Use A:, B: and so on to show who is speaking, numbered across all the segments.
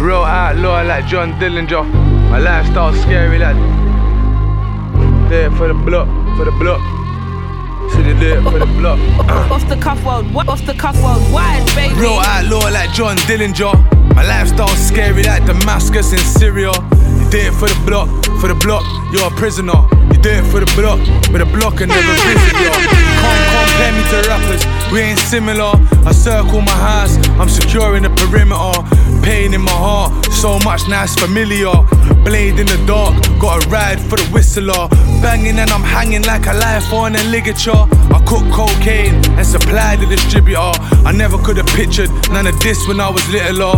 A: Real outlaw like John Dillinger. My lifestyle scary like. There for the block, for the block. See the there for the block.
B: Off the cuff world, what? Off the cuff world, wide, baby.
A: Real outlaw like John Dillinger. My lifestyle scary like Damascus in Syria. You there for the block, for the block. You're a prisoner. You there for the block, but the block and never prisoner. Can't compare me to rappers. We ain't similar. I circle my house. I'm secure in the perimeter. Pain in my heart, so much nice familiar. Blade in the dark, got a ride for the whistler. Banging and I'm hanging like a life on a ligature. I cook cocaine and supply the distributor. I never could have pictured none of this when I was littler.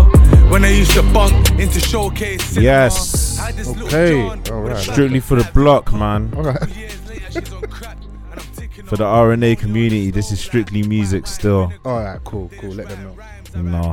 A: When I used to bunk into showcase. cinema.
C: Yes.
A: Had this little
D: Okay.
A: John with a
D: Alright.
A: black
C: Strictly for the block, man.
D: Alright.
A: Years later, she's on crack, and I'm ticking
C: For the
A: off
C: RNA community, this is strictly music still.
D: Alright, cool, cool. Let them know.
C: You know,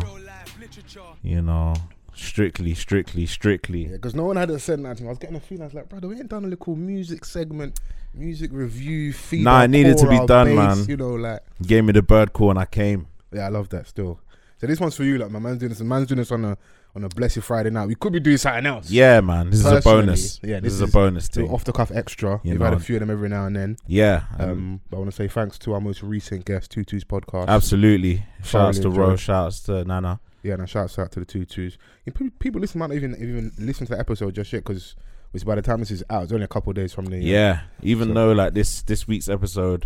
C: you know, strictly, strictly, strictly.
D: Because no one had said that to me. I was getting a feeling. I was like, brother, we ain't done a little music segment, music review, feed.
C: Nah,
D: our
C: it needed to be
D: core, our
C: done,
D: base,
C: man.
D: You know, like,
C: Gave me the bird call and I came.
D: yeah, I love that still. So this one's for you, like, my man's doing this. My man's doing this on a on a blessed Friday night. We could be doing something else.
C: Yeah, man. This is a
D: Personally,
C: bonus.
D: yeah,
C: this,
D: this
C: is a
D: is-
C: bonus
D: So
C: thing.
D: off the cuff extra.
C: You
D: We've
C: know.
D: had a few of them every now and then.
C: Yeah,
D: Um,
C: um,
D: but I want to say thanks to our most recent guest, Two Twos Podcast.
C: absolutely. Shouts to
D: enjoyed.
C: Ro. Shouts to Nana.
D: Yeah, and a shouts out to the Two Twos. You know, pe- people listen might not even even listen to the episode just yet because it's by the time this is out, it's only a couple of days from the uh,
C: Yeah, even
D: So-
C: though like this this week's episode,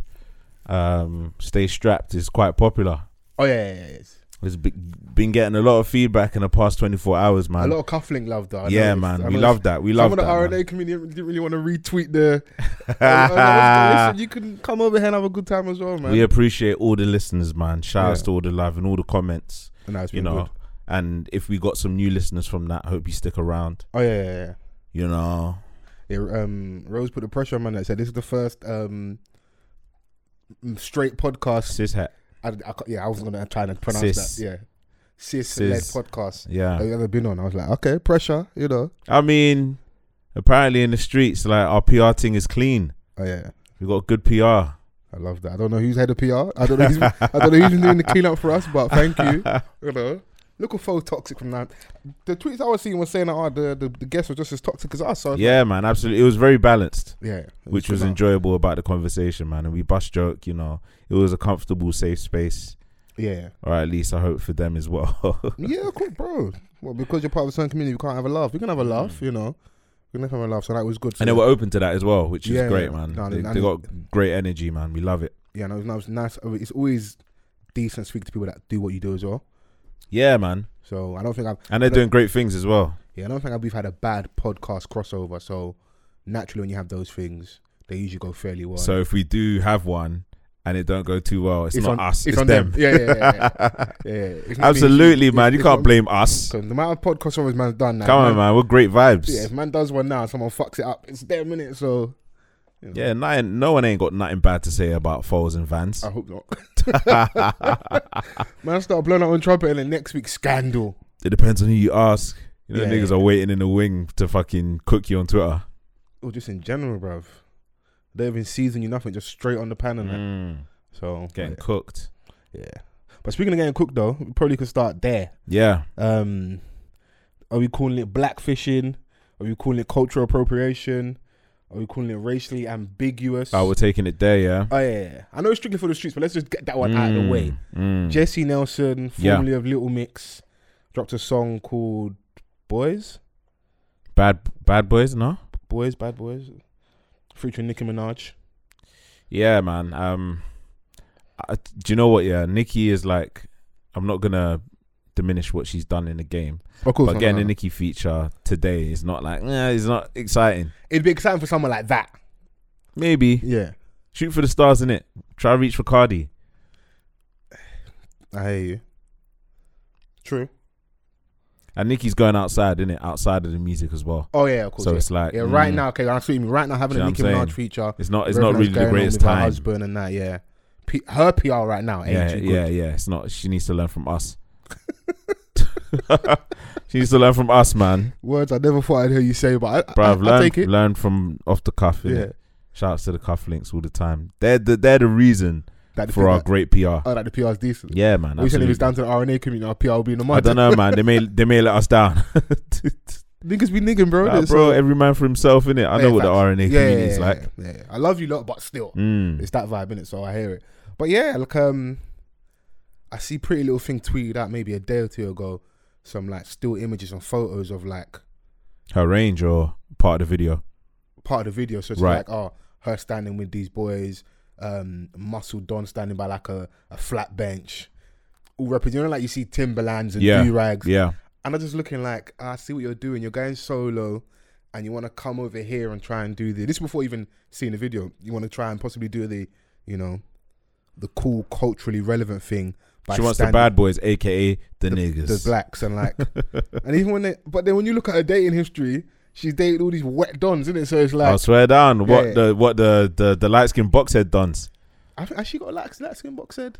C: um, "Stay Strapped" is quite popular.
D: Oh yeah, yeah, yeah, yeah. It's
C: It's be- been getting a lot of feedback in the past twenty four hours,
D: a
C: man.
D: lot of cufflink love though. I
C: yeah,
D: noticed.
C: man.
D: I
C: We
D: noticed
C: love that. We
D: Some
C: love
D: of
C: that.
D: the
C: man.
D: RNA community didn't really want to retweet the. I was like, Listen, you can come over here and have a good time as well, man.
C: We appreciate all the listeners, man. Shout outs
D: Yeah.
C: to all the love and all the comments,
D: No, it's
C: you
D: been
C: know.
D: good.
C: And if we got some new listeners from that, hope you stick around.
D: Oh yeah, yeah, yeah.
C: You know,
D: Yeah, um, Rose put the pressure on man. That said, this is the first um, mm, straight podcast.
C: sis hat.
D: I, I ca- yeah, I was gonna try and pronounce
C: Sis.
D: that. Yeah, cis led
C: Sis.
D: podcast
C: Yeah.
D: that you ever been on. I was like, okay, pressure, you know.
C: I mean, apparently in the streets, like our PR thing is clean.
D: Oh yeah,
C: We got good PR.
D: I love that. I don't know who's head of PR. I don't know. Who's, I don't know who's been doing the cleanup for us, but thank you. You know, look at faux toxic from that. The tweets I was seeing were saying that oh, the, the the guests were just as toxic as us. So I was
C: Yeah, man, absolutely. It was very balanced,
D: like, yeah, it
C: which
D: good
C: was
D: laugh.
C: enjoyable about the conversation, man. And we bust joke, you know. It was a comfortable, safe space,
D: Yeah,
C: or at least I hope for them as well.
D: yeah, cool, bro. Well, because you're part of a certain community, we can't have a laugh. We can have a
C: Mm.
D: laugh, you know. We can have a laugh. So that was good. So
C: and they were open to that as well, which is
D: Yeah,
C: great,
D: yeah.
C: man.
D: No,
C: they,
D: and-
C: they got great energy, man. We love it.
D: yeah, no, it was nice. It's always decent to speak to people that do what you do as well.
C: Yeah, man.
D: So I don't think I've
C: And they're
D: But-
C: doing great things as well.
D: yeah, I don't think I've, we've had a bad podcast crossover. So naturally, when you have those things, they usually go fairly well.
C: So if we do have one and it don't go too well, it's,
D: It's
C: not
D: on-
C: us, it's,
D: it's on
C: them.
D: them. Yeah, yeah, yeah, yeah, yeah, it's not me,
C: absolutely,
D: it's-
C: man.
D: it's-
C: You
D: it's
C: can't
D: on-
C: blame us.
D: So the amount of podcast crossovers man's done now.
C: Come on, man. We're great vibes.
D: Yeah, if man does one now, someone fucks it up. It's their minute, so
C: Yeah, nothing, no one ain't got nothing bad to say about Foles and Vans.
D: I hope not. man, start blowing out on trumpet and then next week scandal.
C: It depends on who you ask. You know,
D: Yeah,
C: niggas
D: yeah.
C: are waiting in the wing to fucking cook you on Twitter.
D: Or Oh, just in general, bruv. They don't even season you nothing, just straight on the pan and that.
C: Mm,
D: So
C: getting cooked.
D: yeah. But speaking of getting cooked though, we probably could start there.
C: Yeah.
D: Um, are we calling it blackfishing? Are we calling it cultural appropriation? Are we calling it racially ambiguous?
C: Oh, we're taking it there, yeah.
D: Oh, yeah, yeah, yeah. I know it's strictly for the streets, but let's just get that one out of the
C: Mm,
D: way.
C: mm.
D: Jesse Nelson,
C: Yeah.
D: formerly of Little Mix, dropped a song called Boys,
C: Bad bad boys, no?
D: Boys, Bad Boys, featuring Nicki Minaj.
C: Yeah, man. Um, I, do you know what? Yeah, Nikki is like. I'm not gonna diminish what she's done in the game,
D: Of course,
C: but
D: no,
C: getting
D: no,
C: a
D: no.
C: Nikki feature today is not like. Yeah, it's not exciting.
D: it'd be exciting for someone like that.
C: Maybe
D: Yeah,
C: shoot for the stars in it. Try reach for Cardi.
D: I hear you. True.
C: And Nikki's going outside, in it, outside of the music as well.
D: Oh yeah, of course.
C: So
D: yeah.
C: it's like,
D: yeah, right
C: mm.
D: now, okay, I see what you mean. Right now, having
C: See
D: a
C: what
D: Nicki
C: I'm saying?
D: Minaj feature,
C: It's not. It's
D: everything
C: not
D: that's
C: really the
D: going on
C: greatest
D: with her
C: time.
D: husband and that, yeah. P- her PR right now, ain't
C: Yeah,
D: too good.
C: yeah, yeah. It's not. She needs to learn from us. she needs to learn from us, man.
D: Words I never thought I'd hear you say, but I, I,
C: Bruv,
D: I,
C: learn,
D: take it.
C: learn from off the cuff.
D: yeah.
C: innit? Shouts to the cufflinks all the time. They're the, they're the reason
D: That the
C: for our
D: PR,
C: great PR.
D: oh, that the PR is decent.
C: Yeah, man.
D: we said it was
C: absolutely.
D: down to the RNA community. Our PR will be in the mud.
C: I don't know, man. They may they may let us down,
D: Niggas be nigging, bro.
C: Nah,
D: This-
C: bro. Every man for himself, innit? I
D: Yeah,
C: know what the RNA
D: facts. Yeah,
C: community is
D: yeah,
C: like.
D: yeah, yeah. I love you lot, but still,
C: Mm.
D: it's that vibe in it. So I hear it. But yeah, like um, I see Pretty Little Thing tweeted out maybe a day or two ago some like still images and photos of like
C: Her range or part of the video.
D: part of the video. So it's
C: Right.
D: like, oh, her standing with these boys, um, Muscle Don standing by like a, a flat bench, all representing, you know, like you see Timberlands and
C: Yeah.
D: do rags.
C: Yeah,
D: And I'm just looking like, ah, I see what you're doing. You're going solo and you want to come over here and try and do the. This is before even seeing the video. You want to try and possibly do the, you know, the cool, culturally relevant thing. By
C: she wants the
D: standing-
C: bad boys, aka the, niggas.
D: the blacks and like and even when they but then when you look at her dating history she's dated all these wet dons isn't it so it's like
C: I swear down.
D: Yeah.
C: What the what the the, the light skin box head does
D: I think, has she got a light, light skin box head?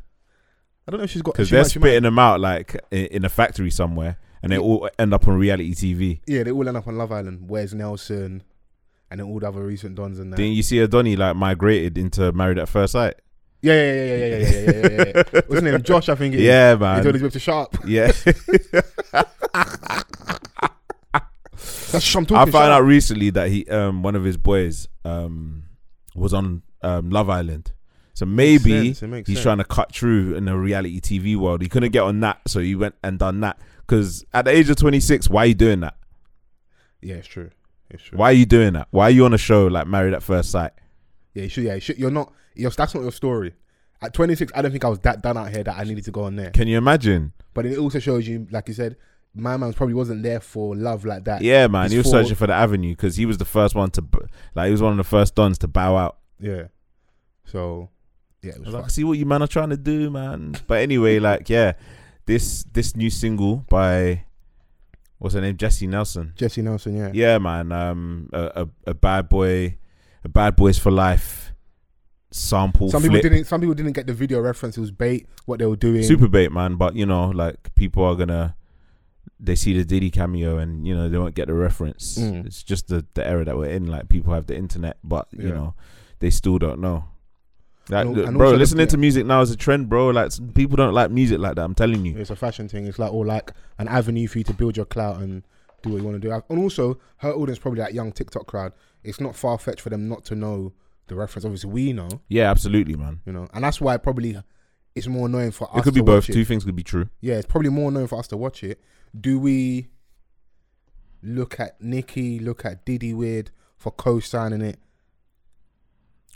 D: I don't know if she's got.
C: because
D: she
C: they're
D: might- she might-
C: spitting them out like in, in a factory somewhere, and they all end up on reality TV.
D: yeah, they all end up on Love Island. Where's Nelson? And then all the other recent dons and that.
C: Then you see a Donny like migrated into Married at First Sight.
D: yeah, yeah, yeah, yeah, yeah, yeah, yeah, yeah, yeah, yeah. What's his name? Josh, I think. It is.
C: Yeah,
D: He told
C: man.
D: his whip to shut up.
C: Yeah,
D: That's what I'm talking.
C: I found
D: shut
C: out
D: up.
C: recently that he um one of his boys um was on um Love Island. So maybe
D: sense, it makes
C: he's
D: sense.
C: trying to cut through in the reality TV world. He couldn't get on that, so he went and done that. Because at the age of 26, why are you doing that?
D: Yeah, it's true. It's true.
C: Why are you doing that? Why are you on a show like Married at First Sight?
D: Yeah, you should. Yeah, you should. You're not. You're, that's not your story. At 26, I don't think I was that done out here that I needed to go on there.
C: Can you imagine?
D: But it also shows you, like you said, my man probably wasn't there for love like that.
C: Yeah, man,
D: It's
C: he was
D: for-
C: searching for the avenue because he was the first one to, b- like, he was one of the first dons to bow out.
D: Yeah. So, yeah, it
C: I
D: was
C: was like,
D: fucked.
C: I see what you man are trying to do, man. But anyway, like, yeah, this this new single by what's her name, Jesse Nelson.
D: Jesse Nelson. Yeah.
C: Yeah, man, um, a, a, a bad boy, a bad boys for life sample.
D: some
C: flip.
D: people didn't. Some people didn't get the video reference. It was bait. What they were doing.
C: super bait, man. But you know, like people are gonna they see the Diddy cameo and you know they won't get the reference.
D: Mm.
C: It's just the the era that we're in. Like people have the internet, but you
D: Yeah.
C: know they still don't know. Like,
D: And al-
C: look,
D: and
C: bro,
D: also the-
C: listening to
D: yeah.
C: music now is a trend, bro. Like s- people don't like music like that. I'm telling you.
D: It's a fashion thing. It's like or like an avenue for you to build your clout and do what you want to do. And also, her audience probably that young TikTok crowd. It's not far fetched for them not to know the reference. Obviously, we know,
C: Yeah, absolutely, man.
D: you know, and that's why probably it's more annoying for us.
C: It could be
D: to
C: both.
D: watch it.
C: Two things could be true.
D: Yeah, it's probably more annoying for us to watch it. Do we look at Nicki? Look at Diddy Weird for co-signing it?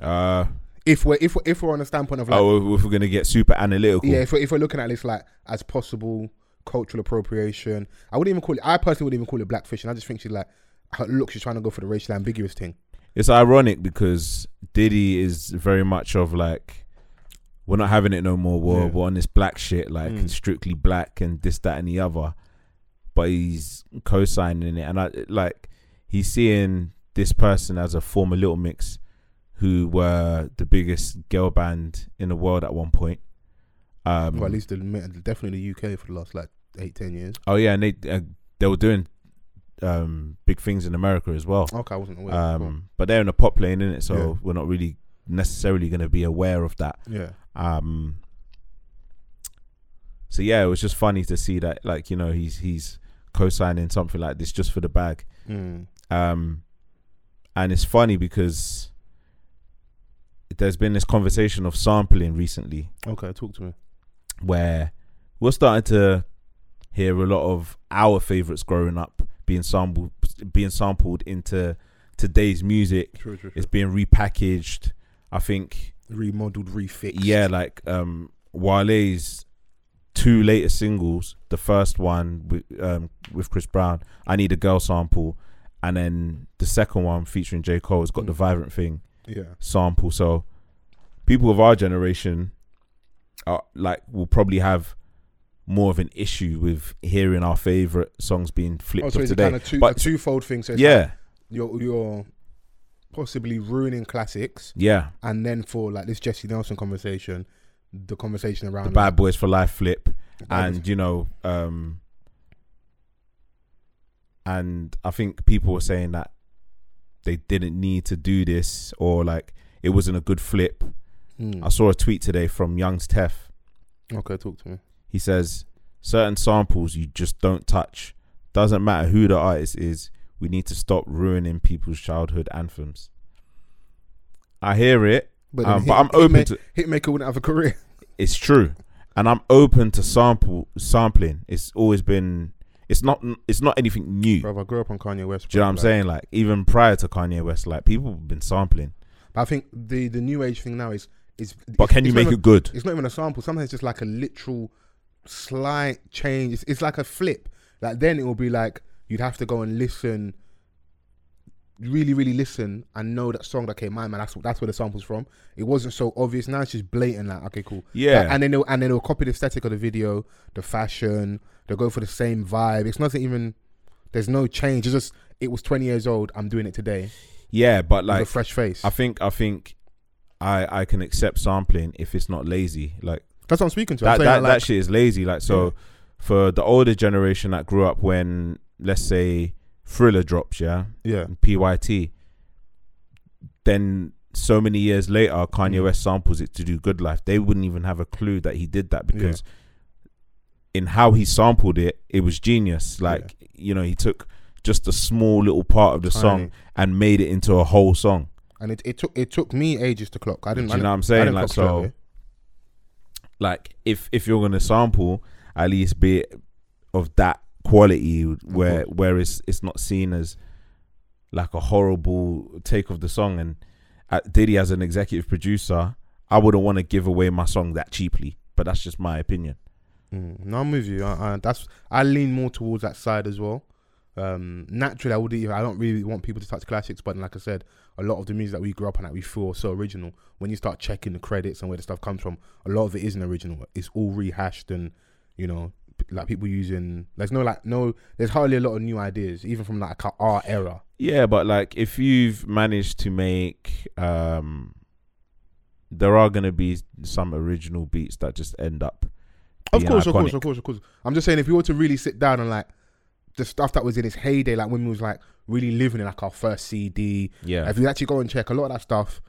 C: Uh,
D: If we're if we're, if we're on the standpoint of like,
C: oh, if we're gonna get super analytical,
D: Yeah, if we're, if we're looking at this like as possible cultural appropriation, I wouldn't even call it. I personally wouldn't even call it blackfish, and I just think she's like, her look, she's trying to go for the racially ambiguous thing.
C: it's ironic because Diddy is very much of like, we're not having it no more. We're,
D: Yeah.
C: we're on this black shit, like
D: Mm.
C: strictly black and this, that, and the other. But he's co-signing it, and I like he's seeing this person as a former Little Mix, who were the biggest girl band in the world at one point. Um,
D: Well, at least the, definitely the UK for the last like eight ten years.
C: oh yeah, and they uh, they were doing um, big things in America as well.
D: Okay, I wasn't aware.
C: Um, but they're in a pop lane, innit? So
D: Yeah.
C: we're not really necessarily going to be aware of that.
D: yeah,
C: Um, so yeah, it was just funny to see that, like you know, he's he's co-signing something like this just for the bag.
D: Mm.
C: Um, and it's funny because there's been this conversation of sampling recently,
D: okay, talk to me.
C: where we're starting to hear a lot of our favorites growing up being sampled being sampled into today's music
D: True, true.
C: it's being repackaged. I think
D: Remodeled, refixed.
C: yeah, like um Wale's two latest singles, the first one with um with Chris Brown, I need a girl sample, and then the second one featuring J. Cole has got the
D: Mm.
C: vibrant thing
D: yeah,
C: sample. So people of our generation are like will probably have more of an issue with hearing our favorite songs being flipped
D: Oh, so
C: off
D: it's a
C: today.
D: kind of two,
C: But-
D: a twofold thing. So it's like
C: yeah,
D: you're you're possibly ruining classics,
C: yeah.
D: and then for like this Jesse Nelson conversation, the conversation around
C: The Bad Boys for Life flip.
D: like,
C: and you know um and i think people were saying that they didn't need to do this or like it wasn't a good flip
D: Mm.
C: I saw a tweet today from Young's Tef.
D: Okay, talk to me.
C: He says certain samples you just don't touch. Doesn't matter who the artist is. We need to stop ruining people's childhood anthems. I hear it,
D: But,
C: um,
D: then
C: but
D: Hit-
C: I'm open
D: Hitma-
C: to.
D: Hitmaker wouldn't have a career.
C: It's true, and I'm open to sample sampling. It's always been. It's not. It's not anything new.
D: Brother, I grew up on Kanye West.
C: Do you know what I'm
D: bruv, like,
C: saying? Like even prior to Kanye West, like people have been sampling.
D: I think the the new age thing now is is.
C: But can you make it good?
D: It's not even a sample. Sometimes it's just like a literal slight change. It's, it's like a flip. Like then it will be like you'd have to go and listen, really, really listen, and know that song. Okay, my man, that's that's where the sample's from. It wasn't so obvious. Now it's just blatant. Like okay, cool.
C: Yeah.
D: Like, and then they'll, and then they'll copy the aesthetic of the video, the fashion. They'll go for the same vibe. It's nothing even. There's no change. It's just it was 20 years old. I'm doing it today
C: Yeah, but
D: with
C: like
D: a fresh face.
C: I think I think I I can accept sampling if it's not lazy. Like
D: that's what I'm speaking to. I'm
C: that
D: saying
C: that,
D: like,
C: that shit is lazy. Like so
D: Yeah.
C: for the older generation that grew up when let's say Thriller drops, yeah,
D: yeah.
C: and PYT, then so many years later Kanye
D: Mm.
C: West samples it to do Good Life. They wouldn't even have a clue that he did that because in how he sampled it, it was genius. Like you know, he took just a small little part of the
D: Tiny.
C: song and made it into a whole song.
D: and it, it took it took me ages to clock. I didn't.
C: Do you
D: I
C: know what I'm
D: didn't-
C: saying?
D: I didn't
C: Like
D: clock straight
C: so,
D: away.
C: like if if you're gonna sample, at least be it of that quality where where it's it's not seen as like a horrible take of the song. And uh, Diddy as an executive producer, I wouldn't want to give away my song that cheaply. But that's just my opinion.
D: Mm, no, I'm with you. I, I, that's I lean more towards that side as well. Um, naturally, I would. Even, I don't really want people to touch classics, but like I said, a lot of the music that we grew up on that we feel was so original. When you start checking the credits and where the stuff comes from, a lot of it isn't original. It's all rehashed and you know, p- like people using. There's no like no. There's hardly a lot of new ideas, even from like our era.
C: Yeah, but like if you've managed to make um there are gonna be some original beats that just end up.
D: Of
C: being
D: course, of course,
C: iconic.
D: of course, of course. I'm just saying, if you were to really sit down and like the stuff that was in its heyday, like when we was like really living in like our first CD,
C: Yeah.
D: if you actually go and check a lot of that stuff,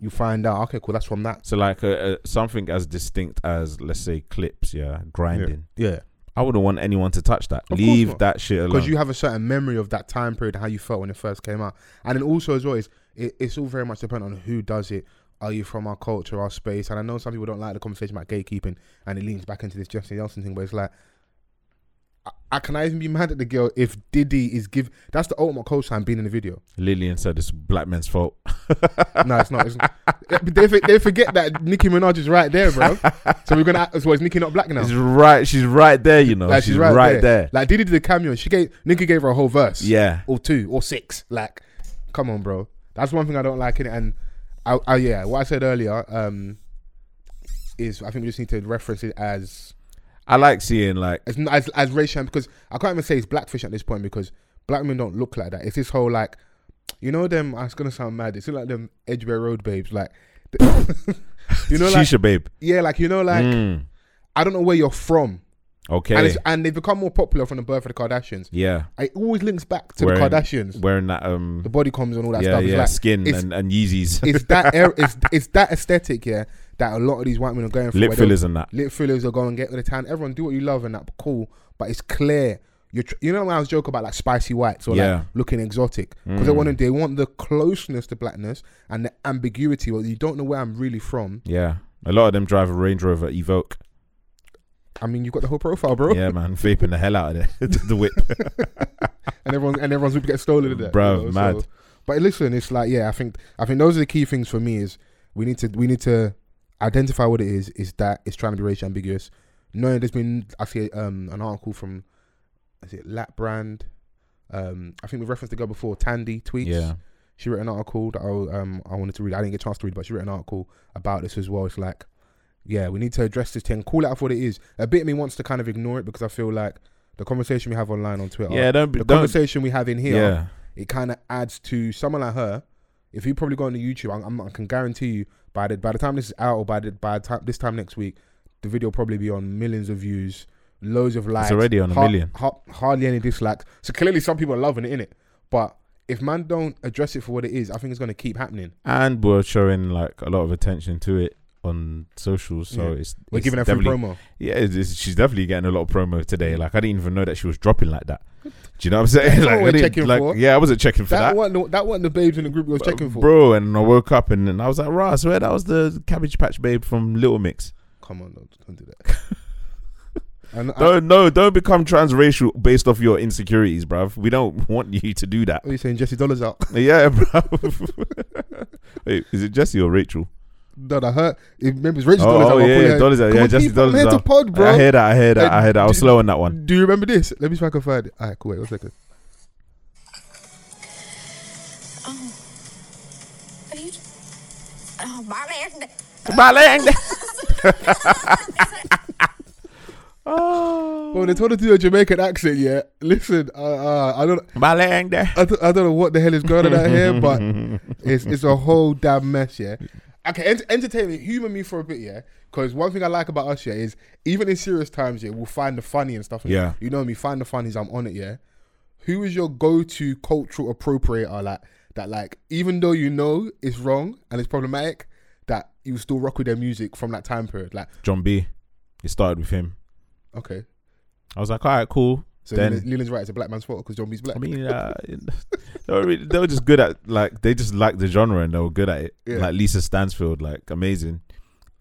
D: you find out, okay, cool, that's from that.
C: So like uh, uh, something as distinct as let's say clips, yeah, grinding.
D: Yeah.
C: I wouldn't want anyone to touch that.
D: course
C: Leave
D: not.
C: that shit alone.
D: Because you have a certain memory of that time period, and how you felt when it first came out, and then also as well is it, it's all very much dependent on who does it. Are you from our culture, our space? And I know some people don't like the conversation about gatekeeping, and it leans back into this Justin Nelson thing, but it's like, I, I can I even be mad at the girl if Diddy is give? That's the ultimate co-sign being in the video.
C: Lillian said it's black men's fault.
D: No, it's not. It's not. they, for- they forget that Nicki Minaj is right there, bro. So we're gonna act as well. Is Nicki not black now?
C: She's right. She's right there. You know.
D: Like,
C: she's, right, there.
D: Like Diddy did a cameo. She gave Nicki gave her a whole verse.
C: Yeah.
D: or two or six. Like, come on, bro. That's one thing I don't like in it. And I, I, yeah, what I said earlier um, is I think we just need to reference it as
C: I like seeing like
D: as as, as racial because I can't even say it's blackfish at this point because black men don't look like that. It's this whole like, you know them. I was gonna sound mad. It's like them Edgeware Road babes. Like, you know, like
C: Shisha babe.
D: yeah, like you know, like
C: Mm.
D: I don't know where you're from, and
C: Okay.
D: it's, and they've become more popular from the birth of the Kardashians.
C: Yeah.
D: It always links back to
C: Wearing-
D: the Kardashians,
C: Wearing that um.
D: the body comms and all that
C: yeah,
D: stuff. It's
C: yeah.
D: like,
C: skin
D: it's-
C: and, and Yeezys,
D: it's that er- it's, it's that aesthetic, yeah, that a lot of these white men are going for.
C: lip
D: where they'll-
C: fillers and that.
D: Lip fillers are going get with the tan. Everyone do what you love and that cool, but it's clear. You tr- you know when I was joking about like spicy whites or
C: Yeah.
D: like looking exotic because they
C: Mm.
D: want to, they want the closeness to blackness and the ambiguity. Or you don't know where I'm really from.
C: Yeah. A lot of them drive a Range Rover Evoque.
D: I mean, you got the whole profile, bro.
C: Yeah, man, vaping the hell out of it. the whip.
D: and everyone and everyone's gonna get stolen today.
C: Bruv, mad.
D: but listen, it's like yeah, I think I think those are the key things for me is we need to we need to identify what it is. Is that it's trying to be racially ambiguous. Knowing there's been I see um an article from is it Lap Brand. Um, I think we referenced the girl before Tandy tweets.
C: Yeah.
D: She wrote an article that I, um, I wanted to read. I didn't get a chance to read, but she wrote an article about this as well. It's like, yeah, we need to address this thing, call out for what it is. A bit of me wants to kind of ignore it because I feel like the conversation we have online on Twitter,
C: Yeah, don't be-
D: the
C: don't
D: conversation we have in here,
C: Yeah.
D: it kind of adds to someone like her. If you probably go on the YouTube, I'm, i I can guarantee you by the by the time this is out or by the by the time this time next week, the video will probably be on millions of views, loads of likes.
C: already on a
D: har-
C: million.
D: har- hardly any dislikes. So clearly, some people are loving it, innit? But if man don't address it for what it is, I think it's gonna keep happening.
C: And we're showing like a lot of attention to it on socials. So
D: Yeah.
C: it's
D: We're
C: it's
D: giving her free
C: definitely-
D: promo.
C: Yeah, it's, it's- she's definitely getting a lot of promo today. Like I didn't even know that she was dropping like that. Do you know what I'm saying?
D: That's
C: like,
D: what
C: I
D: we're
C: didn't-
D: checking
C: like,
D: for.
C: yeah, I wasn't checking for
D: That,
C: that.
D: wasn't the, that wasn't the babes in the group we was checking for.
C: Bro, and I woke up and, and I was like, "Rah, I swear that was the Cabbage Patch Babe from Little Mix."
D: Come on, no, don't do that. and I,
C: No, no, don't become transracial based off your insecurities, bruv. We don't want you to do that.
D: what are you saying? Jesse Dollars out.
C: Yeah, bruv. Wait, is it Jesse or Rachel?
D: no, that hurt. It, remember, it's Rachel
C: Oh,
D: Dollars out.
C: oh,
D: I'll call
C: yeah,
D: her-
C: dollars out.
D: Come
C: Yeah,
D: on,
C: Jesse
D: people, I'm
C: dollars
D: here to
C: out.
D: pod, bro.
C: I hear that. I hear that. I hear that. I was
D: Uh,
C: slow on that one.
D: Do you remember this? Let me see if I can find it. All right, cool. Wait one second.
E: Are you? Oh, my man.
D: But when they told her to do a Jamaican accent, yeah. Listen, uh, uh, I don't, I don't, I don't know what the hell is going on out here, but it's it's a whole damn mess, yeah. Okay, ent- entertainment, humor me for a bit, yeah. Because one thing I like about us, yeah, is even in serious times, yeah, we'll find the funny and stuff.
C: Yeah.
D: you know me, find the funnies. I'm on it, yeah. Who is your go-to cultural appropriator, like that? Like, even though you know it's wrong and it's problematic, that you still rock with their music from that time period. Like,
C: John B. It started with him.
D: okay,
C: I was like, all right, cool.
D: so
C: Then-
D: Leland- Leland's right. It's a black man's fault because John B's black.
C: I mean, uh, they, were really, they were just good at like they just liked the genre and they were good at it.
D: Yeah.
C: Like Lisa Stansfield, like amazing.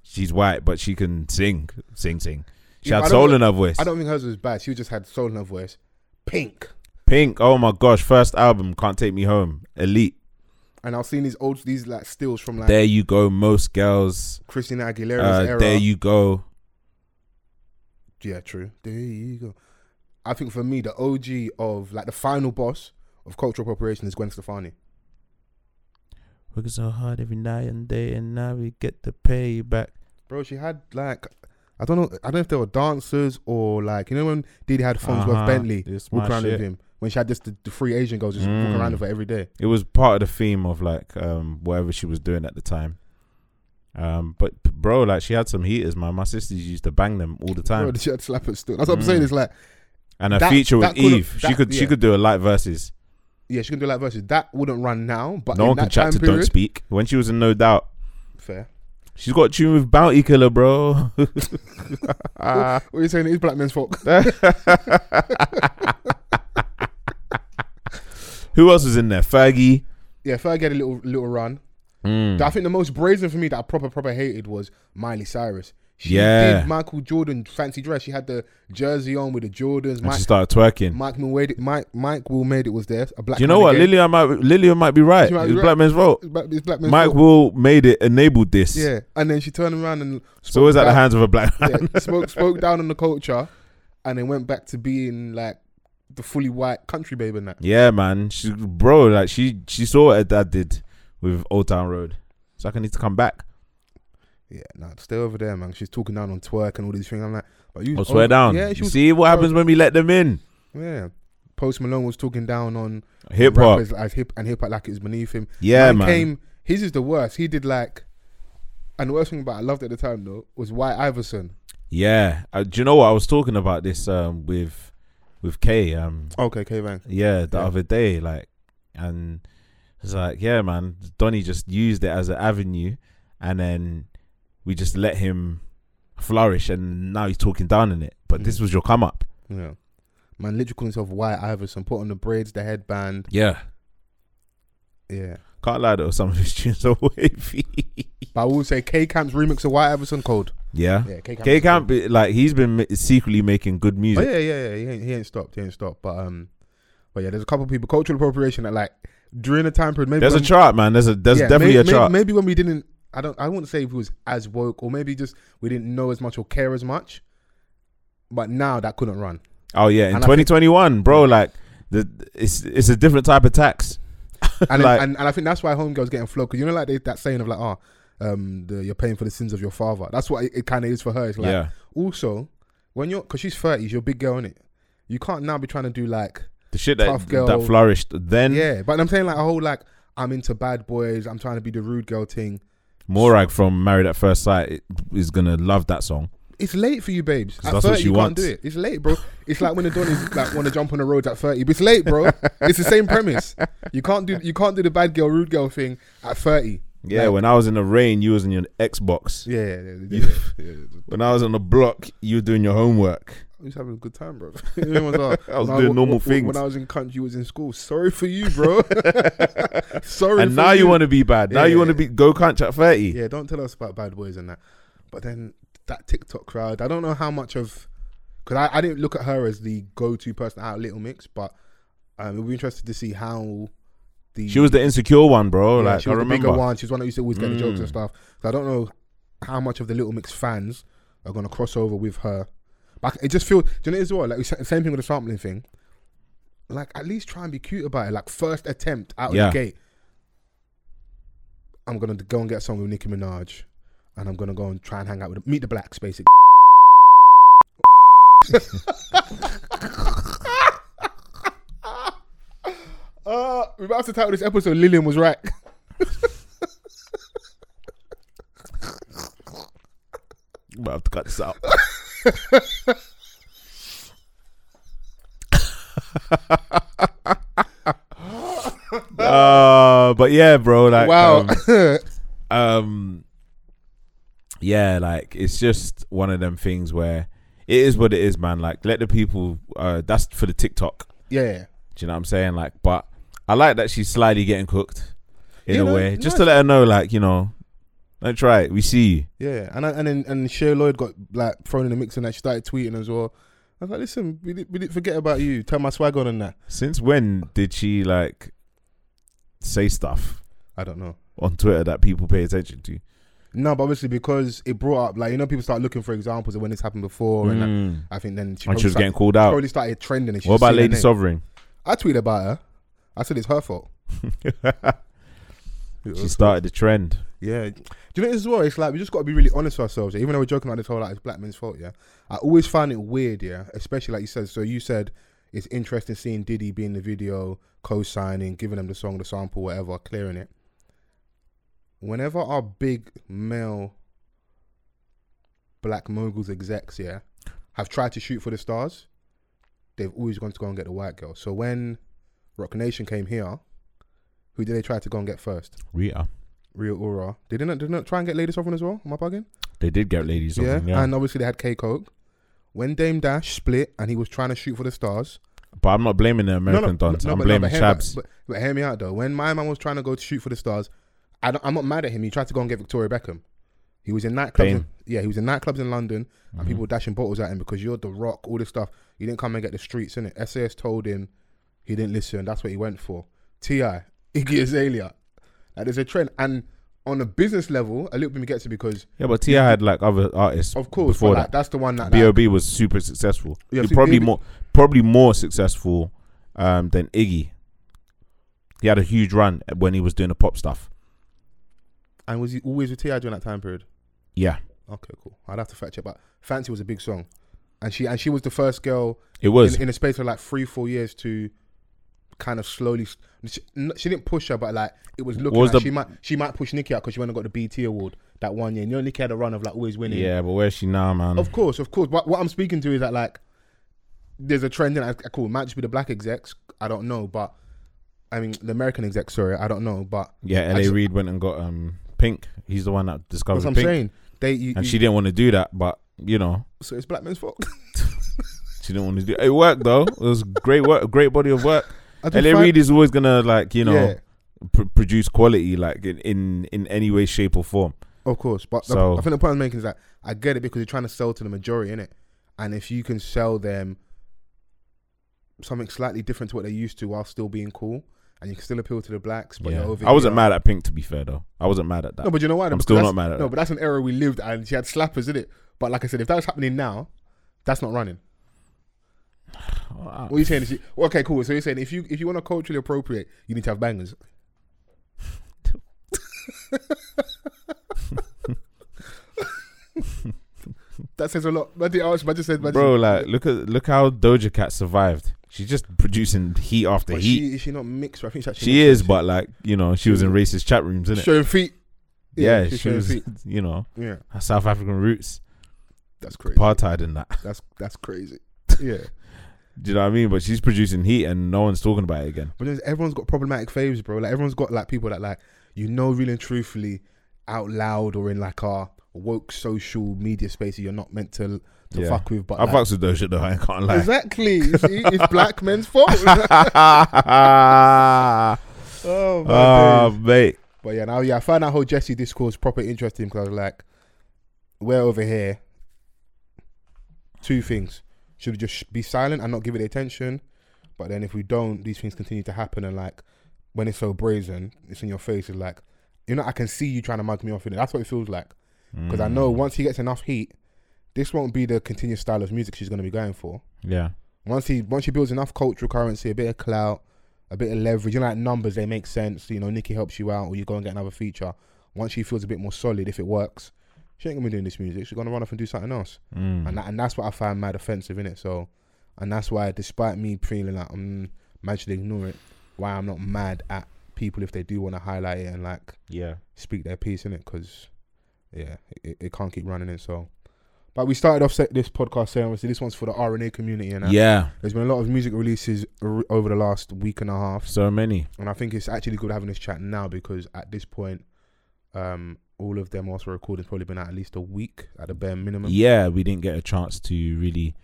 C: She's white, but she can sing, sing, sing. She had
D: Yeah, but I don't
C: soul
D: know-
C: in her voice.
D: I don't think hers was bad. She just had soul in her voice. Pink.
C: Pink, oh my gosh, first album, can't take me home, elite.
D: And I was seeing these old these like stills from like
C: There you go, most girls.
D: Christina Aguilera's
C: Uh,
D: era.
C: there you go.
D: yeah, true. There you go. I think for me the OG of like the final boss of cultural appropriation is Gwen Stefani.
C: Working so hard every night and day, and now we get the payback.
D: Bro, she had like I don't know I don't know if they were dancers or like you know when Didi had Farnsworth
C: Uh-huh.
D: Bentley
C: This
D: walk
C: my
D: around
C: shit.
D: with him when she had just the, the three Asian girls just walking
C: Mm.
D: around with her every day.
C: it was part of the theme of like um whatever she was doing at the time. Um, but p- bro, like she had some heaters, man. My sisters used to bang Mm. them all the time,
D: Bro, she had slap her still. That's what I'm saying. It's like
C: and her
D: that-
C: feature was
D: that could've-
C: Eve. she
D: that-
C: could she
D: yeah.
C: could do a light verses.
D: yeah, she can do like verses. That wouldn't run now, but
C: No
D: in
C: one
D: that
C: could chat
D: time
C: to
D: period,
C: Don't Speak when she was in No Doubt.
D: Fair.
C: She's got a tune with Bounty Killer, bro.
D: what are you saying? It is black men's fault.
C: Who else was in there? Fergie.
D: yeah, if I get a little little run.
C: Hmm.
D: I think the most brazen for me that I proper proper hated was Miley Cyrus. She
C: Yeah.
D: did Michael Jordan fancy dress. She had the jersey on with the Jordans.
C: And
D: Mike,
C: she started twerking.
D: Mike Will made it. Mike Mike Will made it was there. A black.
C: Do you
D: man
C: know what?
D: again.
C: Lillian might Lillian might be right.
D: She might
C: it
D: be
C: was
D: right.
C: Black Men's Vote.
D: It's black, it's black man's
C: Mike
D: fault.
C: Will made it, enabled this.
D: Yeah, and then she turned around and
C: It's always at the
D: down-
C: hands of a black man.
D: yeah, spoke spoke down on the culture, and then went back to being like the fully white country babe and that.
C: Yeah, man. She, bro, like she, she saw what her dad did with Old Town Road. So I can need to come back.
D: Yeah, nah, stay over there, man. She's talking down on twerk and all these things. I'm like, but you
C: I'll swear down.
D: Oh, Yeah, she
C: you
D: was
C: see what
D: bro.
C: happens when we let them in.
D: Yeah. Post Malone was talking down on
C: Hip hop.
D: rappers as hip and hip hop like it was beneath him.
C: Yeah, man.
D: his is the worst. He did like, and the worst thing about I loved at the time though was White Iverson.
C: Yeah. Uh, do you know what I was talking about this um with with Kay um
D: Okay, K Van.
C: yeah the
D: Yeah.
C: other day like and it's like yeah man Donny just used it as an avenue and then we just let him flourish and now he's talking down in it but
D: Mm.
C: this was your come up
D: Yeah, man, literally calling himself White Iverson. Put on the braids, the headband.
C: yeah
D: Yeah,
C: can't lie though some of his tunes are wavy
D: but I will say K Camp's remix of White Iverson cold.
C: Yeah.
D: Yeah, K Camp.
C: K Camp, be- like, he's been ma- secretly making good
D: Oh
C: music.
D: yeah, yeah, yeah. He ain't, he ain't stopped. He ain't stopped. But um, but yeah, there's a couple people cultural appropriation that like during the time period. Maybe
C: There's a
D: when-
C: chart, man. There's a there's
D: Yeah,
C: definitely
D: may-
C: a
D: may-
C: chart.
D: Maybe when we didn't, I don't, I wouldn't say if we was as woke, or maybe just we didn't know as much or care as much. But now that couldn't run.
C: oh yeah, in
D: and I think-
C: 2021, bro, like, the it's it's a different type of tax.
D: And
C: Like-
D: and, and I think that's why homegirls getting flogged. Because you know, like they, that saying of like, oh, um, the, you're paying for the sins of your father. That's what it, kind of is for her. It's like
C: yeah,
D: also when you're because she's 30s, you're a big girl in it. You can't now be trying to do like
C: the shit
D: tough
C: that
D: girl.
C: that flourished then.
D: yeah. But I'm saying like a whole like I'm into bad boys. I'm trying to be the rude girl thing.
C: Morag from Married at First Sight is gonna love that song.
D: It's late for you, babes. At
C: that's
D: 30,
C: what she
D: you
C: wants.
D: can't do it. It's late, bro. It's like when the donnies like want to jump on the roads at thirty, but it's late, bro. it's the same premise. You can't do you can't do the bad girl, rude girl thing at thirty.
C: Yeah,
D: Like-
C: when I was in the rain, you was in your Xbox.
D: Yeah, yeah, yeah. yeah,
C: You-
D: yeah, yeah.
C: When I was on the block, you were doing your homework.
D: I was having a good time, bro. Everyone's like,
C: I was
D: "Nah,
C: doing
D: wh-
C: normal
D: wh-
C: things."
D: When I was in country, you was in school. Sorry for you, bro. Sorry.
C: and
D: for
C: now you, want to be bad. Now
D: Yeah,
C: you want to
D: yeah.
C: be go country at thirty.
D: Yeah, don't tell us about bad boys and that. But then that TikTok crowd, I don't know how much of, because I, I didn't look at her as the go-to person out of Little Mix, but um, it'll be interested to see how the
C: She was the insecure one, bro.
D: yeah,
C: like
D: she
C: I
D: was the
C: remember.
D: bigger one. She's one that used to always get the jokes and
C: Mm.
D: stuff. So I don't know how much of the Little Mix fans are gonna cross over with her. But it just feels. Do you know as well? Like we said- same thing with the sampling thing. Like at least try and be cute about it. Like first attempt out
C: Yeah.
D: of the gate. I'm gonna go and get a song with Nicki Minaj, and I'm gonna go and try and hang out with meet the blacks basically. Uh, we might have to title this episode Lillian was right.
C: But I have to cut this out. uh, but yeah, bro. Like,
D: wow.
C: um, um yeah like it's just one of them things where it is what it is man like let the people uh that's for the tiktok
D: yeah.
C: do you know what i'm saying like but i like that she's slyly getting cooked in
D: You
C: a
D: know,
C: way just to
D: nice.
C: let her know like you know don't try it we see you
D: Yeah, and I, and then and Cher Lloyd got like thrown in the mix and that she started tweeting as well. I was like, listen, we didn't, we didn't forget about you. Turn my swag on and that.
C: since when did she like say stuff
D: I don't know.
C: on twitter that people pay attention to
D: No, but obviously because it brought up like you know people start looking for examples of when this happened before, and like,
C: Mm.
D: I think then
C: and
D: she, probably,
C: she was
D: started,
C: getting called out
D: probably started trending. And she
C: what
D: just
C: about
D: seen her
C: lady
D: name.
C: sovereign
D: I tweeted about her. I said it's her fault.
C: she started the trend
D: Yeah. Do you know this as well? It's like we just got to be really honest with ourselves. yeah. Even though we're joking about this whole like it's black men's fault, yeah. I always find it weird, yeah. Especially like you said. So you said it's interesting seeing Diddy be in the video, co-signing, giving them the song, the sample, whatever, clearing it. Whenever our big male black moguls execs, yeah, have tried to shoot for the stars, they've always gone to go and get the white girl. So when Rock Nation came here, who did they try to go and get first?
C: rita
D: Real Aura. They didn't did not try and get Lady Sovereign as well. Am I bugging?
C: they did get ladies
D: yeah.
C: sovereign, yeah.
D: And obviously they had K Coke. When Dame Dash split and he was trying to shoot for the stars.
C: But I'm not blaming the American Dons. I'm
D: but-
C: blaming
D: but hear-
C: Chabs.
D: But, but hear me out though. When my man was trying to go to shoot for the stars, I don't, I'm not mad at him. He tried to go and get Victoria Beckham. He was in nightclubs.
C: Dame.
D: In, yeah, he was in nightclubs in London,
C: Mm-hmm.
D: and people were dashing bottles at him because you're the rock, all this stuff. You didn't come and get the streets in it. SAS told him he didn't listen. That's what he went for. Ti Iggy Azalea. Like, there's a trend, and on a business level, a little bit gets it because
C: yeah, but Tia had like other artists.
D: of course,
C: before
D: but, like,
C: that,
D: that's the one that like,
C: Bob was super successful.
D: Yeah,
C: You're
D: see,
C: probably
D: B.O.B.
C: more, probably more successful um, than Iggy. He had a huge run when he was doing the pop stuff.
D: and was he always with Ti during that time period?
C: Yeah,
D: Okay, cool. I'd have to fact check, but Fancy was a big song, and she and she was the first girl
C: it was.
D: in, in a space of like three, four years to kind of slowly. She, n- she didn't push her, but like it was looking
C: was
D: like
C: the-
D: she might she might push Nikki out because she went and got the BT award that one year. And you know, Nikki had a run of like always winning.
C: yeah, but where's she now, man?
D: Of course, of course. What, what I'm speaking to is that like there's a trend in I cool, it might just be the black execs. I don't know, but I mean the American execs, sorry, I don't know, but
C: yeah,
D: I
C: La
D: just-
C: Reid went and got um Pink. He's the one that discovered
D: that's what I'm
C: Pink,
D: saying. They you,
C: and
D: you-
C: she didn't want to do that, but you know,
D: so it's black men's fault.
C: she didn't want to do. It worked though. It was great work, a great body of work.
D: I do
C: La
D: find-
C: Reid is always gonna like you know.
D: yeah,
C: pr- produce quality like in, in in any way shape or form
D: of course. But the-
C: So-
D: I think the point I'm making is that I get it because you're trying to sell to the majority, innit? And if you can sell them something slightly different to what they're used to while still being cool and you can still appeal to the blacks, but
C: yeah.
D: you're over
C: i wasn't
D: here.
C: mad at pink to be fair though i wasn't mad at that
D: No, but you know what?
C: I'm still
D: Because
C: not
D: that's-
C: mad at
D: No,
C: that.
D: but that's an era we lived, and she had slappers, in it? But like I said, if that was happening now, that's not running.
C: Oh, ah.
D: What are you saying? Is you, well, okay, cool. So you're saying if you if you want to culturally appropriate, you need to have bangers. that says a lot. But the arch, but just said, but
C: bro like look at look how doja cat survived she's just producing heat after
D: but
C: heat
D: she, is she not mixed? I think she's actually
C: she
D: mixed.
C: is but like you know she was in racist chat rooms isn't it
D: showing feet.
C: yeah,
D: she's
C: she
D: showing
C: was
D: feet.
C: you know
D: Yeah,
C: her south african roots
D: that's crazy.
C: apartheid and that
D: That's that's crazy. Yeah.
C: do you know what i mean but she's producing heat and no one's talking about it again
D: But there's, everyone's got problematic faves, bro. Like everyone's got like people that like you know, really and truthfully, out loud or in like our woke social media space, that you're not meant to to
C: Yeah.
D: fuck with. But
C: I
D: like-
C: fucks with those shit though. I can't lie.
D: exactly, You see, it's black men's fault. oh my
C: Ah,
D: days.
C: mate.
D: But yeah, now yeah, I found that whole Jesse discourse proper interesting because like, we're over here. Two things: should we just be silent and not give it attention? But then if we don't, these things continue to happen, and like, when it's so brazen, it's in your face. It's like, you know, I can see you trying to mug me off in it. That's what it feels like because I know once he gets enough heat, this won't be the continuous style of music she's going to be going for
C: Yeah.
D: once he once he builds enough cultural currency, a bit of clout, a bit of leverage, you know, like numbers, they make sense. You know, Nikki helps you out, or you go and get another feature. Once she feels a bit more solid, if it works, she ain't gonna be doing this music. She's gonna run off and do something else,
C: Mm.
D: and that, and that's what I find mad offensive in it. So, and that's why, despite me feeling like I'm mad should ignore it, why I'm not mad at people if they do want to highlight it and like
C: Yeah.
D: speak their piece in it because yeah it, it can't keep running it so but we started off se- this podcast saying obviously this one's for the RNA community and that.
C: Yeah.
D: There's been a lot of music releases r- over the last week and a half,
C: So many.
D: and I think it's actually good having this chat now because at this point, um, all of them also recording probably been out at least a week at the bare minimum.
C: Yeah, we didn't get a chance to really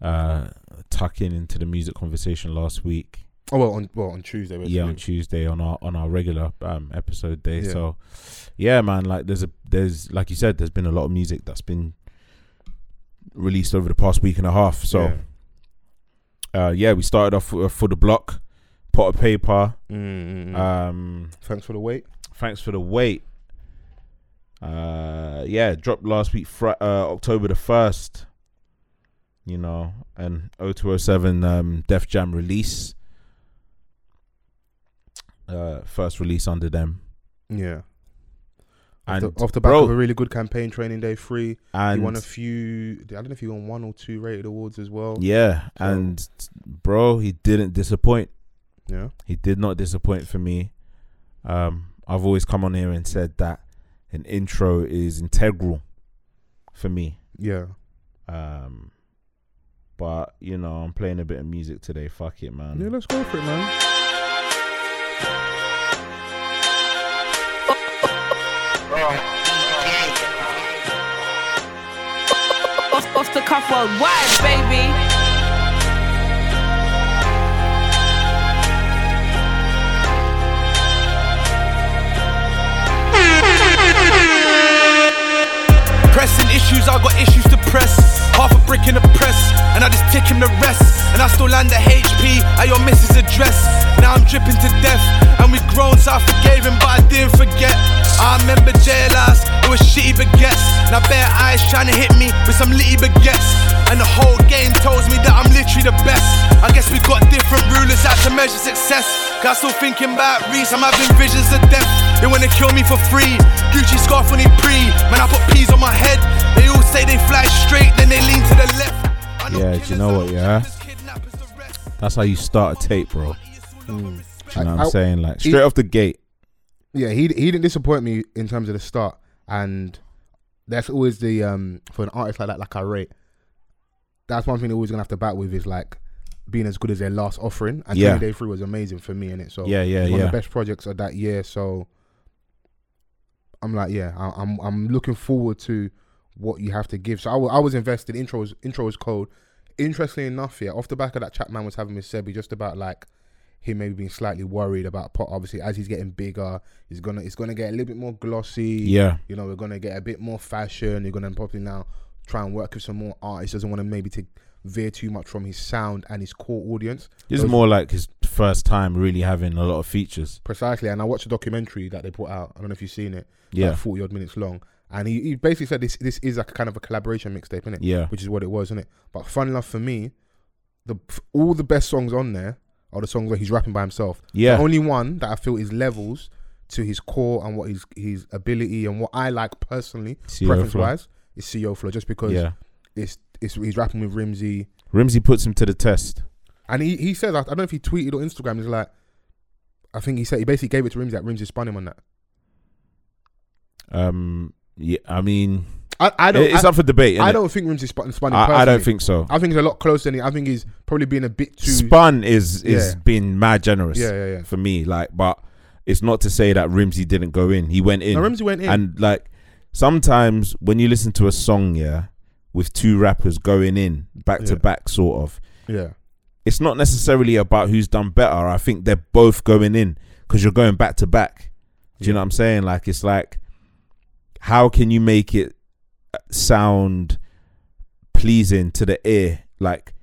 C: uh tuck in into the music conversation last week.
D: Oh well, on well on Tuesday.
C: yeah on
D: basically.
C: tuesday on our on our regular um episode day
D: Yeah.
C: so yeah man like there's a there's like you said there's been a lot of music that's been released over the past week and a half so uh yeah we started off with, for the block pot of paper
D: Yeah. Mm, mm, mm.
C: um
D: thanks for the wait.
C: thanks for the wait uh yeah dropped last week fr- uh october the 1st you know and 0207 um def jam release uh first release under them
D: Yeah.
C: and
D: Off the, off the back
C: bro,
D: of a really good campaign, training day free.
C: and
D: you won a few. I don't know if you won one or two rated awards as well.
C: yeah and bro he didn't disappoint
D: Yeah.
C: he did not disappoint for me um i've always come on here and said that an intro is integral for me
D: Yeah.
C: Um, but you know, I'm playing a bit of music today. Fuck it, man.
D: Yeah. Let's go for it, man.
B: Off, off the cuff worldwide, baby.
A: Pressing issues, I got issues to press. Half a brick in the press, and I just tick him the rest. And I still land the HP at your missus' address. Now I'm dripping to death, and we grown, so I forgave him, but I didn't forget. I remember JLS, it was shitty baguettes. Now bare eyes trying to hit me with some litty baguettes. And the whole game tells me that I'm literally the best. I guess we got different rulers out to measure success. Cause I'm still thinking about Reese, I'm having visions of death. They wanna kill me for free. Gucci scarf on it pre. Man, I put peas on my head. They all say they fly straight, then they lean to the left. I know
C: Yeah, do you know what, yeah?
A: killers and kidnappers, kidnappers, the
C: That's how you start a tape, bro.
A: rest.
C: Do you know
D: I-
C: what I'm
D: I-
C: saying? Like straight
D: it-
C: off the gate.
D: Yeah, he he didn't disappoint me in terms of the start, and that's always the um for an artist like that, like I rate. That's one thing they're always gonna have to battle with is like being as good as their last offering. And
C: Yeah.
D: yeah. Day Three was amazing for me in it. So
C: Yeah, yeah,
D: it's Oh, one
C: yeah.
D: of the best projects of that year. So I'm like, yeah, I, I'm I'm looking forward to what you have to give. So I wa- I was invested. Intro was intro was cold. Interestingly enough, yeah, off the back of that chat man was having with Sebi just about like him maybe being slightly worried about pot. Obviously, as he's getting bigger, he's gonna it's gonna get a little bit more glossy.
C: Yeah.
D: You know, we're gonna get a bit more fashion. You're gonna probably now try and work with some more artists. Doesn't want to maybe to veer too much from his sound and his core audience.
C: This is
D: Those-
C: more like his first time really having a lot of features.
D: Precisely, and I watched a documentary that they put out. I don't know if you've seen it.
C: Yeah.
D: like forty odd minutes long, and he, he basically said this this is like a kind of a collaboration mixtape, innit?
C: Yeah.
D: which is what it was, isn't it? But fun enough for me, the all the best songs on there are the songs where he's rapping by himself.
C: Yeah.
D: the only one that I feel is levels to his core and what his his ability and what I like personally,
C: CO
D: preference
C: Flow.
D: wise, is CO Flow, just because
C: Yeah.
D: it's it's he's rapping with Rimsey.
C: Rimsey puts him to the test.
D: And he, he said, I I don't know if he tweeted or Instagram, he's like, I think he said, he basically gave it to Rimsey, that Rimsey spun him on that.
C: Um. Yeah. I mean,
D: I, I don't
C: it's
D: I,
C: up for debate.
D: I
C: innit?
D: don't think Rimsey spun, spun him
C: I, I don't
D: personally.
C: think so.
D: I think he's a lot closer than he, I think he's probably being a bit too.
C: Spun is is
D: Yeah.
C: being mad generous.
D: Yeah, yeah, yeah.
C: For me, like, but it's not to say that Rimsey didn't go in. He went in.
D: No, Rimsey went in.
C: And like sometimes when you listen to a song, yeah, with two rappers going in back to
D: Yeah.
C: back, sort of,
D: Yeah.
C: it's not necessarily about who's done better. I think they're both going in because you're going back to back. Do you know what I'm saying? Like it's like, how can you make it uh, sound pleasing to the ear, like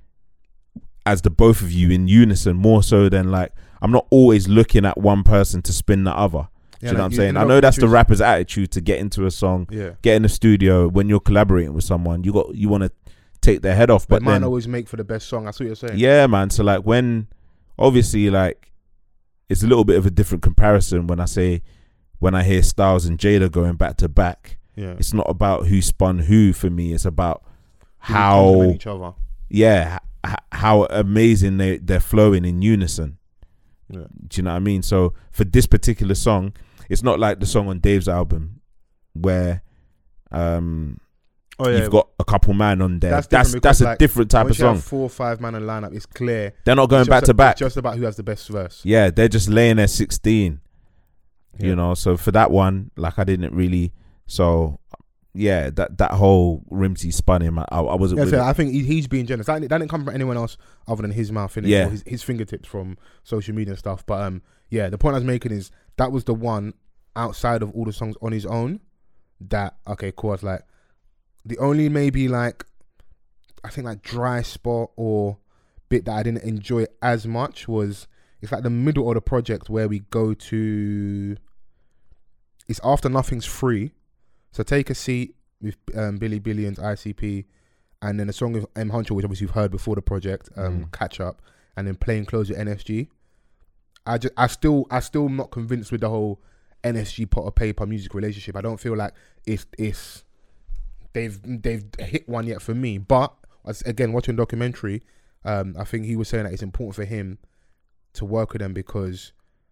C: as the both of you in unison, more so than like I'm not always looking at one person to spin the other. Do you
D: Yeah,
C: know
D: like,
C: what I'm
D: you-
C: saying?
D: you
C: I
D: know
C: know
D: what
C: that's the
D: choose-
C: rapper's attitude to get into a song,
D: Yeah.
C: get in the studio when you're collaborating with someone. You got you want to take their head off,
D: But,
C: but,
D: man
C: then
D: always make for the best song. I see what you're saying.
C: yeah, man. So like when obviously like it's a little bit of a different comparison when I say when I hear Styles and Jada going back to back.
D: Yeah.
C: It's not about who spun who for me. It's about
D: We complement
C: how
D: each other.
C: yeah h- h- how amazing they they're flowing in unison.
D: Yeah.
C: Do you know what I mean? So for this particular song, it's not like the song on Dave's album where um
D: Oh yeah.
C: you've got a couple man on there. That's
D: That's
C: that's,
D: different because,
C: a
D: like,
C: different type of
D: Once you
C: song.
D: have four or five man in lineup, it's clear.
C: they're not going
D: It's
C: back
D: just-
C: to back.
D: It's just about who has the best verse.
C: yeah, they're just laying at 16,
D: Yeah.
C: you know. So for that one, like I didn't really. So yeah, that that whole Rimsey spun him. I, I wasn't.
D: Yeah,
C: with
D: so
C: it.
D: I think he, he's being generous. That, didn't- that didn't come from anyone else other than his mouth, innit?
C: Yeah.
D: Or his, his fingertips from social media and stuff. But um, yeah, the point I was making is that was the one outside of all the songs on his own that okay, cool. I was like, the only maybe like, I think like dry spot or bit that I didn't enjoy as much was it's like the middle of the project where we go to. It's after nothing's free, so take a seat with um, Billy Billy and ICP, and then a song with M Huncho, which obviously you've heard before the project, um, catch up, and then playing close with NSG. I just, I still, I still am not convinced with the whole NSG pot of paper music relationship. I don't feel like it's it's they've they've hit one yet for me. But as- again, watching the documentary, um, I think he was saying that it's important for him to work with them because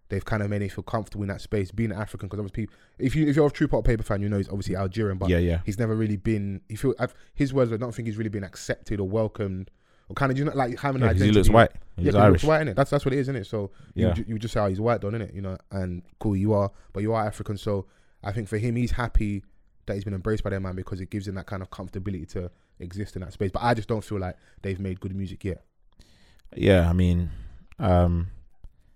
D: they've kind of made him feel comfortable in that space, being African. Because obviously, people- if you if you're a true pot of paper fan, you know he's obviously Algerian, but
C: Yeah, yeah.
D: he's never really been. He feel I've, his words. I don't think he's really been accepted or welcomed. Or kind of, you know, like having
C: Yeah,
D: an
C: 'cause
D: identity.
C: he looks white.
D: yeah,
C: He's
D: 'cause he
C: Irish.
D: looks white, innit? That's that's what it is, innit? So you,
C: Yeah.
D: ju- you just say, oh, he's white, done, innit? You know, and cool, you are, but you are African. So I think for him, he's happy that he's been embraced by their man because it gives him that kind of comfortability to exist in that space. But I just don't feel like they've made good music yet,
C: Yeah, I mean, um,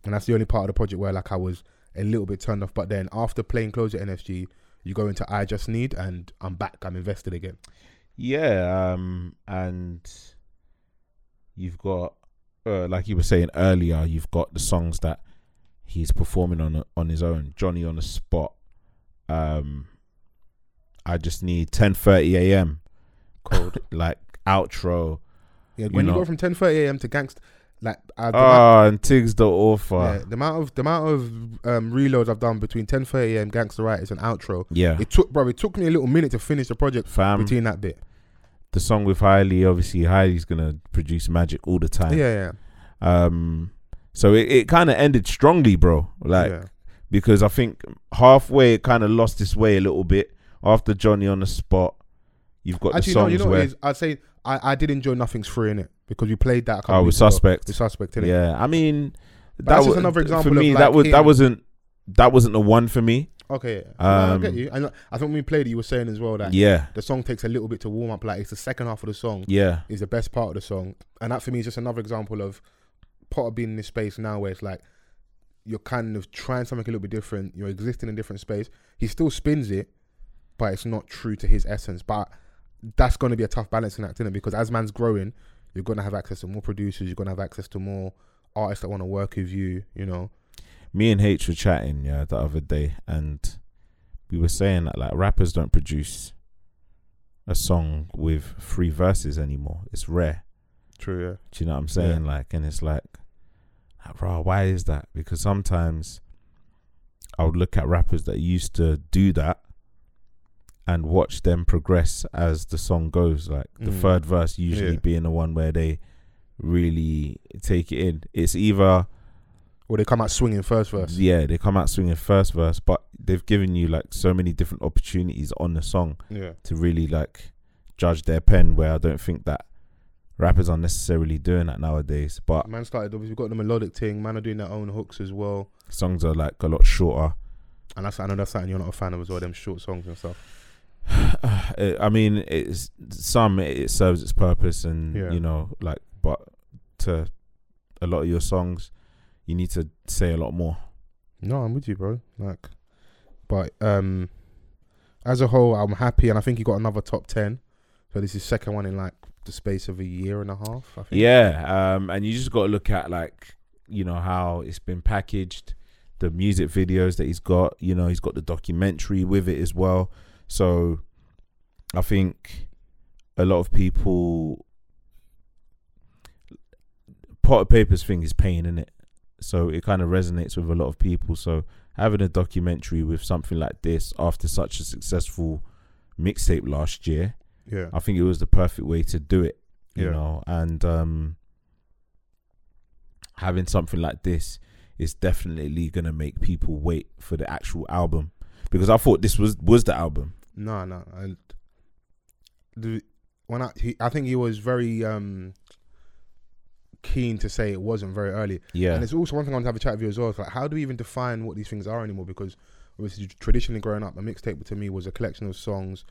D: and that's the only part of the project where like I was a little bit turned off. But then after playing close at NFG, you go into I Just Need, and I'm back. I'm invested again.
C: yeah, um, and you've got uh, like you were saying earlier, you've got the songs that he's performing on on his own. Johnny on the spot. Um, I just need ten thirty a.m. cold like outro.
D: Yeah,
C: You
D: when you,
C: know.
D: go from 10:30 a.m. to Gangsta, like I, the amount-
C: Oh, and Tig's the
D: yeah,
C: author.
D: the amount of the amount of um, reloads I've done between 10:30 a.m. Gangsta Writers and outro.
C: Yeah, Um,
D: It took, bro. It took me a little minute to finish the project
C: fam.
D: between that bit.
C: the song with Hailey, obviously Hailey's gonna produce magic all the
D: Yeah,
C: time.
D: yeah,
C: Um. So it, it kind of ended strongly, bro. Like
D: yeah.
C: because I think halfway it kind of lost its way a little bit after Johnny on the spot. You've got
D: Actually,
C: the
D: no,
C: songs
D: you know what
C: where
D: it is? I'd say I, I did enjoy Nothing's Free in it because we played that. a couple
C: oh, with
D: weeks ago.
C: suspect.
D: With Suspect, innit?
C: Yeah, I mean that
D: that's just
C: was
D: another example
C: for me.
D: of,
C: that
D: like,
C: was that
D: him-
C: wasn't that wasn't the one for me.
D: Okay, yeah. No, I
C: Um,
D: get you. I, know- I think when we played it, you were saying as well that
C: yeah,
D: the song takes a little bit to warm up. Like, it's the second half of the song
C: yeah,
D: is the best part of the song. And that for me is just another example of Potter being in this space now where it's like you're kind of trying something a little bit different. You're existing in a different space. He still spins it, but it's not true to his essence. But that's going to be a tough balancing act, innit? Because as man's growing, you're going to have access to more producers. You're going to have access to more artists that want to work with you, you know?
C: me and H were chatting yeah the other day, and we were saying that like rappers don't produce a song with three verses anymore. It's rare.
D: True, yeah.
C: Do you know what I'm saying? Like, and it's like, like, bro, why is that? Because sometimes I would look at rappers that used to do that and watch them progress as the song goes. Like the
D: Mm.
C: third verse usually
D: Yeah.
C: being the one where they really take it in. It's either
D: Or they come out swinging first verse.
C: yeah, they come out swinging first verse, but they've given you like so many different opportunities on the song
D: Yeah.
C: to really like judge their pen where I don't think that rappers aren't necessarily doing that nowadays. But
D: Man started obviously we've got the melodic thing. Man are doing their own hooks as well,
C: songs are like a lot shorter.
D: and that's I know that's something you're not a fan of as well. Them short songs and stuff.
C: Uh, I mean, it's some it it serves its purpose, and
D: Yeah.
C: you know, like, but to a lot of your songs, you need to say a lot more.
D: No, I'm with you, bro. Like, but um, as a whole, I'm happy, and I think he got another top ten. So this is second one in like the space of a year and a half. I think.
C: Yeah, um, and you just got to look at like you know how it's been packaged, the music videos that he's got. You know, he's got the documentary with it as well. So, I think a lot of people pot of papers thing is pain in it, so it kind of resonates with a lot of people. So having a documentary with something like this after such a successful mixtape last year
D: yeah.
C: I think it was the perfect way to do it, you
D: Yeah.
C: know. And um, having something like this is definitely gonna make people wait for the actual album because I thought this was was the album.
D: No, no, and the when I he, I think he was very um keen to say it wasn't very early.
C: Yeah,
D: And it's also one thing I want to have a chat with you as well. Is like, how do we even define what these things are anymore? Because obviously, traditionally growing up, a mixtape to me was a collection of songs.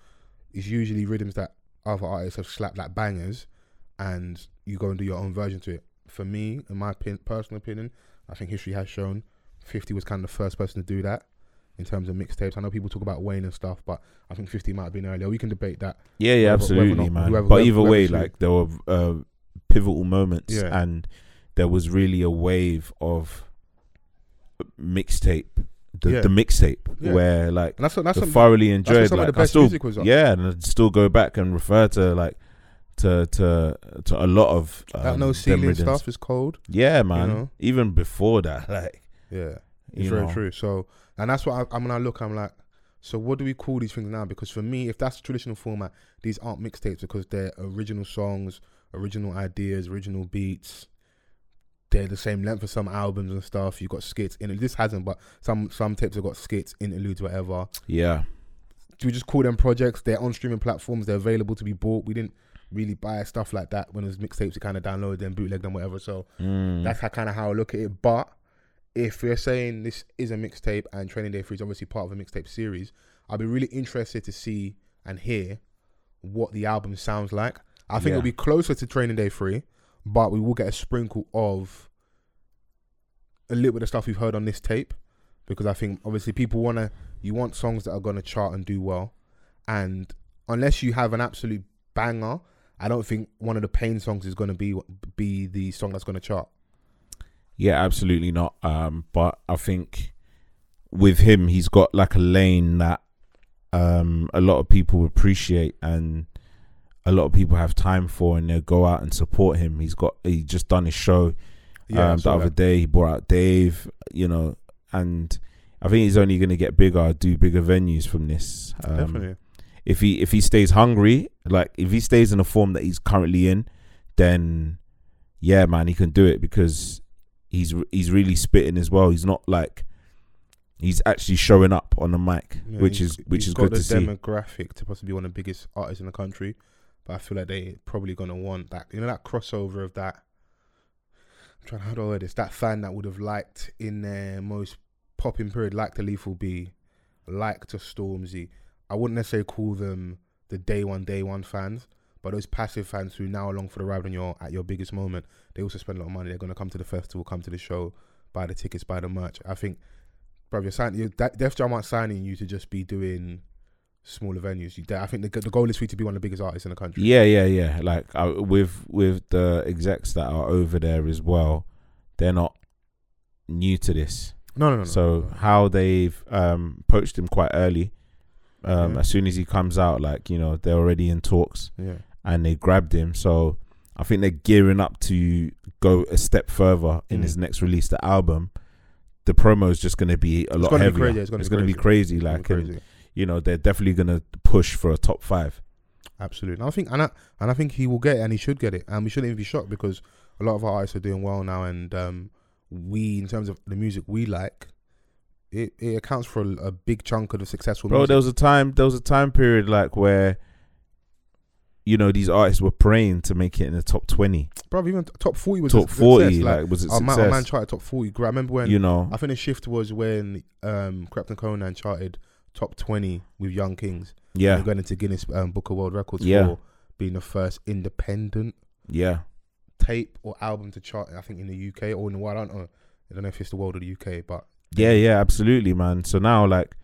D: It's usually rhythms that other artists have slapped like bangers, and you go and do your own version to it. For me, in my opin- personal opinion, I think history has shown 50 was kind of the first person to do that in terms of mixtapes. I know people talk about Wayne and stuff, but I think 50 might have been earlier. We can debate that.
C: yeah, yeah,
D: whether-
C: absolutely,
D: whether or not-
C: man.
D: whoever-
C: but
D: whoever-
C: either
D: whoever
C: way,
D: should-
C: like there were uh, pivotal moments,
D: Yeah.
C: and there was really a wave of mixtape, the,
D: Yeah.
C: the mixtape
D: Yeah.
C: where like
D: And that's, that's
C: I
D: something.
C: thoroughly enjoyed.
D: some of
C: like,
D: the best
C: I still,
D: music was on.
C: Yeah, and I still go back and refer to like to to to a lot of um,
D: that no
C: them
D: ceiling
C: rhythms.
D: stuff is cold.
C: Yeah, man.
D: know?
C: Even before that, like
D: Yeah. It's
C: you
D: very
C: know,
D: true. So, and that's what I, I'm gonna look. I'm like, so what do we call these things now? Because for me, if that's traditional format, these aren't mixtapes because they're original songs, original ideas, original beats. They're the same length for some albums and stuff. You got skits in it. This hasn't, but some some tapes have got skits, interludes, whatever.
C: Yeah,
D: Do we just call them projects? They're on streaming platforms. They're available to be bought. We didn't really buy stuff like that when it was mixtapes. You kind of download them, bootleg them, whatever. So
C: Mm.
D: that's how kind of how I look at it. But if we're saying this is a mixtape and Training Day Three is obviously part of a mixtape series, I'll be really interested to see and hear what the album sounds like. I think
C: Yeah.
D: it'll be closer to Training Day Three, but we will get a sprinkle of a little bit of stuff we've heard on this tape because I think obviously people wanna you want songs that are gonna chart and do well, and unless you have an absolute banger. I don't think one of the pain songs is gonna be be the song that's gonna chart.
C: yeah, absolutely not. Um, but I think with him, he's got like a lane that um a lot of people appreciate and a lot of people have time for, and they'll go out and support him. He's got he just done his show.
D: I
C: um, the
D: saw
C: other
D: that.
C: day he brought out Dave, you know, and I think he's only going to get bigger, do bigger venues from this. Um,
D: Definitely.
C: If he if he stays hungry, like if he stays in the form that he's currently in, then yeah, man, he can do it because he's he's really spitting as well. He's not like he's actually showing up on the mic,
D: Yeah,
C: which
D: he's-
C: is which
D: he's
C: is
D: got
C: good to
D: the
C: see.
D: demographic to possibly be one of the biggest artists in the country, but I feel like they probably gonna want that. You know that crossover of that. I'm trying to how do I word this? That fan that would have liked in their most popping period, liked a Lethal B, liked a Stormzy. I wouldn't necessarily call them the day one, day one fans, but those passive fans who now along for the ride on your at your biggest moment. They also spend a lot of money. They're gonna come to the festival, come to the show, buy the tickets, buy the merch. I think bro, you're signing. You're, that, Def Jam aren't signing you to just be doing smaller venues. You, they- I think the, g- the goal is for you to be one of the biggest artists in the country.
C: Yeah, yeah, yeah. Like I, with with the execs that are over there as well, they're not new to this.
D: Oh, No, no, no. no, no,
C: So
D: no.
C: how they've um, poached him quite early. Um,
D: Yeah.
C: As soon as he comes out, like you know, they're already in talks
D: yeah,
C: and they grabbed him. So I think they're gearing up to go a step further in
D: Mm.
C: his next release, the album. The promo is just going to be a lot
D: gonna be
C: heavier.
D: crazy, it's gonna be
C: gonna
D: It's gonna be
C: like and,
D: crazy.
C: you know, they're definitely going to push for a top five.
D: absolutely. And I think and I, and I think he will get it, and he should get it, and we shouldn't even be shocked because a lot of our artists are doing well now, and um, we, in terms of the music we like, it, it accounts for a, a big chunk of the successful.
C: Bro,
D: music.
C: there was a time, there was a time period like where you know these artists were praying to make it in the top twenty,
D: Bro, even t- top 40 was a
C: top
D: success,
C: forty. Like, was it
D: our, man, our man
C: success?
D: charted top 40. Gra- I remember when,
C: You know,
D: I think the shift was when um, Captain Conan charted top 20 with Young Kings.
C: yeah,
D: They're going into Guinness um, Book of World Records
C: Yeah.
D: for being the first independent
C: yeah,
D: tape or album to chart, I think, in the UK or in the world. I don't know. I don't know if it's the world or the UK, but
C: yeah, yeah, absolutely, man. So now, like,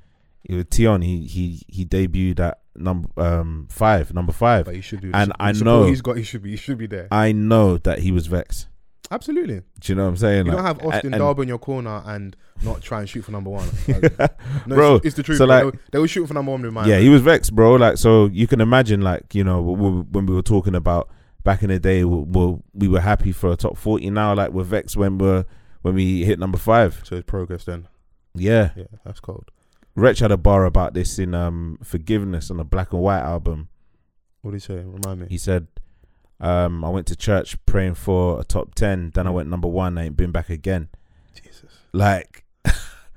C: with Tion, he he he debuted at number um five, number five.
D: but he should be.
C: And
D: the
C: I
D: support
C: know-
D: he's got. He should be. He should be there.
C: I know that he was vexed.
D: Absolutely.
C: Do you know what I'm saying?
D: You don't
C: Like,
D: have Austin
C: and- and-
D: Darby in your corner and not try and shoot for number one. Like, no,
C: Bro,
D: it's, it's the truth.
C: so,
D: bro.
C: like-
D: they, were, they were shooting for number one with mine.
C: yeah, he was vexed, bro. Like, so you can imagine, like, you know, w- w- when we were talking about back in the day, we we we were happy for a top forty. Now, like, we're vexed when we're when we hit number five.
D: So it's progress then.
C: Yeah,
D: Yeah, that's cold.
C: Wretch had a bar about this in um Forgiveness on the Black and White album.
D: What do you say? Remind me.
C: He said, um, "I went to church praying for a top ten,
D: Mm.
C: then I went number one. I ain't been back again."
D: Jesus.
C: Like.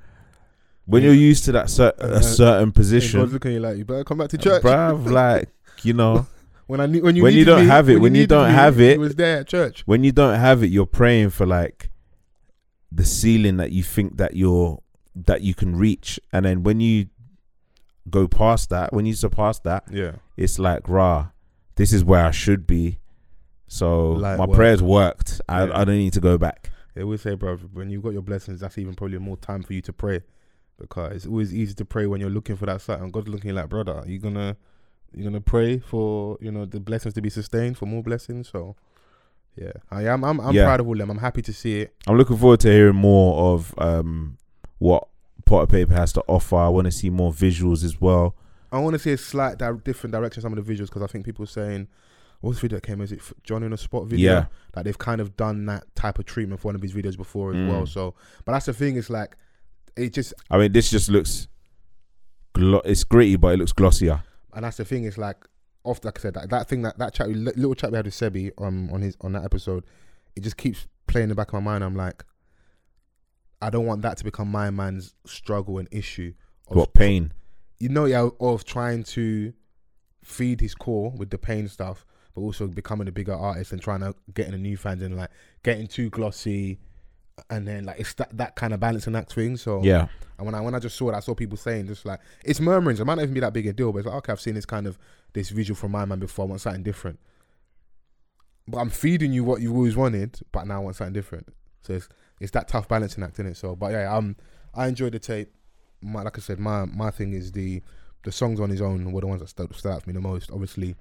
C: When
D: Yeah.
C: you're used to that cer-
D: Uh,
C: a certain
D: And God's
C: position,
D: looking at you like you better come back to church.
C: Uh, bruv, like you know,
D: When I need, when you
C: When you
D: needed
C: don't
D: me-
C: have it, when you
D: needed
C: don't
D: me,
C: have
D: he
C: it-
D: was there at church.
C: when you don't have it, you're praying for like the ceiling that you think that you're that you can reach, and then when you go past that, when you surpass that,
D: Yeah.
C: it's like rah, this is where I should be. So
D: Light
C: my
D: work.
C: prayers worked. I,
D: Yeah.
C: I don't need to go back.
D: They always say, bro, when you got your blessings, that's even probably more time for you to pray, because it's always easy to pray when you're looking for that sight, and God's looking like, brother, you gonna, you gonna pray for you know the blessings to be sustained for more blessings. So, yeah, I am. I'm, I'm
C: Yeah.
D: proud of all them. I'm happy to see it.
C: I'm looking forward to hearing more of um what Potter Paper has to offer. I want to see more visuals as well.
D: I want to see a slight di- different direction some of the visuals because I think people are saying, what's the video that came? Is it F- John in a spot video?
C: Yeah.
D: Like they've kind of done that type of treatment for one of his videos before as
C: Mm.
D: well. So, but that's the thing. It's like it just
C: I mean, this just looks glo- it's gritty, but it looks glossier.
D: and that's the thing. It's like off, like I said, that, that thing that that chat, we- li- little chat we had with Sebi um, on his on that episode, it just keeps playing in the back of my mind. I'm like, I don't want that to become my man's struggle and issue. Of,
C: What pain?
D: You know, yeah, of trying to feed his core with the pain stuff, but also becoming a bigger artist and trying to getting the new fans and like getting too glossy, and then like it's that that kind of balancing act thing. So
C: Yeah.
D: and when I when I just saw it, I saw people saying just like it's murmurings. It might not even be that big a deal, but it's like okay, I've seen this kind of this visual from my man before. I want something different. But I'm feeding you what you always wanted, but now I want something different. So it's it's that tough balancing act, in it? So, but yeah, um, I enjoyed the tape. My like I said, my my thing is the the songs on his own were the ones that stood, stood out to me the most. Obviously,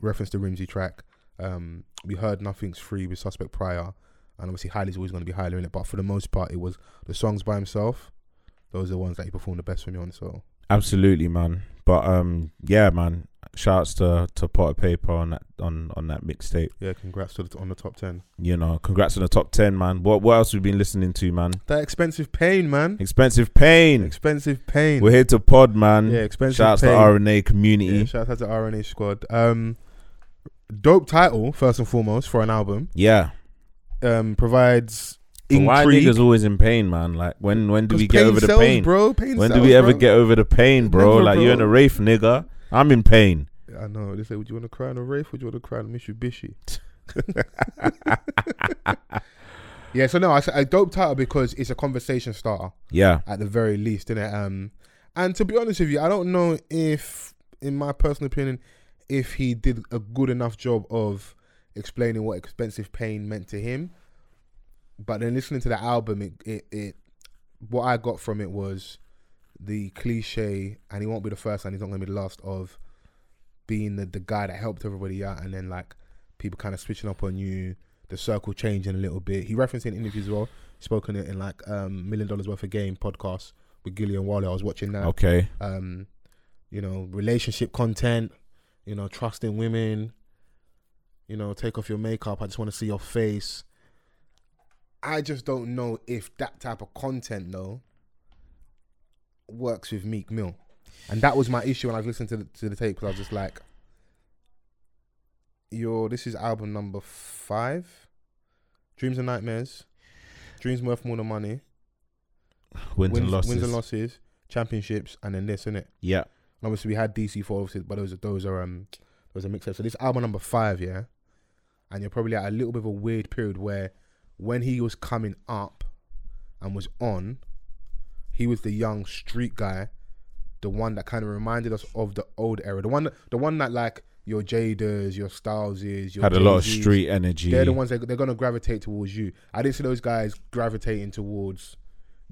D: reference to Rimsey track. Um, we heard nothing's free with Suspect Prior, and obviously Hailey's always going to be Hailey in it. But for the most part, it was the songs by himself those are the ones that he performed the best for me on. So
C: Absolutely, man. But um, yeah, man. Shouts to to Potter Paper on that on on that mixtape.
D: yeah, congrats to the, on the top ten.
C: You know, congrats on the top ten, man. What what else we been listening to, man?
D: That expensive pain, man.
C: Expensive pain.
D: Expensive pain.
C: We're here to pod, man.
D: yeah, expensive
C: Shouts
D: pain.
C: to RNA community.
D: Yeah, shout out to RNA Squad. Um, dope title first and foremost for an album.
C: Yeah.
D: Um, provides
C: But Why
D: intrigue.
C: niggas always in pain, man? Like when when do
D: 'Cause
C: we get
D: pain
C: over the
D: sells,
C: pain?
D: bro? Pain
C: when do
D: sells,
C: we ever
D: bro.
C: get over the pain, bro?
D: Never,
C: like
D: bro.
C: you're in a rafe, nigga. I'm in pain.
D: I know. They say, would you want to cry on a Wraith? Would you want to cry on a Mitsubishi? yeah, so no, I said a dope title because it's a conversation starter.
C: Yeah.
D: at the very least, innit? Um, and to be honest with you, I don't know if, in my personal opinion, if he did a good enough job of explaining what expensive pain meant to him. But then listening to the album, it, it, it what I got from it was the cliche, and he won't be the first, and he's not gonna be the last of being the, the guy that helped everybody out, and then like people kind of switching up on you, the circle changing a little bit. He referenced it in interviews as well, spoken it in like um million dollars worth of game podcast with Gillian Wally. I was watching that
C: Okay.
D: um, you know, relationship content, you know, trusting women, you know, take off your makeup. I just want to see your face. I just don't know if that type of content though works with Meek Mill, and that was my issue when I was listening to the, to the tape because I was just like, "Yo, this is album number five, Dreams and Nightmares, Dreams Worth More Than Money,
C: Wins, and losses.
D: wins and losses, championships, and then this, innit?
C: Yeah.
D: And obviously we had DC four, obviously, but those are those are um was a mixtape. So this album number five, yeah, and you're probably at a little bit of a weird period where when he was coming up and was on, he was the young street guy, the one that kind of reminded us of the old era, the one that, the one that like your Jaders, your Styleses, your
C: Had a lot of
D: Jay-Zs,
C: street energy.
D: they're the ones that they're gonna gravitate towards you. I didn't see those guys gravitating towards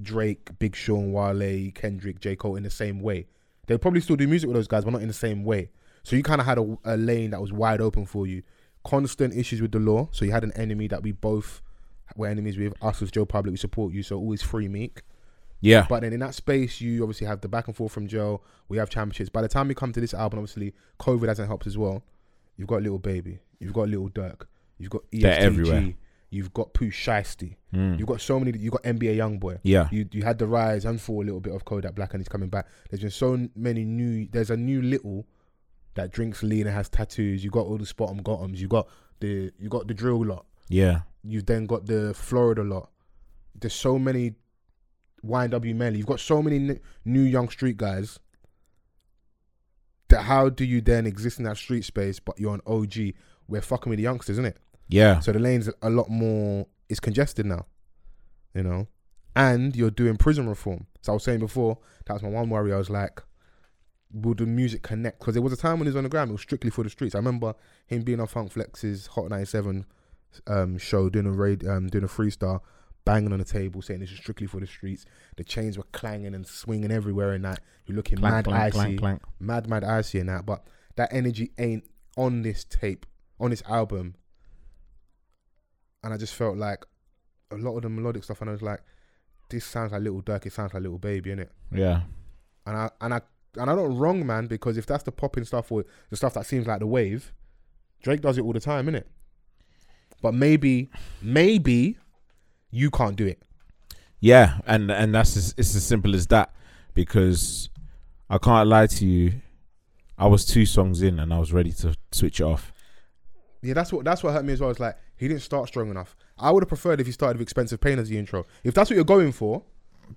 D: Drake, Big Sean, Wale, Kendrick, J Cole in the same way. They'll probably still do music with those guys, but not in the same way. So you kind of had a, a lane that was wide open for you. Constant issues with the law. So you had an enemy that we both were enemies with. Us as Joe Public, we support you. So always free meek.
C: yeah.
D: But then in that space, you obviously have the back and forth from Joe. We have championships. By the time we come to this album, obviously COVID hasn't helped as well. You've got little baby. You've got little Dirk. You've got E ESTG.
C: They're everywhere. Hmm.
D: You've got Pooh Shiesty. You've got so many. You've got NBA YoungBoy.
C: Yeah.
D: You you had the rise and fall a little bit of Kodak Black, and he's coming back. There's been so many new. There's a new little that drinks lean and has tattoos. You got all the spot on Gotham's. You got the you got the drill lot.
C: yeah.
D: You've then got the Florida lot. There's so many YW men. You've got so many n- new young street guys. That how do you then exist in that street space? But you're an OG. We're fucking with the youngsters, isn't it?
C: Yeah.
D: So the lane's a lot more. It's congested now, you know. And you're doing prison reform. So I was saying before that was my one worry. I was like, will the music connect? Because there was a time when he was on the ground. It was strictly for the streets. I remember him being on Funk Flex's Hot 97 um, show, doing a raid, um, doing a freestyle, banging on the table, saying this is strictly for the streets. The chains were clanging and swinging everywhere, and that you're looking mad icy mad, mad icy and that, but that energy ain't on this tape, on this album. And I just felt like a lot of the melodic stuff, and I was like, this sounds like Little Dirk, it sounds like Little Baby, innit?
C: Yeah.
D: And I and I and I don't wrong man because if that's the popping stuff or the stuff that seems like the wave, Drake does it all the time, innit? But maybe, maybe you can't do it.
C: Yeah, and and that's as, it's as simple as that because I can't lie to you. I was two songs in and I was ready to switch it off.
D: Yeah, that's what that's what hurt me as well. It's like he didn't start strong enough. I would have preferred if he started with expensive pain as the intro. If that's what you're going for,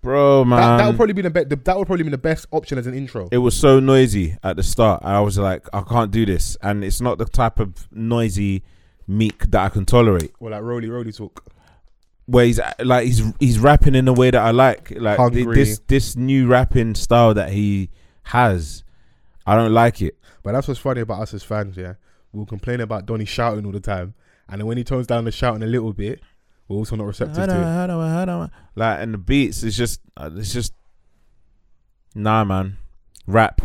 C: Bro, man.
D: that, that would probably be the best. That would probably be the best option as an intro.
C: Um, it was so noisy at the start. I was like, I can't do this. And it's not the type of noisy meek that I can tolerate.
D: Well, like roly roly talk.
C: Where he's uh, like he's he's rapping in a way that I like. Like thi-
D: Hungry.
C: this this new rapping style that he has. I don't like it.
D: But that's what's funny about us as fans. Yeah, we'll complain about Donny shouting all the time, and then when he tones down the shouting a little bit, we're also not receptive to it.
C: Like and the beats, it's just uh, it's just nah, man. Rap.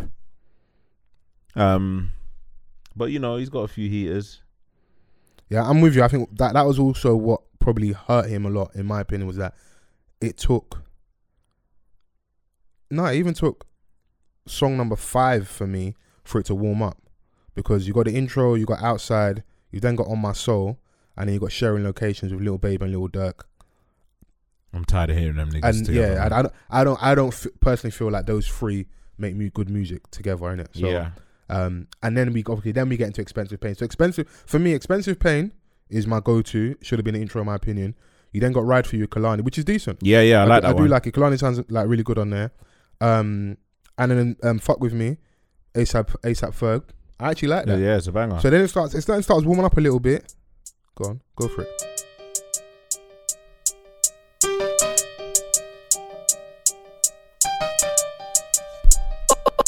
C: Um, but you know he's got a few heaters.
D: Yeah, I'm with you. I think that that was also what probably hurt him a lot, in my opinion, was that it took. No, it even took song number five for me for it to warm up, because you got the intro, you got outside, you then got on my soul, and then you got sharing locations with Little Babe and Little Dirk,
C: I'm tired of hearing them niggas.
D: and
C: together,
D: yeah,
C: man.
D: I, I don't, I don't, I don't f- personally feel like those three make mu- good music together, innit? So,
C: yeah,
D: um, and then we obviously then we get into expensive pain. So expensive for me, expensive pain is my go-to. Should have been an intro, in my opinion. You then got ride for you, Kalani, which is decent.
C: yeah, yeah. I, like
D: do,
C: that
D: I
C: one.
D: do like it. Kalani sounds like really good on there. Um, and then um, fuck with me, ASAP ASAP Ferg. I actually like
C: yeah,
D: that.
C: yeah, it's a banger.
D: So then it starts. It then starts warming up a little bit. Go on, go for it.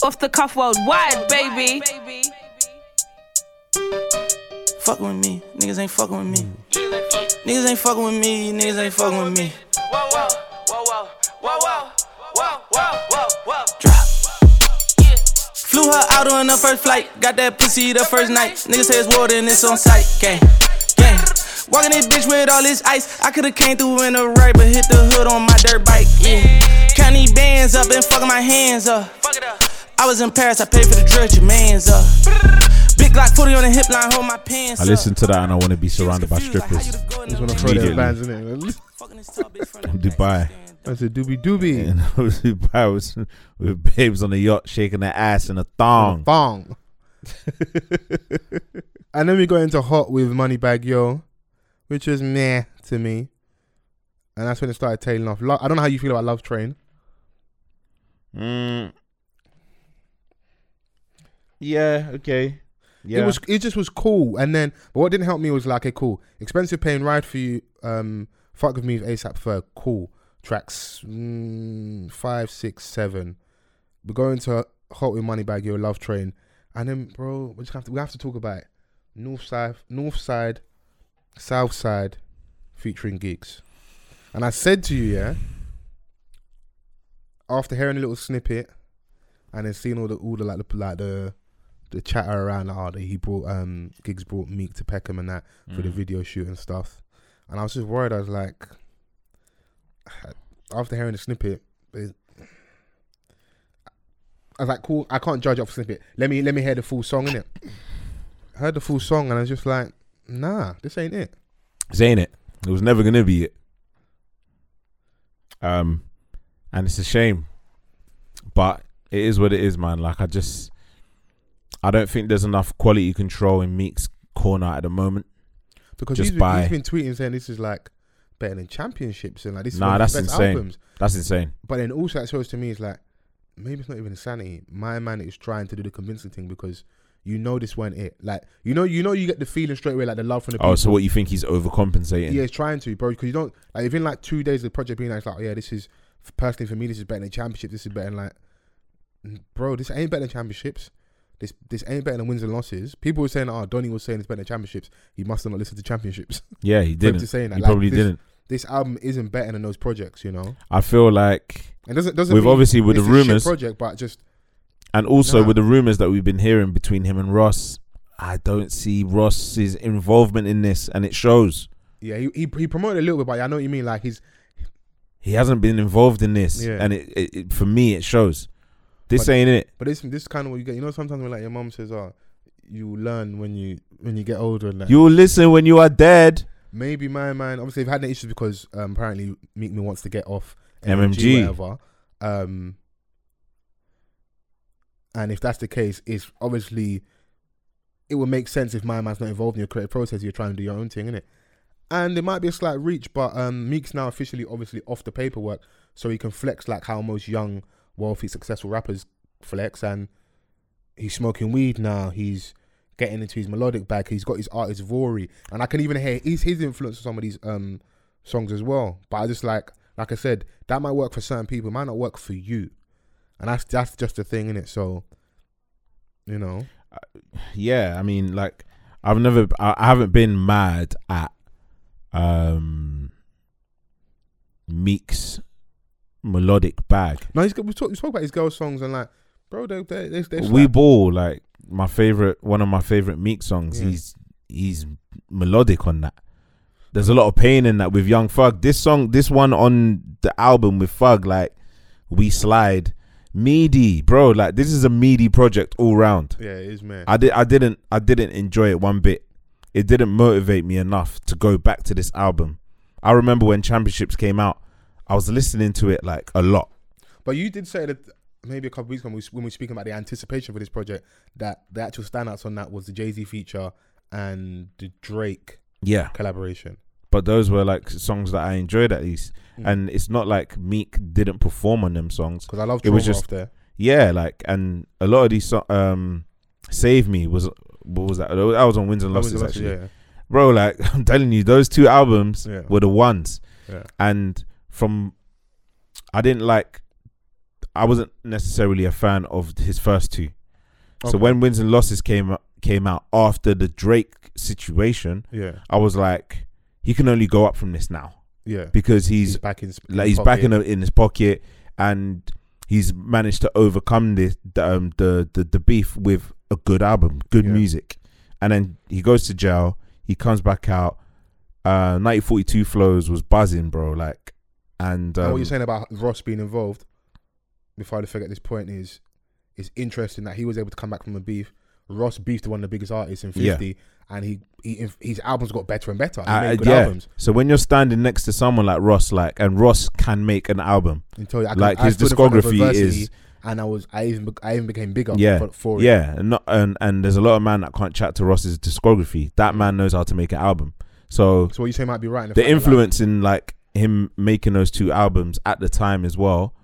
B: Off the cuff worldwide, baby.
F: Fucking with me, niggas ain't fucking with me. Niggas ain't fucking with me, niggas ain't fucking with me. Drop. Flew her out on the first flight, got that pussy the first night. Niggas say it's water and it's on site, gang, gang. Walking this bitch with all this ice, I coulda came through in the right, but hit the hood on my dirt bike, yeah. County bands up and fucking my hands up. I was in Paris, I paid for the drudge, your man's up. Big Glock 40 on the hip line, hold my pants
C: I
F: up.
C: listen to that and I want to be surrounded by
F: Confused, like, how
C: strippers.
F: you the golden
D: Just want to throw
F: lady?
D: those
C: Immediately.
D: bands in it.
F: Fucking this tall bitch from the
C: Dubai.
F: back, stand up.
D: That's a doobie doobie.
C: And I was in Paris with babes on the yacht shaking their ass in a thong.
D: Bong. and then we go into Hot with Moneybag Yo, which is meh to me. And that's when it started tailing off. Lo- I don't know how you feel about Love Train.
C: Mm. Yeah, okay. Yeah.
D: It was it just was cool. And then but what didn't help me was like, okay, cool. Expensive paying ride for you. Um, fuck with me with ASAP Ferg. Cool. Tracks mm, five, six, seven. We're going to Hot with Moneybag, your love train. And then, bro, we just have to we have to talk about it. North side, North side, South side, featuring gigs. And I said to you, yeah. After hearing a little snippet, and then seeing all the all the like the like the the chatter around like, oh, that he brought um gigs brought Meek to Peckham and that for
C: Mm.
D: the video shoot and stuff, and I was just worried. I was like, after hearing the snippet, it, I was like, cool. I can't judge off snippet. Let me let me hear the full song in it. Heard the full song and I was just like, nah, this ain't it.
C: Zayn it. It was never gonna be it. Um, and it's a shame, but it is what it is, man. Like I just, I don't think there's enough quality control in Meek's corner at the moment.
D: Because
C: Just
D: he's been,
C: by-
D: he's been tweeting saying this is like better than championships and like this is
C: Nah,
D: one of
C: that's
D: his best
C: insane.
D: albums.
C: That's insane.
D: But then also that shows to me is like maybe it's not even insanity. My man is trying to do the convincing thing because you know this weren't it. Like you know you know you get the feeling straight away like the love from the
C: Oh,
D: people.
C: so what you think he's overcompensating?
D: Yeah, he's trying to, bro. Because you don't like within like two days of the project being like, it's like, oh yeah, this is personally for me, this is better than championship. This is better than like, n- bro, this ain't better than championships. This this ain't better than wins and losses. People were saying, oh, Donny was saying it's better than championships. He must have not listened to championships.
C: Yeah, he
D: For him
C: didn't.
D: to saying that,
C: he
D: like,
C: probably
D: this-
C: didn't.
D: this album isn't better than those projects, you know.
C: I feel like
D: It doesn't doesn't.
C: With
D: mean
C: obviously with
D: it's
C: the
D: a shit
C: rumours-
D: project, but just
C: And also
D: Nah.
C: with the rumors that we've been hearing between him and Ross, I don't see Ross's involvement in this, and it shows
D: yeah, he he, he promoted a little bit, but I know what you mean. Like he's
C: he hasn't been involved in this,
D: Yeah.
C: and it, it, it for me it shows. This
D: But-
C: ain't it.
D: but this this is kind of what you get. You know, sometimes when like your mom says, oh, you will learn when you when you get older and that.
C: You'll listen when you are dead.
D: Maybe my man. Obviously, they've had the issues because um, apparently Meek Mill wants to get off
C: MMG.
D: whatever. Um, and if that's the case, it's obviously it would make sense if my man's not involved in your creative process. You're trying to do your own thing, innit? And there might be a slight reach, but um, Meek's now officially, obviously, off the paperwork, so he can flex like how most young, wealthy, successful rappers flex. And he's smoking weed now. He's getting into his melodic bag. He's got his artist Vori, and I can even hear his his influence on some of these um songs as well. But I just like like I said, that might work for certain people, might not work for you, and that's that's just the thing in it. So, you know,
C: yeah, I mean, like I've never, I, I haven't been mad at um Meek's melodic bag.
D: no, he's we talk, we talk about his girl songs and like, bro, they they they, they
C: we
D: slap.
C: ball like my favorite, one of my favorite Meek songs.
D: Yeah.
C: He's he's melodic on that. There's a lot of pain in that with Young Thug. This song, this one on the album with Thug, like we slide meaty, bro. Like this is a meaty project all round.
D: yeah, it is man.
C: I did. I didn't. I didn't enjoy it one bit. It didn't motivate me enough to go back to this album. I remember when Championships came out, I was listening to it like a lot.
D: But you did say that maybe a couple weeks ago when we, when we were speaking about the anticipation for this project, that the actual standouts on that was the Jay Z feature and the Drake
C: Yeah,
D: collaboration.
C: but those were like songs that I enjoyed at least. And it's not like Meek didn't perform on them songs.
D: Because I love
C: It
D: trauma
C: was just-
D: off there.
C: Yeah, like and a lot of these. So- um, Save Me was what was that? That was on Wins and
D: Love
C: Losses
D: is Love,
C: actually.
D: yeah, yeah.
C: bro like i'm telling you those two albums
D: Yeah.
C: were the ones
D: Yeah.
C: and from i didn't like i wasn't necessarily a fan of his first two so
D: Okay.
C: when wins and losses came came out after the drake situation
D: Yeah,
C: i was like he can only go up from this now
D: yeah.
C: because he's,
D: back in. sp-
C: like he's back in, a, in his pocket and he's managed to overcome this the, um, the, the the beef with a good album good
D: Yeah.
C: music and then he goes to jail he comes back out uh 1942 flows was buzzing bro like and
D: and
C: um,
D: what you're saying about Ross being involved, before I forget this point, is it's interesting that he was able to come back from a beef. Ross beefed one of the biggest artists in
C: Yeah.
D: 50, and he, he his albums got better and better. He
C: I-
D: made good
C: yeah
D: albums.
C: so when you're standing next to someone like ross like and ross can make an album
D: Until I,
C: Like,
D: I
C: his
D: stood in front of
C: discography
D: adversity,
C: is-
D: and I was I even bec- I even became bigger.
C: yeah
D: for, for it.
C: yeah and not and and there's a lot of man that can't chat to ross's discography that man knows how to make an album so
D: So what you say might be right. in
C: the
D: fact that, like,
C: influence in like him making those two albums at the time as well,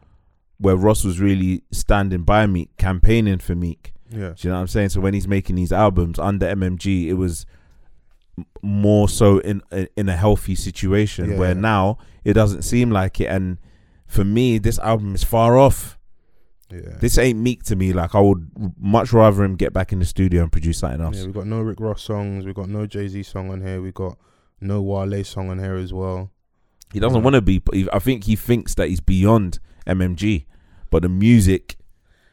C: where Ross was really standing by Meek, campaigning for Meek,
D: Yeah.
C: Do you know what I'm saying? So when he's making these albums under MMG, it was m- more so in in a healthy situation
D: Yeah,
C: where
D: yeah.
C: now it doesn't seem like it. And for me, this album is far off.
D: Yeah.
C: This ain't Meek to me. Like I would r- much rather him get back in the studio and produce something else.
D: Yeah, we got no Rick Ross songs. We got no Jay Z song on here. We got no Wale song on here as well.
C: He doesn't want to be. but he- I think he thinks that he's beyond MMG, but the music,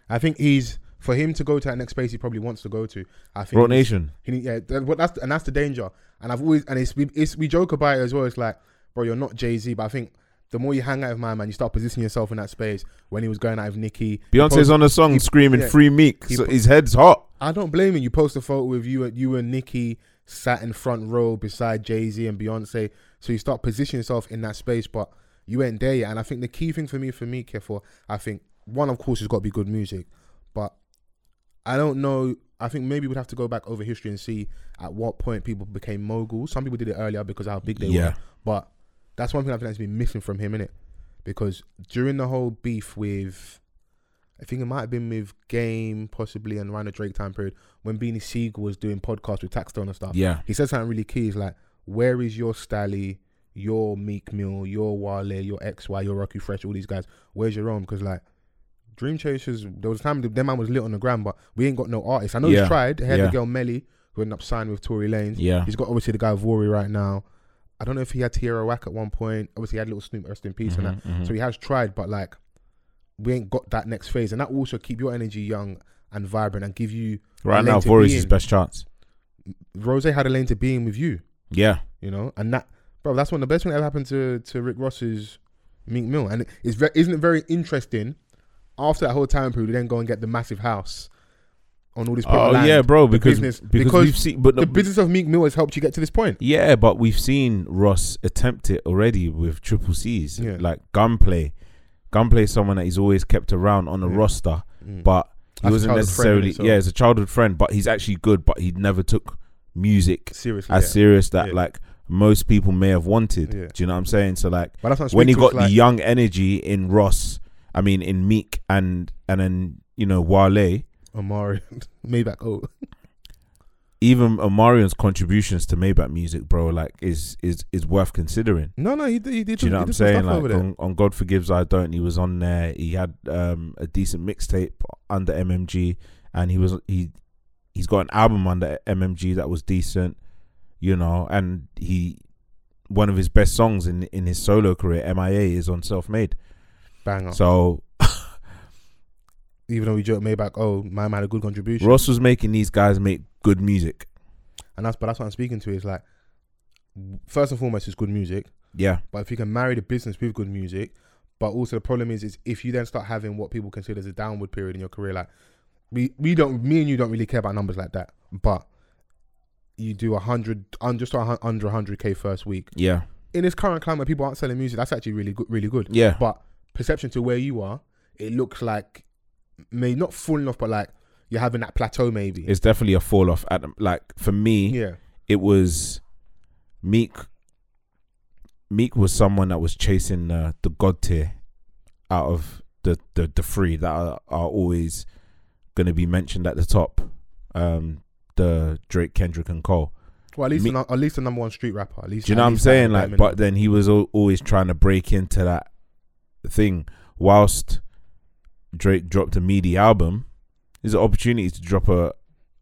D: I think he's for him to go to that next place he probably wants to go to. I think
C: Rock
D: he's-
C: Nation.
D: He need, yeah, that- but that's and that's the danger. And I've always and it's we, it's we joke about it as well. It's like, bro, you're not Jay Z, but I think the more you hang out with my man, you start positioning yourself in that space. When he was going out with Nicki, he
C: Beyonce's
D: posted-
C: on the song
D: he-
C: screaming
D: yeah.
C: "Free Meek,"
D: he
C: so
D: po-
C: his head's hot.
D: I don't blame him. You post a photo with you and you and Nicki sat in front row beside Jay Z and Beyonce, so you start positioning yourself in that space, but you ain't there yet. And I think the key thing for me, for me, Kefo, I think one, of course, has got to be good music, but I don't know. I think maybe we'd have to go back over history and see at what point people became moguls. Some people did it earlier because of how big they
C: Yeah.
D: were, but that's one thing I think that's been missing from him, innit? Because during the whole beef with I think it might have been with Game, possibly, and around the Drake time period when Beanie Siegel was doing podcasts with Taxstone and stuff.
C: Yeah.
D: He said something really key. He's like, Where is your Stally, your Meek Mill, your Wale, your XY, your Rocky Fresh, all these guys? Where's your own? Because, like, Dream Chasers, there was a time that their man was lit on the ground, but we ain't got no artists. I know
C: Yeah.
D: he's tried. He had
C: Yeah.
D: the girl Melly, who ended up signing with Tory Lanez.
C: Yeah.
D: He's got obviously the guy Vori right now. I don't know if he had Tierra Whack at one point. Obviously, he had little Snoop, rest in peace,
C: Mm-hmm,
D: and that. So he has tried, but like, we ain't got that next phase, and that will also keep your energy young and vibrant and give you
C: Right
D: a
C: now,
D: lane to
C: Vori's
D: be
C: his
D: in.
C: best chance.
D: Rose had a lane to being with you,
C: Yeah,
D: you know, and that, bro, that's one of the best thing that ever happened to to Rick Ross's Meek Mill, and it's ve- isn't it very interesting? After that whole time period, we then go and get the massive house on all this.
C: Oh,
D: land,
C: yeah, bro,
D: the
C: because-
D: business,
C: because we've seen- but
D: the,
C: the-
D: business of Meek Mill has helped you get to this point.
C: yeah, but we've seen Ross attempt it already with triple C's,
D: Yeah.
C: like Gunplay. Gunplay is someone that he's always kept around on the roster, but he
D: That's a
C: wasn't
D: childhood friend in
C: necessarily.
D: itself.
C: yeah, he's a childhood friend, but he's actually good. But he never took music
D: Seriously,
C: as
D: yeah.
C: serious that
D: Yeah.
C: like most people may have wanted.
D: Yeah.
C: Do you know what I'm saying? So like
D: But that's what I'm
C: when he
D: speaking
C: got
D: to, it's
C: the
D: like-
C: young energy in Ross, I mean in Meek and and then you know Wale,
D: Amari, Maybach, oh,
C: even Omarion's contributions to Maybach music, bro, like is is is worth considering.
D: no, no, he, did- he did.
C: Do you know
D: he
C: what I'm
D: did some
C: saying?
D: stuff
C: Like um,
D: over there.
C: on, on God Forgives I Don't, he was on there. He had um, a decent mixtape under MMG, and he was he he's got an album under MMG that was decent, you know. And he one of his best songs in in his solo career, MIA, is on Self Made.
D: banger.
C: So
D: even though we joke Maybach, oh, my man had a good contribution.
C: Ross was making these guys make good music.
D: And that's but that's what I'm speaking to is like first and foremost it's good music.
C: Yeah,
D: But if you can marry the business with good music, but also the problem is is if you then start having what people consider as a downward period in your career, like we we don't me and you don't really care about numbers like that. But you do a hundred under just a hun- under hundred K first week.
C: yeah,
D: In this current climate people aren't selling music, that's actually really good really good.
C: Yeah.
D: But perception to where you are, it looks like may not falling off, but like you're having that plateau maybe.
C: it's definitely a fall off. At the- like for me,
D: yeah.
C: it was Meek. Meek was someone that was chasing uh, the god tier out of the the, the three that are, are always going to be mentioned at the top. Um, the Drake, Kendrick, and Cole.
D: Well, at least
C: Me-
D: a, nu- at least the number one street rapper. At least
C: Do you know
D: at
C: what I'm
D: least that
C: saying?
D: bare
C: Like,
D: minimum.
C: but then he was al- always trying to break into that thing. Whilst Drake dropped a media album, there's an opportunity to drop a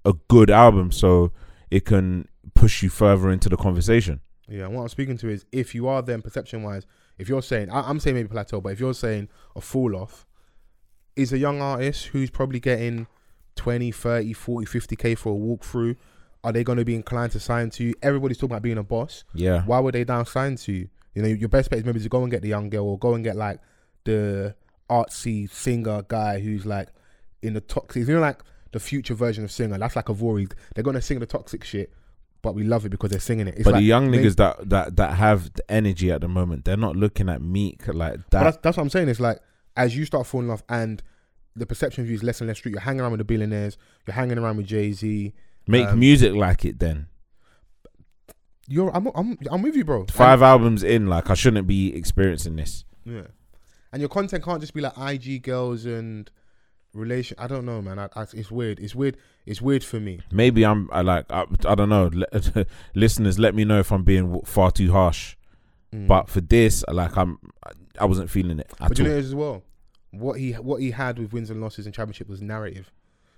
C: a good album, so it can push you further into the conversation.
D: yeah, and what I'm speaking to is if you are then perception wise, if you're saying I, I'm saying maybe plateau, but if you're saying a fall off, is a young artist who's probably getting 20, 30, 40, 50 k for a walkthrough. Are they going to be inclined to sign to you? Everybody's talking about being a boss.
C: Yeah.
D: Why would they down sign to you? You know, your best bet is maybe to go and get the young girl or go and get like the artsy singer guy who's like in the toxic. You know, like the future version of singer. That's like a Vori. They're gonna sing the toxic shit, but we love it because they're singing it. It's
C: but
D: like
C: the young
D: they-
C: niggas that, that that have the energy at the moment, they're not looking at Meek like
D: But that's,
C: that.
D: that's what I'm saying. It's like as you start falling off and the perception of you is less and less street. You're hanging around with the billionaires. You're hanging around with Jay Z.
C: Make
D: um,
C: music like it. Then
D: You're I'm I'm I'm with you, bro. And-
C: five albums in, like I shouldn't be experiencing this.
D: Yeah. And your content can't just be like IG girls and relation. I don't know, man. I, I, it's weird. It's weird. It's weird for me.
C: Maybe I'm I like I, I don't know. Le- Listeners, let me know if I'm being w- far too harsh. But for this, like I'm, I wasn't feeling it at
D: Mm. But do you
C: all.
D: know as well, what he what he had with wins and losses and championship was narrative.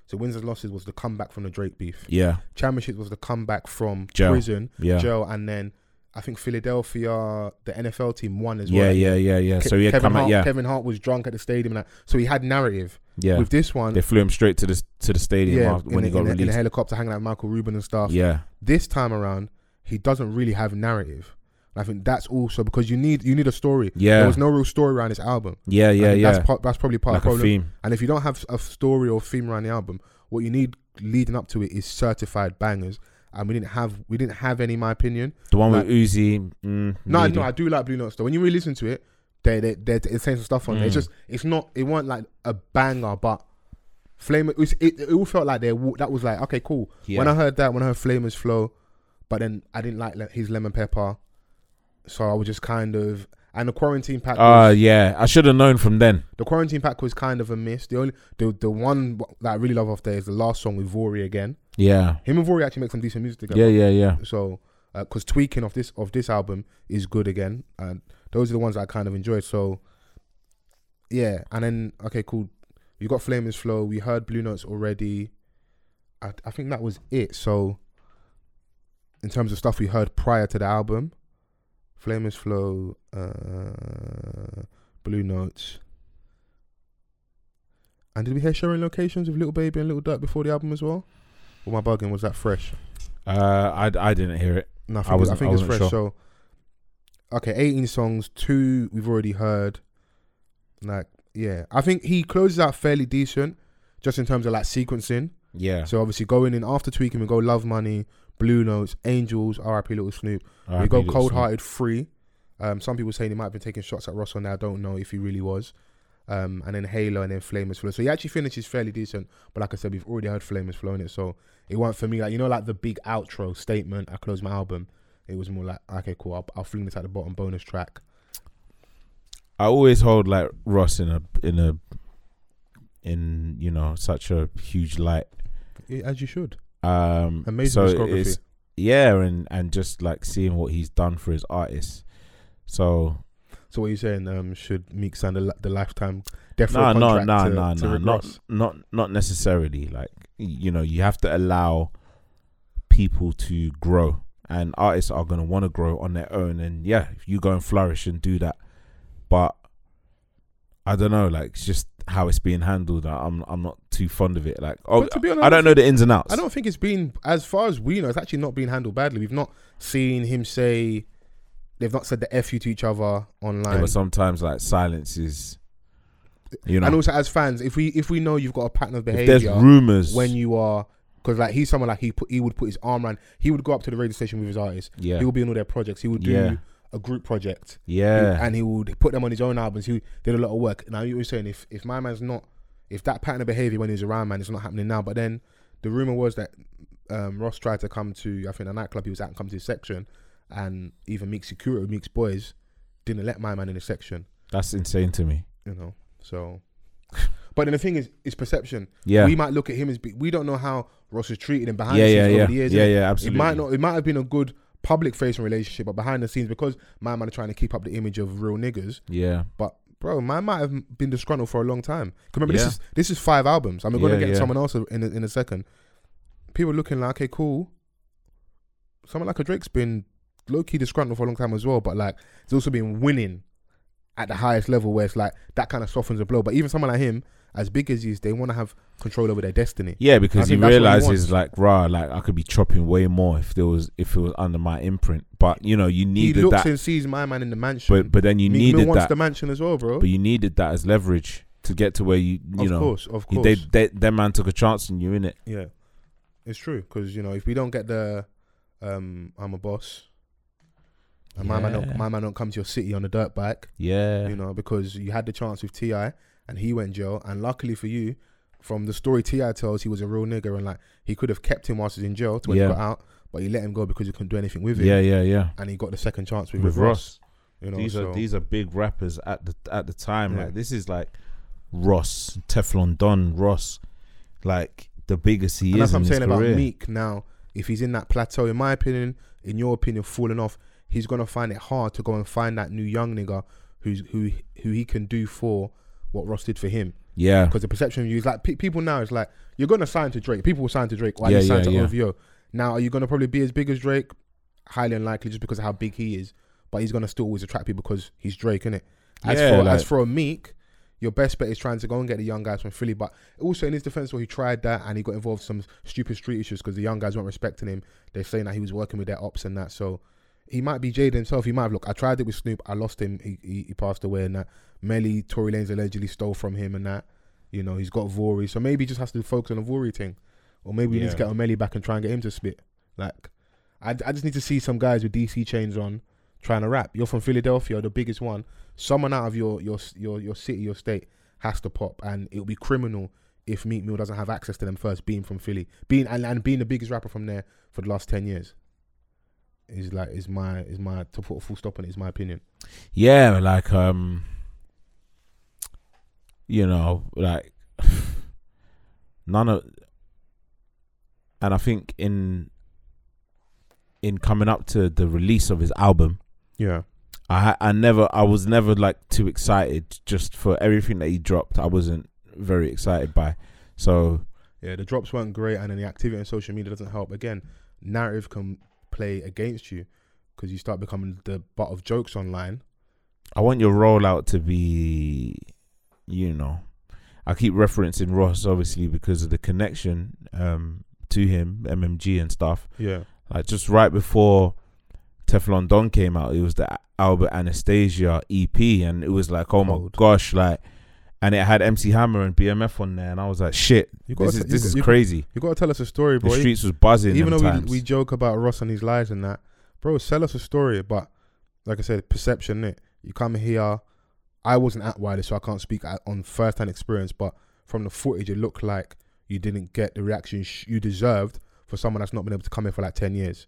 D: So wins and losses was the comeback from the Drake beef.
C: yeah,
D: Championship was the comeback from
C: Jail.
D: prison,
C: Yeah.
D: jail, and then I think Philadelphia, the NFL team won as
C: yeah,
D: well.
C: yeah, yeah, yeah.
D: Ke-
C: So yeah,
D: Kevin
C: come
D: Hart,
C: out, yeah,
D: Kevin Hart was drunk at the stadium, and that, so he had narrative.
C: yeah.
D: With this one,
C: they flew him straight to the to the stadium
D: yeah,
C: after, when
D: in,
C: he
D: a-
C: got
D: in a- in a
C: released.
D: helicopter hanging out with Michael Rubin and stuff.
C: yeah,
D: This time around, he doesn't really have narrative. And I think that's also because you need you need a story.
C: Yeah.
D: there was no real story around this album.
C: yeah,
D: I
C: yeah,
D: think
C: yeah.
D: That's, part, that's probably part
C: like
D: of the
C: a
D: problem.
C: theme.
D: And if you don't have a story or theme around the album, what you need leading up to it is certified bangers. And we didn't have we didn't have any, in my opinion.
C: The one
D: Like-
C: with Uzi. Mm,
D: No,
C: needed.
D: no, I do like Blue Notes though. When you really listen to it, they they they're saying some stuff on there. It's
C: Mm.
D: just it's not it weren't like a banger, but Flame it, was- it, it all felt like they wa- that was like okay cool. When
C: Yeah.
D: I heard that, when I heard Flamers Flow, but then I didn't like le- his Lemon Pepper, so I was just kind of and the quarantine pack.
C: Uh
D: was-
C: yeah, I should have known from then.
D: The quarantine pack was kind of a miss. The only the the one w- that I really love off there is the last song with Vori again.
C: Yeah,
D: Him and Vori actually make some decent music together.
C: yeah, yeah, yeah.
D: So because tweaking of this of this album is good again, and those are the ones I kind of enjoyed. So yeah, and then okay, cool. You got Flame is Flow. We heard Blue Notes already. I I think that was it. So in terms of stuff we heard prior to the album, Flame is Flow, uh, Blue Notes. And did we hear sharing locations with Little Baby and Little Dirt before the album as well? Or my bugging was that fresh?
C: Uh, I I didn't hear it.
D: No, I think,
C: I
D: it-
C: wasn't-
D: I think
C: I
D: it's fresh.
C: wasn't
D: So, okay, 18 songs, two we've already heard. Like, yeah, I think he closes out fairly decent, just in terms of like sequencing.
C: Yeah,
D: So obviously going in after tweaking, we go Love Money, Blue Notes, Angels, R.I.P. Little Snoop.
C: Alright,
D: we go
C: maybe it's-
D: Cold Hearted Free. Um, some people saying he might have been taking shots at Russell now. I don't know if he really was. Um, and then Halo and then Flame is Flow. So he actually finishes fairly decent. But like I said, we've already heard Flame is Flow in it. So it wasn't for me. Like, you know, like the big outro statement, I close my album. It was more like, okay, cool. I'll, I'll fling this at the bottom bonus track.
C: I always hold like Ross in a in a in you know such a huge light.
D: Yeah, as you should.
C: Um,
D: Amazing
C: so
D: discography.
C: it's- yeah, and and just like seeing what he's done for his artists. So
D: So what are you saying? Um, should Meek sign the, li- the lifetime death row
C: no, no,
D: contract
C: no,
D: to,
C: no,
D: to
C: no,
D: Rick Ross?
C: not not not necessarily. Like you know, you have to allow people to grow, and artists are gonna want to grow on their own. And yeah, you go and flourish and do that, but I don't know. Like it's just how it's being handled. I- I'm I'm not too fond of it. Like oh,
D: But to be honest,
C: I don't know the ins and outs.
D: I don't think it's been, as far as we know, it's actually not been handled badly. We've not seen him say, they've not said the F you to each other
C: Yeah,
D: online.
C: but sometimes like silence is, you know,
D: and also, as fans, if we if we know you've got a pattern of
C: if there's
D: behavior
C: rumors
D: when you are, because like he's someone like he put he would put his arm around, he would go up to the radio station with his artists.
C: Yeah.
D: He would be on all their projects. He would do
C: Yeah.
D: a group project.
C: yeah,
D: and he would put them on his own albums. He did a lot of work. Now you were saying if if my man's not, if that pattern of behavior when he was around man, it's not happening now. But then the rumor was that um, Ross tried to come to I think a nightclub he was at and come to his section, and even Meek Security, Meek's boys, didn't let my man in his section.
C: that's insane to me.
D: You know, so. But then the thing is, it's perception.
C: Yeah.
D: we might look at him as be- we don't know how Ross is treated and behind
C: Yeah,
D: the scenes
C: yeah,
D: over
C: yeah.
D: the years.
C: Yeah,
D: innit?
C: yeah, absolutely.
D: It might not. It might have been a good public-facing relationship, but behind the scenes, because my man are trying to keep up the image of real niggas,
C: Yeah,
D: but bro, man might have been disgruntled for a long time. 'Cause Remember,
C: Yeah.
D: this is this is five albums. I'm gonna
C: Yeah,
D: get
C: yeah.
D: someone else in a, in a second. People looking like, okay, cool. Someone like a Drake's been low key disgruntled for a long time as well, but like he's also been winning at the highest level, where it's like that kind of softens the blow. But even someone like him, as big as he is, they want to have control over their destiny.
C: yeah, because he
D: think that's what he
C: realizes
D: wants.
C: like, rah, like I could be chopping way more if there was if it was under my imprint. But you know, you
D: He
C: needed
D: looks
C: that.
D: and sees my man in the mansion.
C: But but then you
D: Meek Mill
C: needed
D: wants
C: that.
D: the mansion as well, bro.
C: But you needed that as leverage to get to where you you
D: of
C: know.
D: course, of
C: you-
D: course.
C: They, they, that man took a chance on you, innit?
D: Yeah, it's true because you know if we don't get the, um, I'm a boss. And my man,
C: Yeah.
D: don't, my man, don't come to your city on a dirt bike.
C: Yeah.
D: You know because you had the chance with Ti and he went jail, and luckily for you, from the story Ti tells, he was a real nigga and like he could have kept him whilst he was in jail to when
C: Yeah.
D: he got out, but he let him go because he couldn't do anything with him.
C: yeah, yeah, yeah.
D: and he got the second chance with,
C: With Ross.
D: You know,
C: these
D: so
C: are these are big rappers at the at the time.
D: Yeah.
C: Like this is like Ross, Teflon Don Ross, like the biggest he
D: And
C: is
D: that's what
C: in
D: I'm
C: his
D: saying about
C: career.
D: Meek now. If he's in that plateau, in my opinion, in your opinion, falling off, he's gonna find it hard to go and find that new young nigga who's who who he can do for what Ross did for him.
C: Yeah,
D: Because the perception of you is like pe- people now is like you're gonna sign to Drake. People will sign to Drake. Why
C: Yeah,
D: you sign
C: yeah,
D: to
C: yeah.
D: OVO? Now are you gonna probably be as big as Drake? Highly unlikely, just because of how big he is. But he's gonna still always attract people because he's Drake, innit? As
C: Yeah,
D: for
C: like-
D: as for a Meek, your best bet is trying to go and get the young guys from Philly. But also in his defense, well, he tried that and he got involved in some stupid street issues because the young guys weren't respecting him. They're saying that he was working with their ops and that. So he might be jaded himself. He might have look. I tried it with Snoop. I lost him. He he, he passed away and that. Melly, Tory Lanez allegedly stole from him and that. You know he's got Vory, so maybe he just has to focus on the Vory thing, or maybe we need to
C: Yeah.
D: get O'Malley back and try and get him to spit. Like, I, I just need to see some guys with DC chains on trying to rap. You're from Philadelphia, the biggest one. Someone out of your your your your city, your state has to pop, and it'll be criminal if Meat Mill doesn't have access to them first. Being from Philly, being and, and being the biggest rapper from there for the last ten years is like is my is my to put a full stop on it is my opinion.
C: yeah, like um, you know, like none of, and I think in in coming up to the release of his album,
D: Yeah,
C: I ha- I never I was never like too excited just for everything that he dropped. I wasn't very excited by. So
D: yeah. The drops weren't great, and then the activity on social media doesn't help. Again, narrative can play against you because you start becoming the butt of jokes online.
C: I want your rollout to be, you know, I keep referencing Ross obviously because of the connection um, to him, MMG and stuff.
D: Yeah,
C: Like just right before Teflon Don came out, it was the Albert Anastasia EP, and it was like, oh my
D: Cold.
C: gosh, like, and it had MC Hammer and BMF on there, and I was like, shit,
D: You gotta
C: this is
D: t- you
C: this
D: got-
C: is
D: you-
C: crazy.
D: you got to tell us a story,
C: The
D: boy.
C: streets was buzzing.
D: even
C: them
D: though
C: times.
D: we, we joke about Ross and his lies and that, bro, sell us a story. But like I said, perception it. You come here. I wasn't at Wiley, so I can't speak at- on first hand experience. But from the footage, it looked like you didn't get the reaction sh- you deserved for someone that's not been able to come here for like ten years.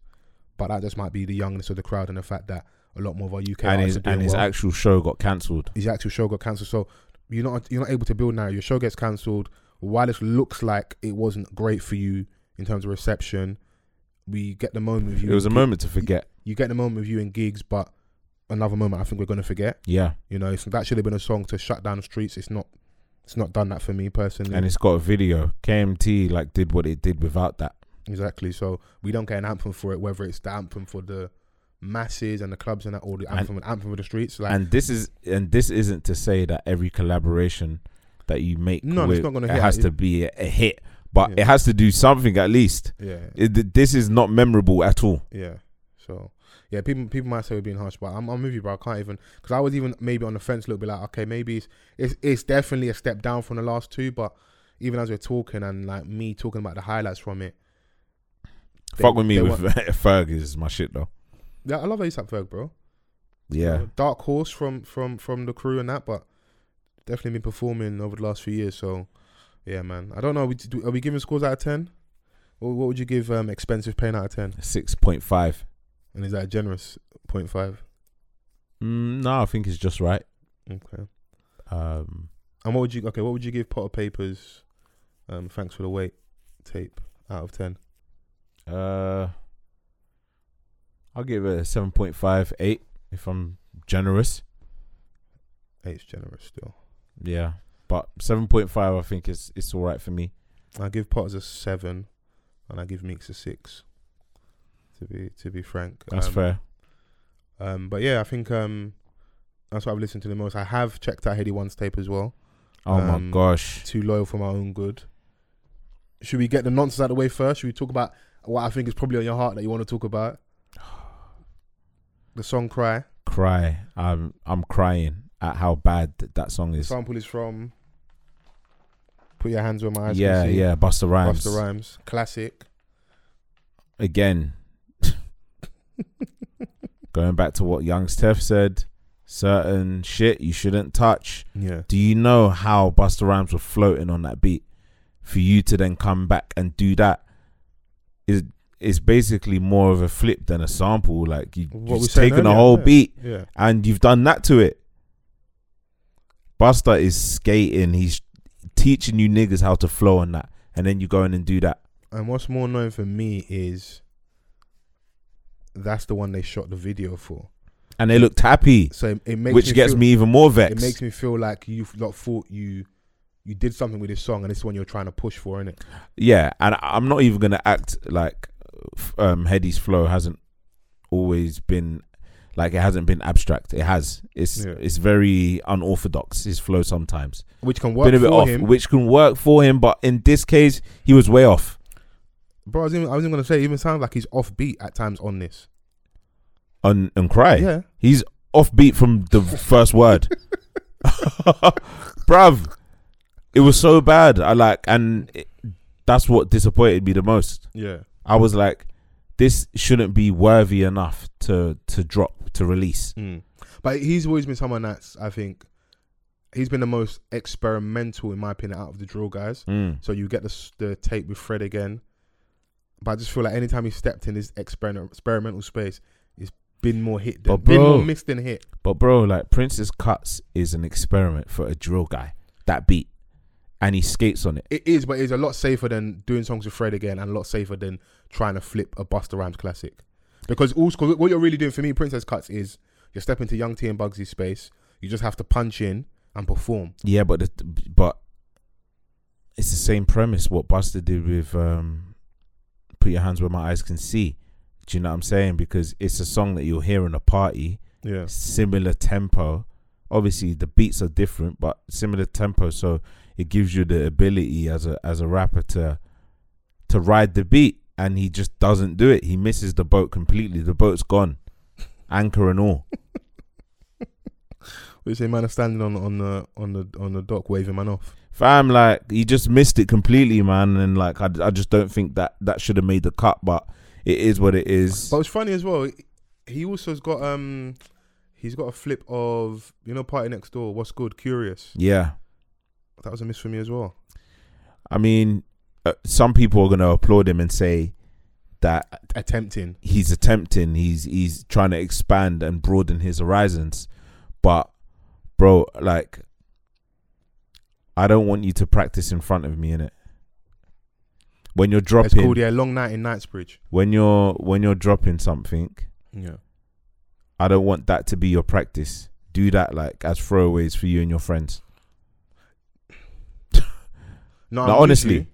D: But that just might be the youngness of the crowd and the fact that a lot more of our UK
C: and
D: artists
C: his
D: are doing
C: and his
D: well
C: actual show got cancelled.
D: his actual show got cancelled. So you're not you're not able to build now. Your show gets cancelled. While it looks like it wasn't great for you in terms of reception, we get the moment of you.
C: It was a
D: in gi-
C: moment to forget.
D: You get the moment of you in gigs, but another moment I think we're gonna forget.
C: Yeah,
D: You know, if that should have been a song to shut down the streets. It's not. It's not done that for me personally.
C: and it's got a video. KMT like did what it did without that.
D: exactly. So we don't get an anthem for it, whether it's the anthem for the masses and the clubs and that, or the
C: And-
D: anthem, anthem for the streets. Like,
C: And this is and this isn't to say that every collaboration that you make,
D: No, it's
C: with,
D: not gonna
C: it
D: hit.
C: has
D: It-
C: to be a, a hit, but
D: Yeah.
C: it has to do something at least.
D: yeah,
C: It, this is not memorable at all.
D: Yeah. So yeah, people people might say we're being harsh, but I'm, I'm with you, bro. I can't even because I was even maybe on the fence a little bit, like okay, maybe it's, it's it's definitely a step down from the last two, but even as we're talking and like me talking about the highlights from it, They-
C: Fuck with me
D: they
C: with Ferg is my shit though.
D: yeah, I love ASAP Ferg, bro.
C: Yeah,
D: Dark horse from from from the crew and that, but definitely been performing over the last few years. So yeah, man. I don't know. Are we, do, are we giving scores out of ten? What, what would you give um, expensive pain out of ten?
C: six point five.
D: And is that a generous point five?
C: Mm, no, I think it's just right.
D: Okay.
C: Um,
D: And what would you okay? What would you give Potter Papers? Um, thanks for the wait. Tape out of ten.
C: Uh, I'll give it a seven point five eight if I'm generous.
D: Eight's generous still.
C: Yeah, but seven point five I think is it's all right for me.
D: I give Potter's a seven, and I give Meeks a six. To be to be frank,
C: That's
D: um,
C: fair.
D: Um, but yeah, I think um, that's what I've listened to the most. I have checked out Heady One's tape as well.
C: Oh
D: um,
C: my gosh,
D: Too loyal for my own good. Should we get the nonsense out of the way first? Should we talk about what I think is probably on your heart that you want to talk about? The song "Cry."
C: cry. I'm I'm crying at how bad th- that song is.
D: Sample is from. Put your hands where my eyes. Can
C: Yeah,
D: See.
C: yeah. Buster Rhymes
D: Busta Rhymes, classic.
C: again. Going back to what Young Steph said, certain shit you shouldn't touch.
D: Yeah,
C: Do you know how Buster Rhymes was floating on that beat? For you to then come back and do that is is basically more of a flip than a sample. Like you,
D: What we
C: you've
D: said
C: taken a
D: earlier,
C: whole
D: yeah.
C: beat
D: yeah.
C: and you've done that to it. Buster is skating. He's teaching you niggas how to flow and that, and then you go in and do that.
D: And what's more known for me is that's the one they shot the video for.
C: And they looked happy,
D: So it, it makes
C: which
D: me
C: gets
D: feel,
C: me even more
D: It
C: vexed.
D: makes me feel like you lot thought you you did something with this song, and it's one you're trying to push for, innit?
C: yeah, and I- I'm not even gonna act like f- um Heady's flow hasn't always been like it hasn't been abstract. It has. It's
D: Yeah.
C: it's very unorthodox. His flow sometimes
D: Which can work
C: been a bit
D: for
C: off,
D: him.
C: which can work for him, but in this case, he was way off.
D: Bro, I was even, I was even gonna say, it even sounds like he's offbeat at times on this.
C: on and cry.
D: Yeah.
C: He's offbeat from the first word. Bruv, it was so bad. I like, and it, that's what disappointed me the most.
D: Yeah.
C: I was like, this shouldn't be worthy enough to to drop to release.
D: Mm. But he's always been someone that's, I think, he's been the most experimental, in my opinion, out of the drill guys.
C: Mm.
D: So you get the, s- the tape with Fred again. But I just feel like anytime he stepped in this experiment, experimental space, it's been more hit than
C: But
D: been
C: bro-
D: more missed than hit.
C: But bro, like Prince's cuts is an experiment for a drill guy. That beat, and he skates on it.
D: It is, but it's a lot safer than doing songs with Fred again, and a lot safer than trying to flip a Busta Rhymes classic. Because all school, what you're really doing for me, Princess Cuts, is you're stepping to Young T and Bugsy's space. You just have to punch in and perform.
C: Yeah, but the, but it's the same premise what Buster did with um, "Put Your Hands Where My Eyes Can See." Do you know what I'm saying? Because it's a song that you'll hear in a party,
D: Yeah.
C: similar tempo. Obviously, the beats are different, but similar tempo. So it gives you the ability as a as a rapper to to ride the beat, and he just doesn't do it. He misses the boat completely. The boat's gone, anchor and all.
D: What you say, man? I'm standing on on the on the on the dock, waving man off.
C: fam like he just missed it completely man and like i, I just don't think that that should have made the cut but it is what it is
D: But it's funny as well. He also's got um, he's got a flip of you know party next door. What's good? Curious.
C: yeah
D: That was a miss for me as well.
C: i mean uh, some people are going to applaud him and say that
D: Attempting.
C: he's attempting he's he's trying to expand and broaden his horizons but bro like i don't want you to practice in front of me in it when you're
D: It's
C: dropping
D: called yeah, long night in Knightsbridge.
C: when you're when you're dropping something
D: Yeah.
C: I don't want that to be your practice. Do that like as throwaways for you and your friends.
D: No,
C: No,
D: I'm with
C: honestly.
D: you.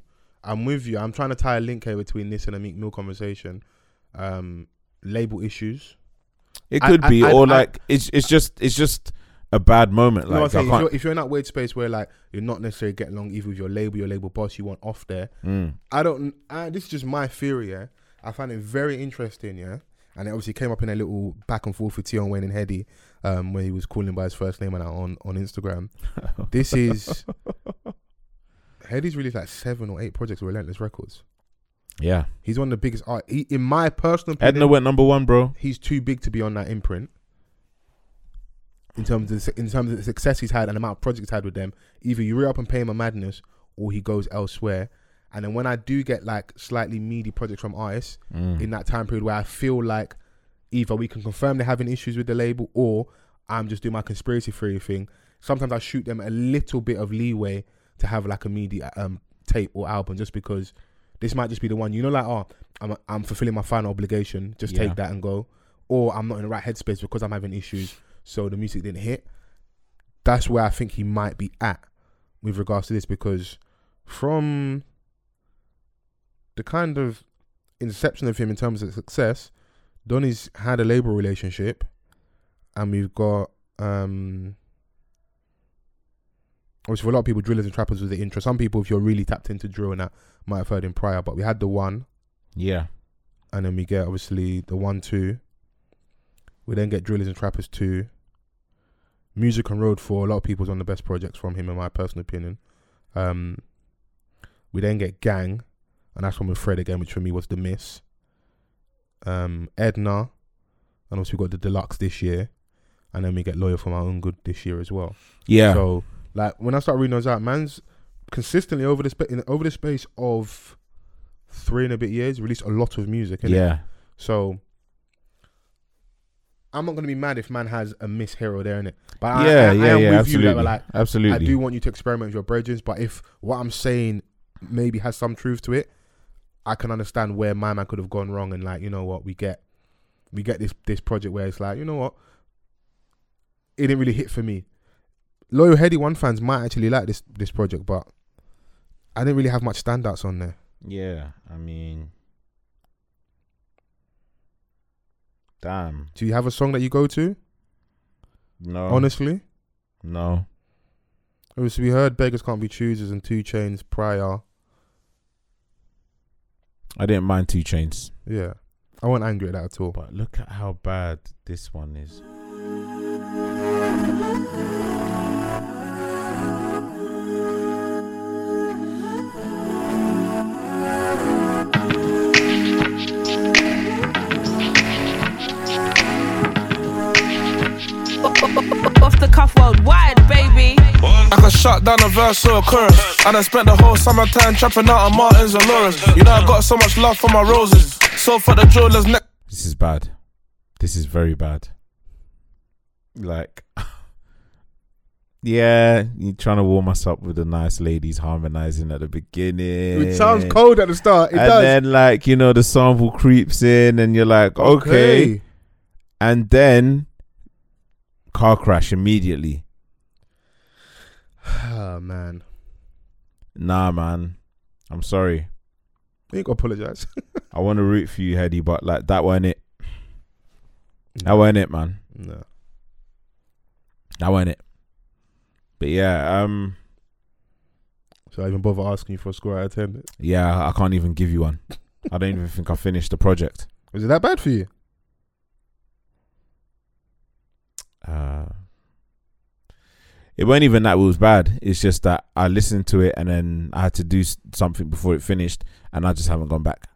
D: I'm with you. I'm trying to tie a link here between this and a Meek Mill conversation. Um, label issues.
C: It
D: I-
C: could
D: I-
C: be,
D: I-
C: or
D: I-
C: like it's it's just it's just a bad moment.
D: You know
C: Like I
D: what I'm saying? If
C: can't.
D: you're, if you're in that weird space where like you're not necessarily getting along either with your label, your label boss, you want off there.
C: Mm.
D: I don't. I, this is just my theory. Yeah, I find it very interesting. Yeah, and it obviously came up in a little back and forth with Tion Wayne and Heady, um, where he was calling by his first name and that on on Instagram. This is Heady's released like seven or eight projects with Relentless Records.
C: Yeah,
D: He's one of the biggest art. He, in my personal opinion,
C: Edna went number one, bro.
D: he's too big to be on that imprint. In terms of in terms of the success he's had and the amount of projects he's had with them, either you re up and pay him a madness, or he goes elsewhere. And then when I do get like slightly meaty projects from artists in that time period where I feel like either we can confirm they're having issues with the label, or I'm just doing my conspiracy theory thing. Sometimes I shoot them a little bit of leeway to have like a media um, tape or album, just because this might just be the one. You know, like oh, I'm I'm fulfilling my final obligation. Just
C: Yeah.
D: take that and go. Or I'm not in the right headspace because I'm having issues, so the music didn't hit. That's where I think he might be at with regards to this because from the kind of inception of him in terms of success, Donny's had a labor relationship, and we've got um obviously for a lot of people, drillers and trappers was the intro. Some people, if you're really tapped into drill and that, might have heard him prior. But we had the one,
C: Yeah,
D: and then we get obviously the one two. We then get drillers and trappers two. Music and Road Four, a lot of people's on the best projects from him, in my personal opinion. Um, we then get Gang, and that's one with Fred again, which for me was the miss. Um, Edna, and also we got the deluxe this year, and then we get Lawyer for My Own Good this year as well.
C: yeah.
D: So like when I start reading those out, man's consistently over the spa- in, over the space of three and a bit years released a lot of music. innit?
C: yeah,
D: So I'm not gonna be mad if man has a miss here or there in it. But I- I,
C: yeah,
D: I,
C: yeah,
D: am
C: yeah,
D: with
C: absolutely,
D: you, like, like
C: absolutely.
D: I do want you to experiment with your bridges, but if what I'm saying maybe has some truth to it, I can understand where my man could have gone wrong and like, you know what, we get we get this this project where it's like, you know what? It didn't really hit for me. Loyal Heady One fans might actually like this this project, but I didn't really have much standouts on there.
C: Yeah, I mean, damn.
D: Do you have a song that you go to?
C: No,
D: Honestly?
C: no.
D: Obviously we heard Beggars Can't Be Choosers and Two Chains prior.
C: I didn't mind Two Chains,
D: Yeah. I wasn't angry at that at all.
C: but look at how bad this one is.
B: Off the cuff worldwide, baby.
G: I can shut down a verse or a chorus. I done spent the whole summertime trapping out on Martins and Lawrence. You know I got so much love for my roses. So for the jewelers, neck
C: This is bad. This is very bad. Like, yeah, you're trying to warm us up with the nice ladies harmonizing at the beginning.
D: It sounds cold at the start. It
C: and
D: does.
C: then, like, you know, the sample creeps in, and you're like, okay. and then car crash immediately.
D: Oh man.
C: Nah, man, I'm sorry.
D: You ain't gotta apologize.
C: I want to root for you, Heady, but like that weren't it. That weren't it, man.
D: no.
C: That weren't it. But yeah, um,
D: So I even bother asking you for a score out of ten.
C: yeah, I can't even give you one. I don't even think I finished the project.
D: Was it that bad for you?
C: Uh, it wasn't even that it was bad. It's just that I listened to it and then I had to do s- something before it finished, and I just haven't gone back.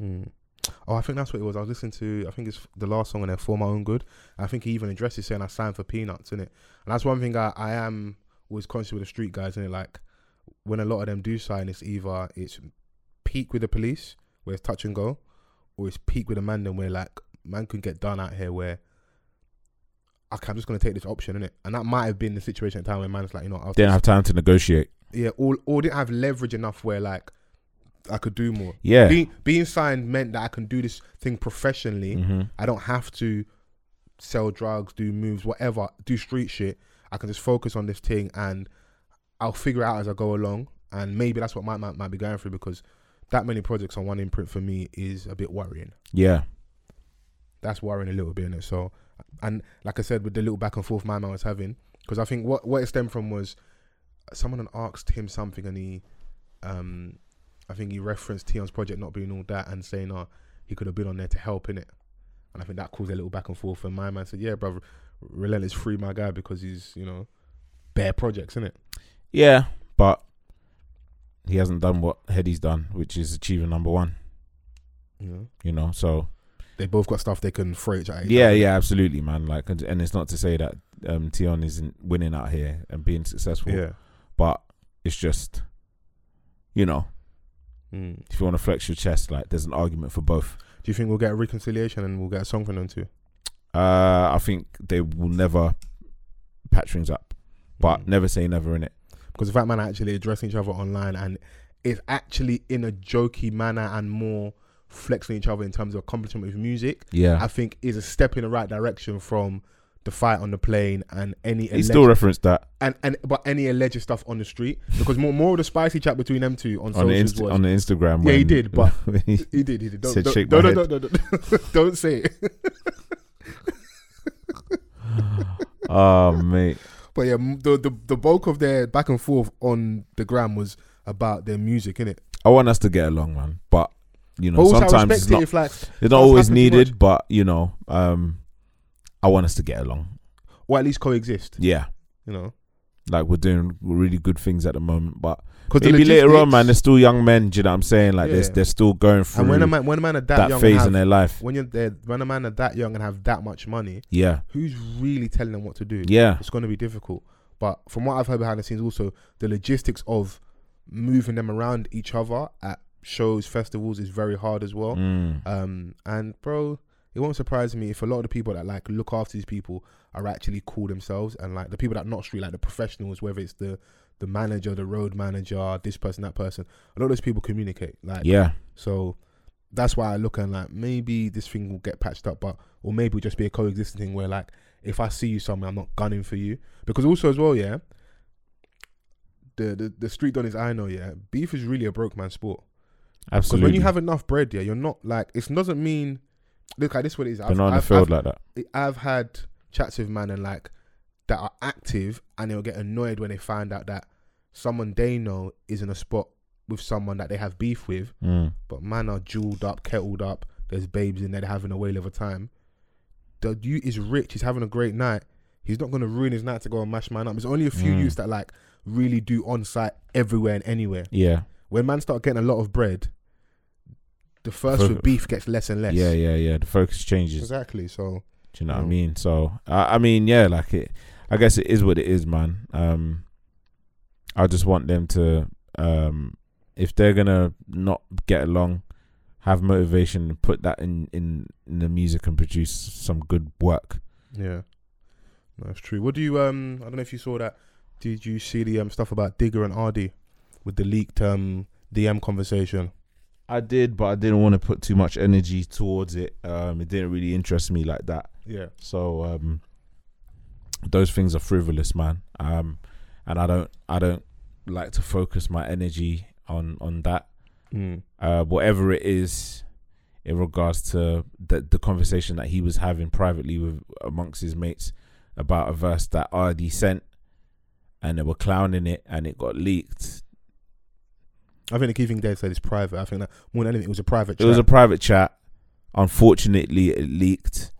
D: Oh, I think that's what it was. I was listening to I think it's the last song on there, For My Own Good. I think he even addresses saying I signed for peanuts, innit? And that's one thing I, I am always conscious with the street guys, innit? Like when a lot of them do sign, it's either it's peak with the police, where it's touch and go, or it's peak with a man then where like man can get done out here where Okay, I'm just gonna take this option, innit? And that might have been the situation at the time where man's like, you know, I'll
C: Didn't
D: just-
C: have time to negotiate.
D: yeah, or or didn't have leverage enough where like I could do more.
C: Yeah.
D: being being signed meant that I can do this thing professionally. I don't have to sell drugs, do moves, whatever, do street shit. I can just focus on this thing and I'll figure it out as I go along. And maybe that's what might might, might be going through because that many projects on one imprint for me is a bit worrying
C: Yeah,
D: that's worrying a little bit in it. So, and like I said, with the little back and forth my man was having, because I think what what it stemmed from was someone had asked him something, and he, um, I think he referenced Tion's project not being all that, and saying, "Oh, he could have been on there to help in it," and I think that caused a little back and forth. And my man said, "Yeah, brother, relentless free my guy because he's you know bare projects in it."
C: Yeah, but he hasn't done what Hedy's done, which is achieving number one.
D: You know,
C: You know, so
D: they both got stuff they can throw each other.
C: yeah, yeah, absolutely, man. Like, and, and it's not to say that um, Tion isn't winning out here and being successful,
D: yeah.
C: but it's just, you know,
D: Mm.
C: if you want to flex your chest, like, there's an argument for both.
D: Do you think we'll get a reconciliation and we'll get a song from them too?
C: Uh, I think they will never patch things up, but
D: Mm.
C: never say never in it.
D: because the fact man are actually addressing each other online and it's actually in a jokey manner and more flexing each other in terms of accomplishment with music.
C: Yeah,
D: I think is a step in the right direction from the fight on the plane and any
C: he
D: alleged,
C: still referenced that
D: and and but any alleged stuff on the street because more more of the spicy chat between them two on,
C: on the,
D: socials
C: Inst-
D: was
C: on the Instagram.
D: Yeah, he
C: when-
D: did, but-
C: when he-
D: he did he did don't
C: Said,
D: don't,
C: "Shake
D: don't,
C: my
D: don't, don't, don't- don't- don't say it
C: oh mate,
D: but yeah m- the, the the bulk of their back and forth on the gram was about their music innit?
C: I want us to get along, man. But you
D: but
C: know,
D: also I
C: sometimes
D: respect
C: it's
D: it
C: not,
D: if like
C: it's not
D: that's
C: always
D: happened too much.
C: needed. But you know, um, I want us to get along.
D: or at least coexist
C: Yeah,
D: you know
C: like we're doing really good things at the moment. But
D: 'Cause the
C: maybe later on,
D: logistics-
C: man, they're still young men. Do you know what I'm saying? Like
D: Yeah.
C: they're they're still going through
D: And when a man, when a man are that,
C: that
D: young,
C: phase
D: and have,
C: in their life.
D: when you're there, when a man are that young and have that much money,
C: Yeah,
D: who's really telling them what to do?
C: yeah,
D: it's going to be difficult. But from what I've heard behind the scenes, also the logistics of moving them around each other at shows, festivals is very hard as well.
C: Mm.
D: Um, and bro, it won't surprise me if a lot of the people that like look after these people are actually cool themselves and like the people that not street like the professionals whether it's the the manager the road manager this person that person a lot of those people communicate like
C: Yeah.
D: so that's why I look and like maybe this thing will get patched up, but or maybe it'll just be a coexisting thing where like if I see you somewhere, I'm not gunning for you because also as well, yeah. The the, the street donnies I know, yeah, beef is really a broke man sport. Because
C: Absolutely.
D: when you have enough bread, yeah, you're not like it doesn't mean. Look at this. is What it is?
C: they're not on the field like that.
D: I've had chats with man and like that are active and they'll get annoyed when they find out that someone they know is in a spot with someone that they have beef with,
C: Mm.
D: but man are jeweled up, kettled up. There's babes in there they're having a whale of a time. The you is rich. He's having a great night. He's not gonna ruin his night to go and mash man up. There's only a few
C: Mm.
D: youths that like really do on site everywhere and anywhere.
C: Yeah.
D: When man start getting a lot of bread, the first
C: Fo-
D: with beef gets less and less.
C: Yeah, yeah, yeah. The focus changes.
D: exactly. So
C: Do you know what I
D: Mm.
C: mean? So I, I mean, yeah, like it. I guess it is what it is, man. Um, I just want them to, um, if they're gonna not get along, have motivation, and put that in in, in the music and produce some good work.
D: Yeah, that's true. What do you um? I don't know if you saw that. Did you see the um stuff about Digger and RD with the leaked um DM conversation?
C: I did, but I didn't want to put too much energy towards it. Um, it didn't really interest me like that.
D: Yeah,
C: So um, those things are frivolous, man. Um, and I don't, I don't like to focus my energy on on that.
D: mm.
C: uh, whatever it is in regards to the, the conversation that he was having privately with amongst his mates about a verse that RD sent and they were clowning it and it got leaked.
D: I think the key thing they said is private. I think that more than anything, it was a private.
C: It was a
D: chat.
C: private chat. Unfortunately, it leaked.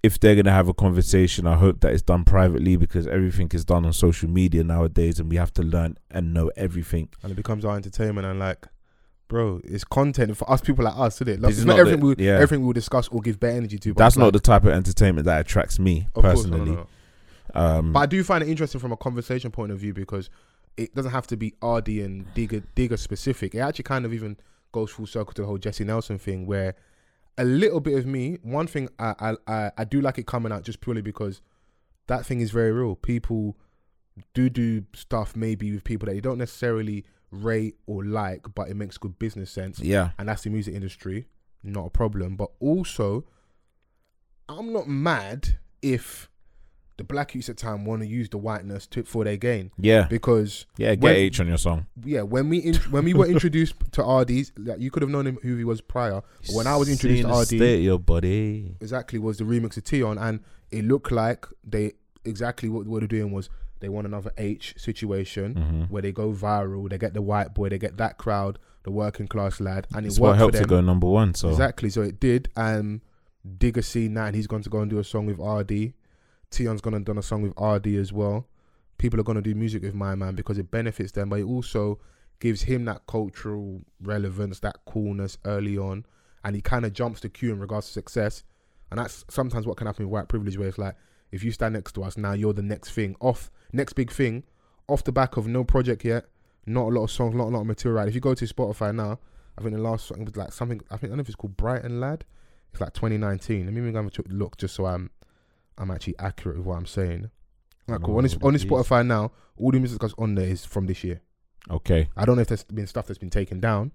C: If they're going to have a conversation, I hope that it's done privately because everything is done on social media nowadays and we have to learn and know everything.
D: and it becomes our entertainment and like. Bro, it's content for us people like us, isn't it? Like,
C: This
D: it's
C: is
D: not,
C: not
D: everything
C: the-
D: we
C: yeah.
D: everything we'll discuss or give bare energy to. but
C: That's
D: it's
C: not the
D: like-
C: type of entertainment that attracts me
D: of course, no, no,
C: personally.
D: no.
C: Um,
D: But I do find it interesting from a conversation point of view because it doesn't have to be RD and Digger Digger specific. It actually kind of even goes full circle to the whole Jesse Nelson thing, where a little bit of me, one thing I I, I, I do like it coming out just purely because that thing is very real. People do do stuff maybe with people that you don't necessarily rate or like, but it makes good business sense
C: yeah.
D: and that's the music industry, not a problem. But also, I'm not mad if the black youths at time want to use the whiteness to, for their gain
C: Yeah.
D: because
C: Yeah, get
D: when-
C: H on your song.
D: yeah, when we in, when we were introduced to RDs, like, you could have known him who he was prior. But when I was introduced
C: Seen
D: to
C: the
D: RD,
C: state of your body.
D: exactly was the remix of Tion, and it looked like they exactly what, what they're doing was they want another H situation
C: Mm-hmm.
D: where they go viral, they get the white boy, they get that crowd, the working class lad, and it
C: It's
D: worked
C: what helped it
D: for them.
C: go number one. So
D: Exactly. So it did. Um, Digger seen that, and he's going to go and do a song with RD. Tion's gonna done a song with RD as well. People are gonna do music with my man because it benefits them, but it also gives him that cultural relevance, that coolness early on, and he kind of jumps the queue in regards to success. And that's sometimes what can happen with white privilege, where it's like, if you stand next to us now, you're the next thing off, next big thing, off the back of no project yet, not a lot of songs, not a lot of material. If you go to Spotify now, I think the last song was like something. I think I don't know if it's called Brighton Lad. It's like 2019. Let me go and have a ch- look just so I'm I'm actually accurate with what I'm saying. Like, cool. On this
C: Lord,
D: on this
C: please.
D: Spotify now, all the music that's on there is from this year.
C: okay,
D: I don't know if there's been stuff that's been taken down,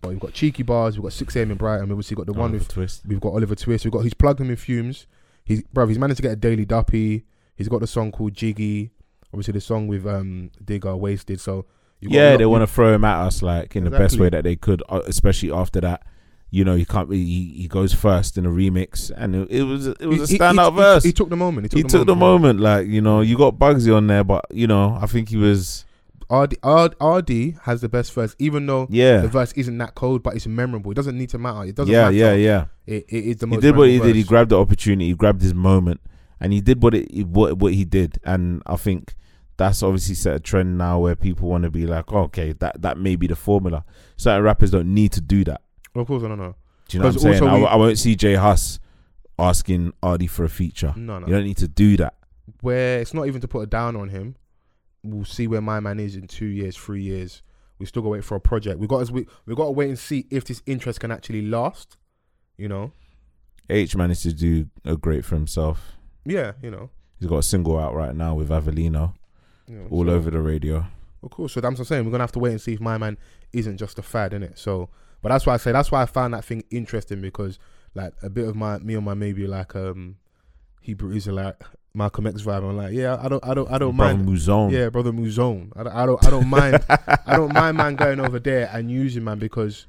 D: but we've got Cheeky Bars, we've got 6 a.m. in Brighton, we've obviously got the one
C: Oliver
D: with
C: twist.
D: We've got Oliver Twist. We've got he's plugged him in fumes. He's bruv, he's managed to get a daily duppy. He's got the song called Jiggy. Obviously the song with um Digger Wasted. So you've got a
C: Yeah,
D: lot-
C: they want to throw him at us like in the best
D: Exactly.
C: way that they could, uh, especially after that. You know, he can't. He, he- he goes first in a remix, and it, it was it was a
D: he- he-
C: standout
D: he-
C: verse.
D: He, took the moment. He took,
C: He
D: the,
C: took the moment,
D: moment.
C: like you know, you got Bugsy on there, but you know, I think he was
D: RD, RD, RD has the best verse, even though
C: Yeah.
D: the verse isn't that cold, but it's memorable. It doesn't need to matter. It doesn't
C: yeah,
D: matter.
C: yeah, yeah.
D: It, it is the
C: he
D: most.
C: did what he
D: memorable
C: did. He
D: verse.
C: grabbed the opportunity. He grabbed his moment, and he did what it he- what what he did. And I think that's obviously set a trend now where people want to be like, oh, okay, that that may be the formula. Certain rappers don't need to do that.
D: Of course, I don't know.
C: Do you know what I'm
D: 'Cause
C: saying?
D: also
C: I,
D: we-
C: I won't see Jay Huss asking Ardy for a feature.
D: No, no.
C: You don't need to do that.
D: where it's not even to put a down on him. We'll see where my man is in two years, three years. We still got to wait for a project. We got as we we got to wait and see if this interest can actually last. You know,
C: H managed to do a great for himself.
D: Yeah, you know.
C: He's got a single out right now with Avelino,
D: You know,
C: all
D: so-
C: over the radio.
D: Well, cool. So that's what I'm saying. We're gonna have to wait and see if my man isn't just a fad, innit? So, but that's why I say that's why I found that thing interesting because like a bit of my me and my maybe like um Hebrew Israelite Malcolm X vibe. I'm like, yeah, I don't, I don't, I don't
C: Brother
D: mind.
C: Muzon.
D: Yeah, brother Muzon. I don't, I don't, I don't mind. I don't mind man going over there and using man because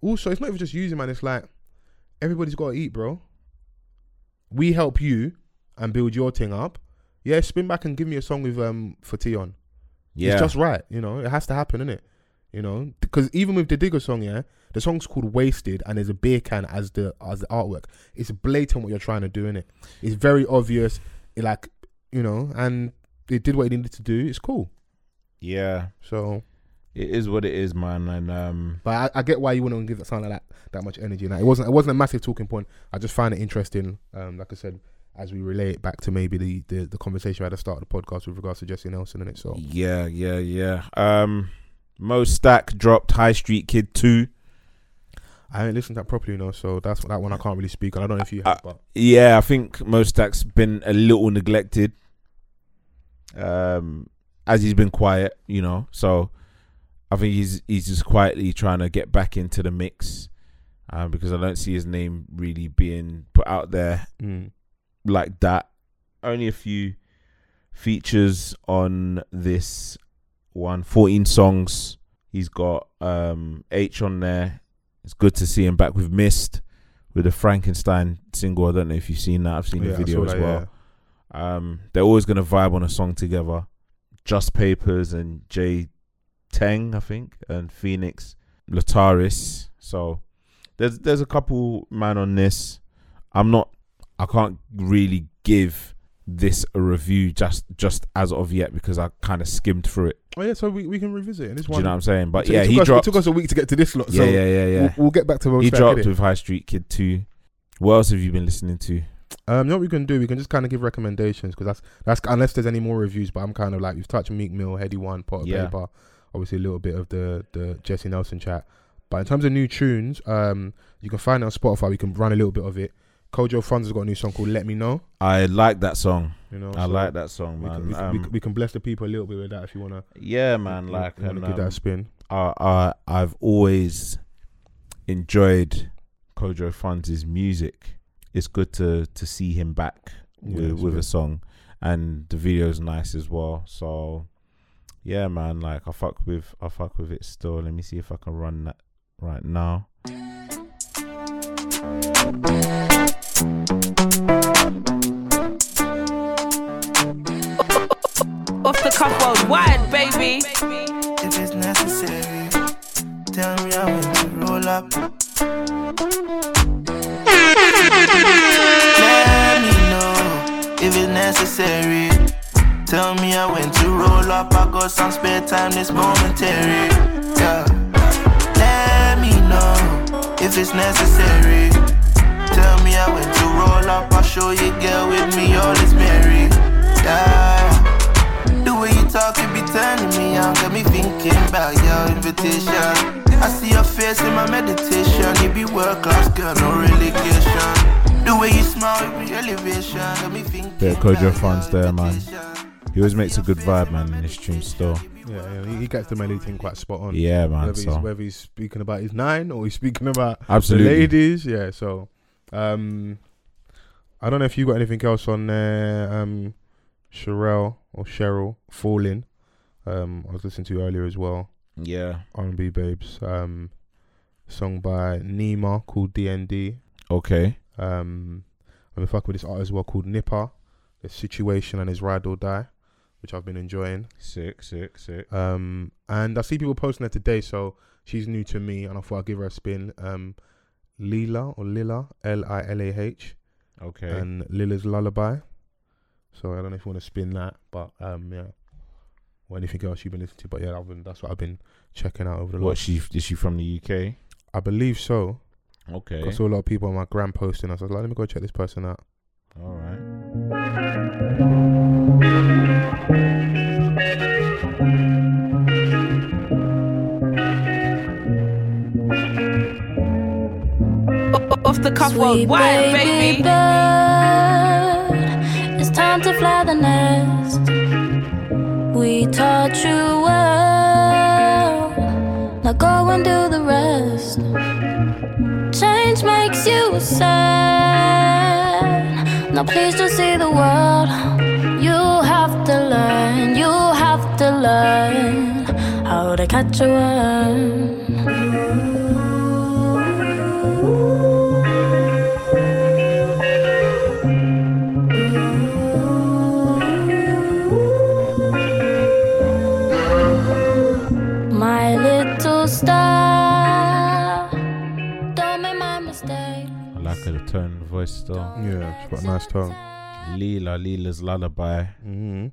D: also it's not even just using man. It's like everybody's got to eat, bro. We help you and build your thing up. Yeah, spin back and give me a song with um Fatih on.
C: yeah.
D: It's just right, you know. It has to happen, innit? You know, because even with the Digger song, yeah, the song's called "Wasted" and there's a beer can as the as the artwork. It's blatant what you're trying to do, innit? It's very obvious, it like you know, and it did what it needed to do. It's cool.
C: yeah.
D: So,
C: It is what it is, man. And um,
D: but I, I get why you wouldn't give that sound like that that much energy. Like it wasn't it wasn't a massive talking point. I just find it interesting. Um, like I said, as we relay it back to maybe the the, the conversation we had at the start of the podcast with regards to Jesse Nelson, innit? So
C: yeah, yeah, yeah. Um, Mo Stack dropped High Street Kid two.
D: I ain't listened to that properly, you know. So that's that one I can't really speak on. I don't know if you have, but.
C: Yeah, I think Mo Stack's been a little neglected. Um, as he's been quiet, you know. So I think he's he's just quietly trying to get back into the mix, um, because I don't see his name really being put out there
D: Mm.
C: like that. Only a few features on this one. 14 songs. He's got um H on there. It's good to see him back with Mist with the Frankenstein single. I don't know if you've seen that. I've seen
D: Oh, Yeah,
C: the
D: I
C: video
D: saw
C: as
D: that,
C: well. Um they're always gonna vibe on a song together. Just Papers and J Tang, I think, and Phoenix Lataris. So there's there's a couple man on this. I'm not I can't really give this a review just just as of yet because I kind of skimmed through it.
D: Oh yeah, so we, we can revisit it. This
C: Do
D: one.
C: you know what I'm saying? But
D: It
C: yeah,
D: took
C: he
D: us,
C: dropped.
D: It took us a week to get to this lot.
C: yeah,
D: so
C: yeah, yeah, yeah.
D: We'll, we'll get back to those.
C: He
D: back,
C: dropped
D: innit?
C: with High Street Kid too. What else have you been listening to?
D: Um, you know what we can do? We can just kind of give recommendations because that's that's unless there's any more reviews. But I'm kind of like we've touched Meek Mill, Heady One, Pot of
C: Yeah.
D: Paper, obviously a little bit of the the Jesse Nelson chat. But in terms of new tunes, um, you can find it on Spotify. We can run a little bit of it. Kojo Funds has got a new song called "Let Me Know."
C: I like that song.
D: You know,
C: I
D: so
C: like that song,
D: Oh, We
C: man.
D: can, we, can-
C: Um,
D: we, can, we can bless the people a little bit with that if you wanna.
C: yeah, man. Like,
D: wanna
C: and,
D: give that
C: um,
D: a spin.
C: I, I, I've always enjoyed Kojo Funds' music. It's good to to see him back
D: Yeah,
C: with,
D: it's
C: with a
D: good.
C: song, and the video's nice as well. So, yeah, man, like I fuck with I fuck with it still. Let me see if I can run that right now.
B: Off the cuff worldwide, baby.
F: if it's necessary. Tell me I want to roll up. Let me know if it's necessary. Tell me I went to roll up. I got some spare time this momentary. Yeah. Let me know if it's necessary. Tell me I went to roll up. I'll show you, girl, with me all is merry. Yeah. The way you talk, it be turning me on, got me thinking about your invitation. I see your face in my meditation, you be world class, girl, no relegation. The way you smile, it be elevation, got me thinking.
C: Bit of Kojo
F: about your
C: fans there, man.
F: invitation.
C: He always makes a good vibe, man, in his tune still.
D: Yeah, yeah he, he gets the melody thing quite spot on.
C: Yeah, man.
D: whether, he's,
C: So
D: whether he's speaking about his nine or he's speaking about the
C: absolutely.
D: ladies. Yeah, so um, I don't know if you got anything else on there, um, Sherelle or Cheryl Falling. Um, I was listening to earlier as well.
C: Yeah.
D: R&B babes. Um, song by Nima called DND.
C: Okay.
D: Um, I've been fucking with this artist as well called Nipper. The situation and his ride or die, which I've been enjoying.
C: Sick, sick, sick.
D: Um, and I see people posting her today, so she's new to me, and I thought I'd give her a spin. Um, Lila or Lila, L I L A H,
C: Okay.
D: and Lila's Lullaby. So I don't know if you want to spin that, but um, yeah, or anything else you've been listening to. But yeah, I've been, that's what I've been checking out over the
C: what
D: last.
C: she is she from the UK?
D: I believe so. I
C: Okay.
D: saw a lot of people on my gram posting. I was like, let me go check this person out.
C: All right.
B: Off
H: off the cuff
I: Sweet
H: worldwide, baby.
I: bird, it's time to fly the nest. We taught you well. Now go and do the rest. Change makes you sad. Now please just see the world. You have to learn. You have to learn how to catch a worm. My little star, don't make my mistake.
C: I like her tone of voice still.
D: Yeah, she's got a nice tone.
C: Leela, Leela's Lullaby.
D: hmm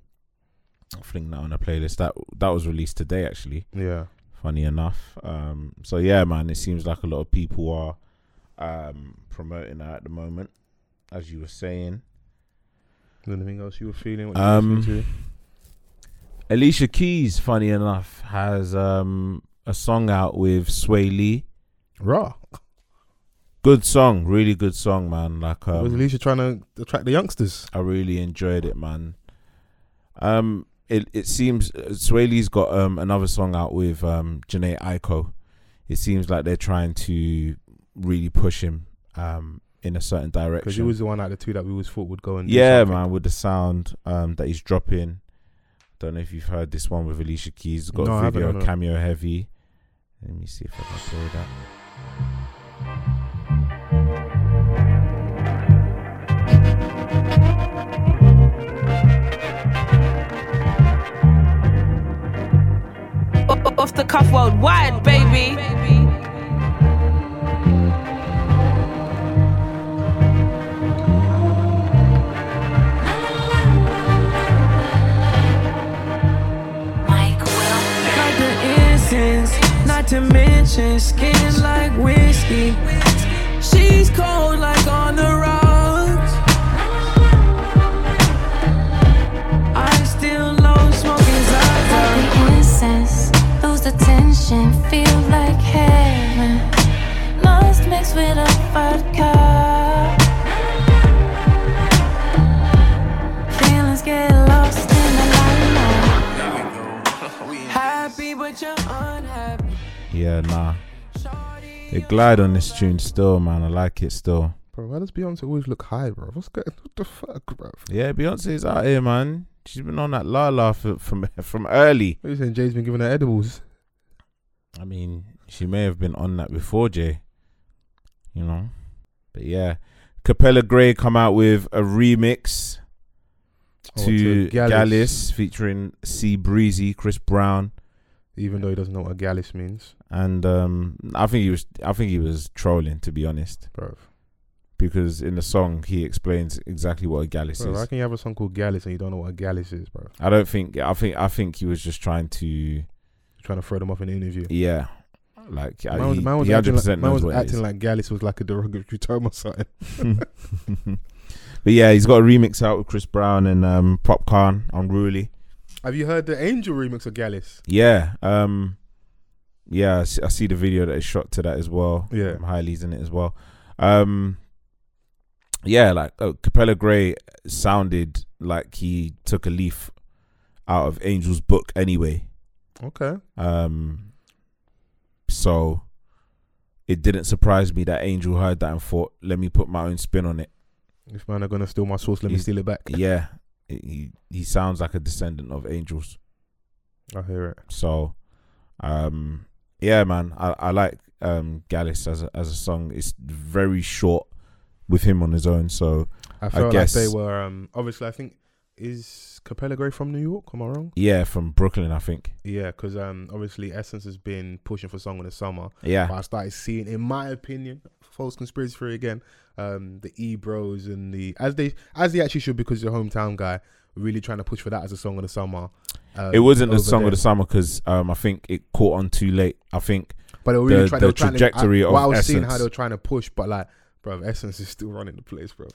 C: I think that on a playlist. That that was released today actually.
D: Yeah.
C: funny enough. Um, so yeah, man, it seems like a lot of people are um, promoting that at the moment, as you were saying.
D: Anything else you were feeling? What you were
C: Um,
D: listening
C: Alicia Keys, funny enough, has um, a song out with Sway Lee.
D: to? Raw.
C: Good song, really good song, man. Like
D: was
C: um,
D: Alicia trying to attract the youngsters?
C: I really enjoyed it, man. Um, it it seems uh, Sway Lee's got um another song out with um Janae Aiko. It seems like they're trying to really push him um in a certain direction.
D: Because he was the one out of the two that we always thought would go and do
C: yeah
D: something.
C: man with the sound um that he's dropping don't know if you've heard this one with alicia keys It's got
D: No, I
C: a
D: haven't,
C: video
D: no.
C: cameo heavy let me see if i can play that
H: O- Off the cuff worldwide, baby.
I: Mike will.
B: Like the incense, not to mention skin like whiskey. She's cold like on the rocks. I'm still low smoking Zaza.
I: Like the incense, lose the tension, feel like heaven. Must mix with a vodka. Feelings get lost in the limelight.
B: Happy but you're unhappy.
C: yeah nah they glide on this tune still man i like it still
D: Bro, why does Beyonce always look high, bro? What's good? What the fuck, bro?
C: yeah beyonce's out here man she's been on that la la from from, from early
D: What are you saying? Jay's been giving her edibles.
C: I mean, she may have been on that before Jay, you know. But yeah, Capella Gray come out with a remix
D: Oh,
C: to,
D: to
C: Gallus.
D: Gallus.
C: featuring C Breezy, Chris Brown,
D: Even though he doesn't know what a gallus means,
C: and um, I think he was I think he was trolling to be honest,
D: bro.
C: because in the song he explains exactly what a gallus
D: bro
C: is.
D: how can you have a song called Gallus and you don't know what a gallus is, bro?
C: I don't think I think I think he was just trying to
D: You're trying to throw them off in an interview.
C: yeah, like uh,
D: Man was,
C: he-
D: man was
C: he hundred
D: acting, like,
C: percent
D: man
C: knows
D: was
C: what it is.
D: acting like Gallus was like a derogatory term or something.
C: but yeah, he's got a remix out with Chris Brown and um, Pop Khan Unruly.
D: Have you heard the Angel remix of Gallus?
C: Yeah, um, yeah, I see, I see the video that is shot to that as well.
D: Yeah.
C: um, Hailey's in it as well. Um, yeah, like oh, Capella Gray sounded like he took a leaf out of Angel's book anyway.
D: Okay.
C: Um, so it didn't surprise me that Angel heard that and thought, "Let me put my own spin on it."
D: If man are gonna steal my sauce, let me
C: He's-
D: steal it back.
C: yeah, he he sounds like a descendant of angels.
D: I hear it.
C: So, um, yeah, man, I, I like um Gallus as a, as a song. It's very short with him on his own. So
D: I felt
C: guess-
D: like they were um obviously I think is Capella Gray from New York? Am I wrong?
C: yeah, from Brooklyn, I think.
D: Yeah, because um obviously Essence has been pushing for song in the summer. But
C: Yeah,
D: I started seeing, in my opinion, false conspiracy theory again. Um, the E Bros and the as they as they actually should because your hometown guy really trying to push for that as a song of the summer. Um,
C: it wasn't the
D: over
C: song
D: there.
C: of the summer because um I think it caught on too late. I think
D: but they were really
C: the-
D: trying,
C: the
D: they were trying
C: trajectory
D: to, I,
C: of
D: what I was seeing
C: Essence.
D: how they were trying to push, but like, bro, Essence is still running the place, bro.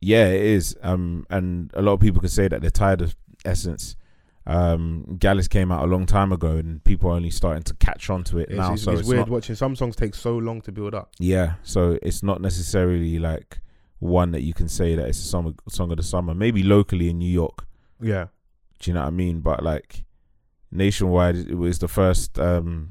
C: yeah, it is. Um, and a lot of people can say that they're tired of Essence. Um, Gallus came out a long time ago, and people are only starting to catch on to it
D: It's,
C: now.
D: it's-
C: so
D: it's
C: it's
D: weird
C: not-
D: watching some songs take so long to build up.
C: yeah, so it's not necessarily like one that you can say that it's a song song of the summer. Maybe locally in New York,
D: Yeah,
C: do you know what I mean? But like nationwide, it was the first. Um,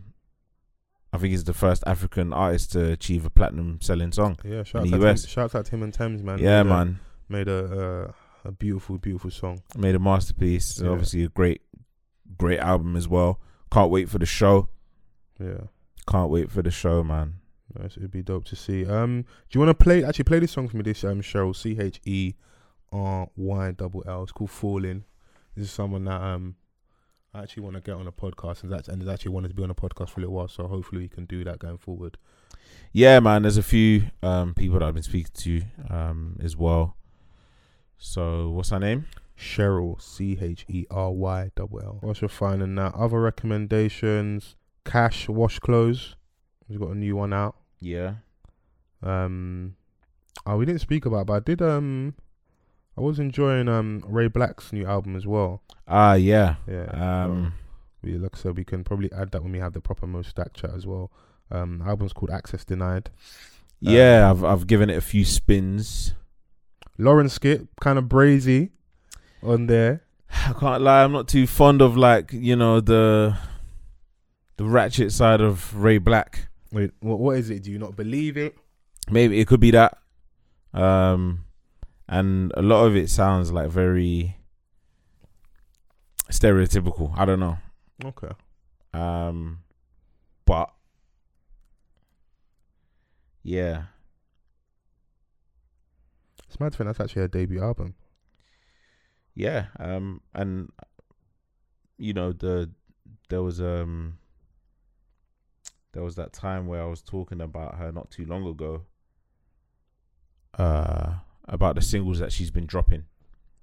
C: I think he's the first African artist to achieve a platinum selling song.
D: yeah. Shout
C: the
D: out,
C: US.
D: Tim, shout out Tim and Thames, man.
C: yeah,
D: Made a-
C: man,
D: made a uh, a beautiful, beautiful song.
C: made a masterpiece.
D: Yeah.
C: Obviously, a great, great album as well. Can't wait for the show.
D: Yeah,
C: Can't wait for the show, man.
D: nice. It'd be dope to see. Um, do you want to play? Actually, play this song for me. This um, Cheryl C H E R Y double L. It's called Falling. This is someone that um, I actually want to get on a podcast, and that's and has actually wanted to be on a podcast for a little while. So hopefully we can do that going forward.
C: yeah, man, there's a few um people that I've been speaking to um as well. So what's her name?
D: Cheryl C H E R Y double L. What's your finding now? Other recommendations? Cash wash clothes. We've got a new one out.
C: Yeah.
D: Um, oh, we didn't speak about, it, but I did. Um, I was enjoying um Ray Black's new album as well.
C: Ah, yeah.
D: Yeah. uh,
C: Um,
D: so we look so we can probably add that when we have the proper most stack chat as well. Um, album's called Access Denied.
C: yeah, I've I've given it a few spins.
D: Lauren Skip kind of brazy on there.
C: I can't lie, I'm not too fond of like you know the the ratchet side of Ray Black.
D: Wait, what, what is it? Do you not believe it?
C: Maybe it could be that. Um, and a lot of it sounds like very stereotypical. I don't know.
D: Okay.
C: Um, but yeah,
D: It's mad thing. That's actually her debut album.
C: yeah. Um, and you know the there was um there was that time where I was talking about her not too long ago. Uh, about the singles that she's been dropping,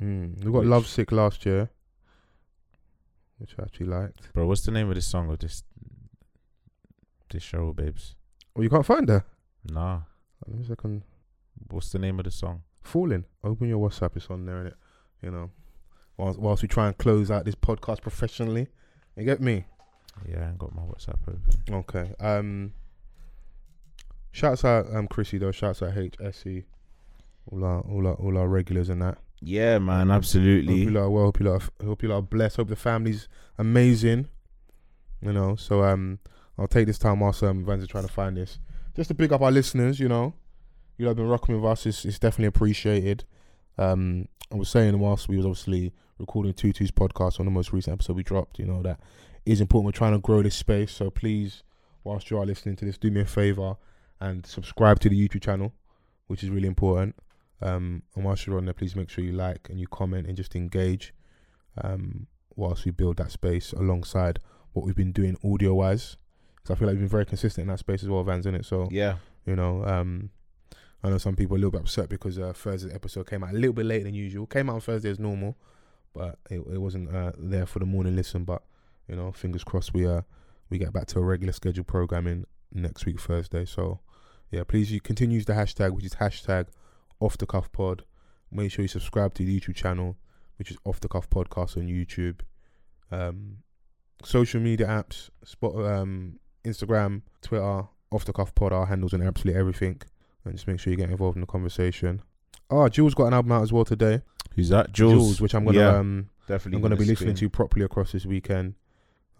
D: Mm. We got
C: Which-
D: Love Sick last year, which I actually liked.
C: bro. What's the name of this song or this this Cheryl Babes?
D: Oh, you can't find her.
C: Nah,
D: Let me second.
C: what's the name of the song?
D: falling. Open your WhatsApp. It's on there, innit? You know, whilst, whilst we try and close out this podcast professionally. You get me?
C: Yeah, I ain't got my WhatsApp open.
D: Okay. Um. Shouts out um Chrissy though. Shouts out HSE. All our all our all our regulars and that.
C: Yeah, man,
D: Hope
C: absolutely.
D: you lot are well. Hope you lot. Are, hope you lot are blessed. Hope the family's amazing. You know. So um, I'll take this time whilst um Vans are trying to find this, just to pick up our listeners. You know, you lot have been rocking with us. It's, it's definitely appreciated. Um, I was saying whilst we was obviously recording Tutu's podcast on the most recent episode we dropped. You know that is important. We're trying to grow this space. So please, whilst you are listening to this, do me a favor and subscribe to the YouTube channel, which is really important. Um, and whilst you're on there, please make sure you like and you comment and just engage um, whilst we build that space alongside what we've been doing audio wise. Because I feel like we've been very consistent in that space as well, Vans, in it. So,
C: Yeah.
D: you know, um, I know some people are a little bit upset because uh, Thursday's episode came out a little bit later than usual. Came out on Thursday as normal, but it, it wasn't uh, there for the morning listen. But, you know, fingers crossed we uh, we get back to a regular scheduled programming next week, Thursday. So, yeah, please you continue to use the hashtag, which is hashtag off the cuff pod. Make sure you subscribe to the YouTube channel, which is off the cuff podcast on YouTube. Um, social media apps, spot um, Instagram, Twitter, off the cuff pod, our handles and absolutely everything. And just make sure you get involved in the conversation. Oh, Jules got an album out as well today.
C: Who's that?
D: Jules,
C: Jules.
D: which I'm gonna
C: Yeah,
D: um
C: definitely.
D: I'm gonna be listening to properly across this weekend.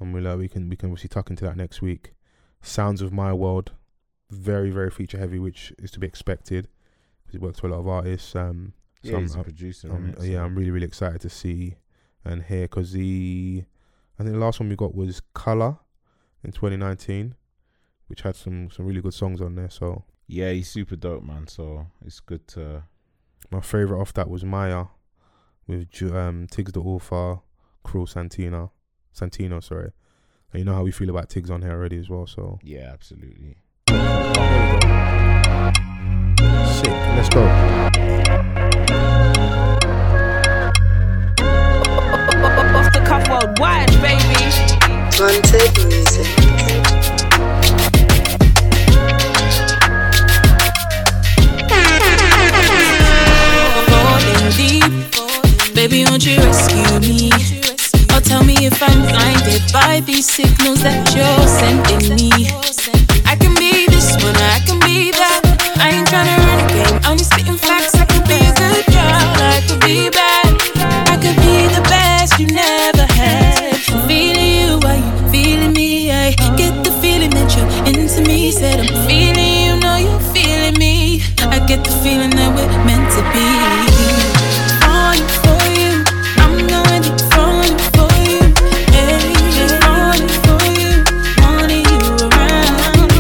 D: And we'll uh, we can we can obviously tuck into that next week. Sounds of My World, very, very feature heavy, which is to be expected. Because it works for a lot of artists. Um
C: Yeah,
D: some
C: he's a
D: up-
C: producer.
D: um,
C: innit? So-
D: yeah, I'm really really excited to see and hear because the I think the last one we got was Color in 2019, which had some some really good songs on there. So
C: yeah, he's super dope, man. So it's good to.
D: my favorite off that was Maya with Ju- um Tiggs the Author, Cruel Santina, Santino, sorry. And you know how we feel about Tiggs on here already as well. So
C: Yeah, absolutely.
D: sick. Let's go.
B: Off the cuff worldwide, baby.
J: Wanted music.
I: falling deep. Baby, won't you rescue me? Oh, tell me signals that you're sending me. I can be this one, I can be that. I ain't tryna run a game, only spitting facts. I could be a good girl, I could be bad. I could be the best you never had. Feeling you, are you feeling me? I get the feeling that you're into me. Said I'm feeling you, know you're feeling me. I get the feeling that we're meant to be. Falling for you, I'm going to falling for you. Hey, falling for you, wanting you around.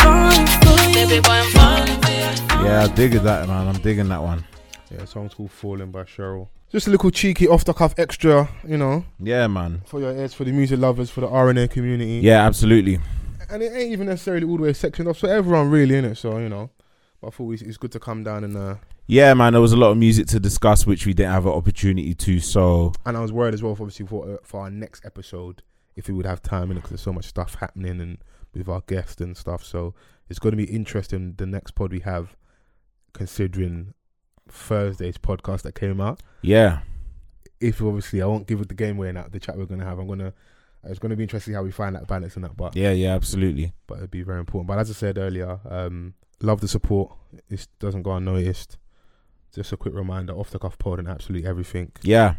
I: Falling for you, baby boy, I'm falling for you.
C: Yeah, I dig that man. I'm digging that one.
D: Yeah, the song's called Falling by Cheryl. Just a little cheeky off the cuff extra, you know,
C: Yeah, man.
D: for your ears, for the music lovers, for the RNA community.
C: Yeah, absolutely.
D: And it ain't even necessarily all the way sectioned off, so everyone really in it, so, you know. But I thought it's, it's good to come down and, uh,
C: Yeah, man. There was a lot of music to discuss, which we didn't have an opportunity to. So
D: and I was worried as well, for obviously, for, uh, for our next episode, if we would have time in it, because there's so much stuff happening and with our guests and stuff. So it's going to be interesting the next pod we have, considering Thursday's podcast that came out.
C: yeah,
D: if obviously I won't give it the game away now, the chat we're gonna have, I'm gonna it's gonna be interesting how we find that balance and that, but
C: yeah, yeah, absolutely.
D: but it'd be very important. But as I said earlier, um, love the support. It doesn't go unnoticed. Just a quick reminder: off the cuff pod and absolutely everything.
C: Yeah,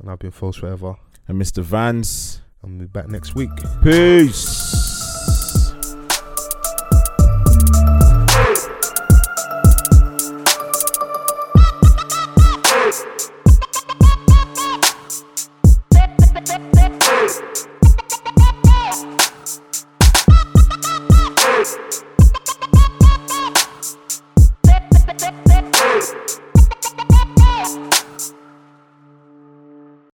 D: And I've been false forever.
C: and Mr. Vance.
D: And we'll be back next week.
C: Peace.
E: Hey.